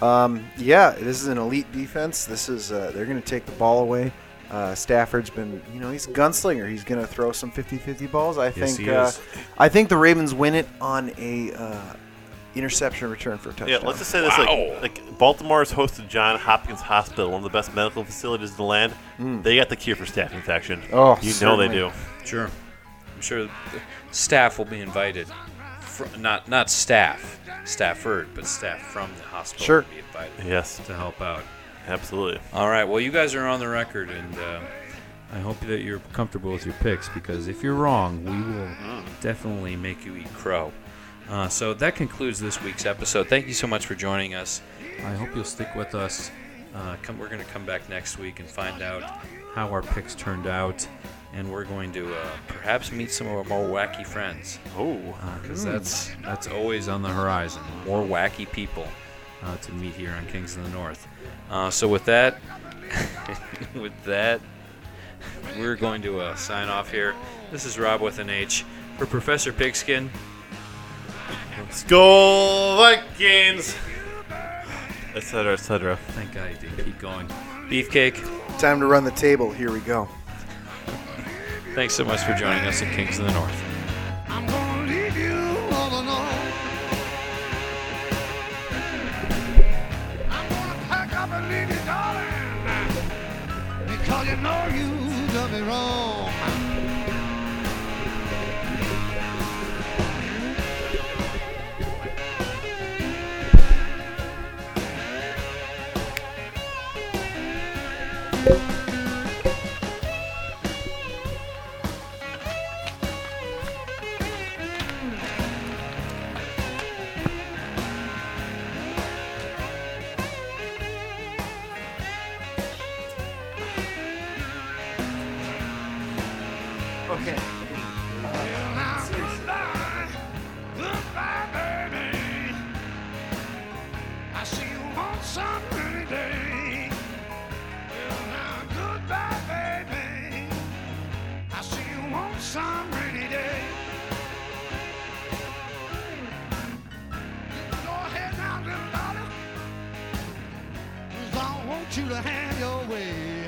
Speaker 3: Um, yeah, this is an elite defense. This is uh, they're going to take the ball away. Uh, Stafford's been, you know, he's a gunslinger. He's going to throw some 50-50 balls. I
Speaker 1: Yes,
Speaker 3: think.
Speaker 1: he
Speaker 3: uh,
Speaker 1: is.
Speaker 3: I think the Ravens win it on a uh, interception return for a touchdown.
Speaker 2: Yeah, let's just say this: like, like Baltimore's hosted John Hopkins Hospital, one of the best medical facilities in the land. They got the cure for staph infection.
Speaker 3: Mm. Oh,
Speaker 2: you know
Speaker 3: certainly.
Speaker 2: they do.
Speaker 1: Sure. I'm sure the staff will be invited. Fr- not not staff, Stafford, but staff from the hospital
Speaker 3: Sure.
Speaker 1: will be invited
Speaker 2: Yes,
Speaker 1: to help out.
Speaker 2: absolutely.
Speaker 1: All right. Well, you guys are on the record, and uh, I hope that you're comfortable with your picks because if you're wrong, we will definitely make you eat crow. Uh, so that concludes this week's episode. Thank you so much for joining us. I hope you'll stick with us. Uh, come, we're going to come back next week and find out how our picks turned out, and we're going to uh, perhaps meet some of our more wacky friends
Speaker 2: Oh,
Speaker 1: because that's that's always on the horizon. More wacky people uh, to meet here on Kings of the North. Uh, so with that, with that, we're going to uh, sign off here. This is Rob with an H for Professor Pigskin.
Speaker 2: Skull Vikings, etc., etc.
Speaker 1: Thank God he didn't keep going. Beefcake,
Speaker 3: Time to run the table. Here we go.
Speaker 1: thanks so much for joining us at Kings of the North.
Speaker 12: I'm gonna leave you all alone. I'm gonna gonna leave you, darling, because you know you done me wrong.
Speaker 10: Okay.
Speaker 12: Well, now, goodbye, goodbye, baby. I see you on some rainy day. Well, now, goodbye, baby. I see you on some rainy day. You can Go ahead now, little daughter, 'cause I want you to have your way.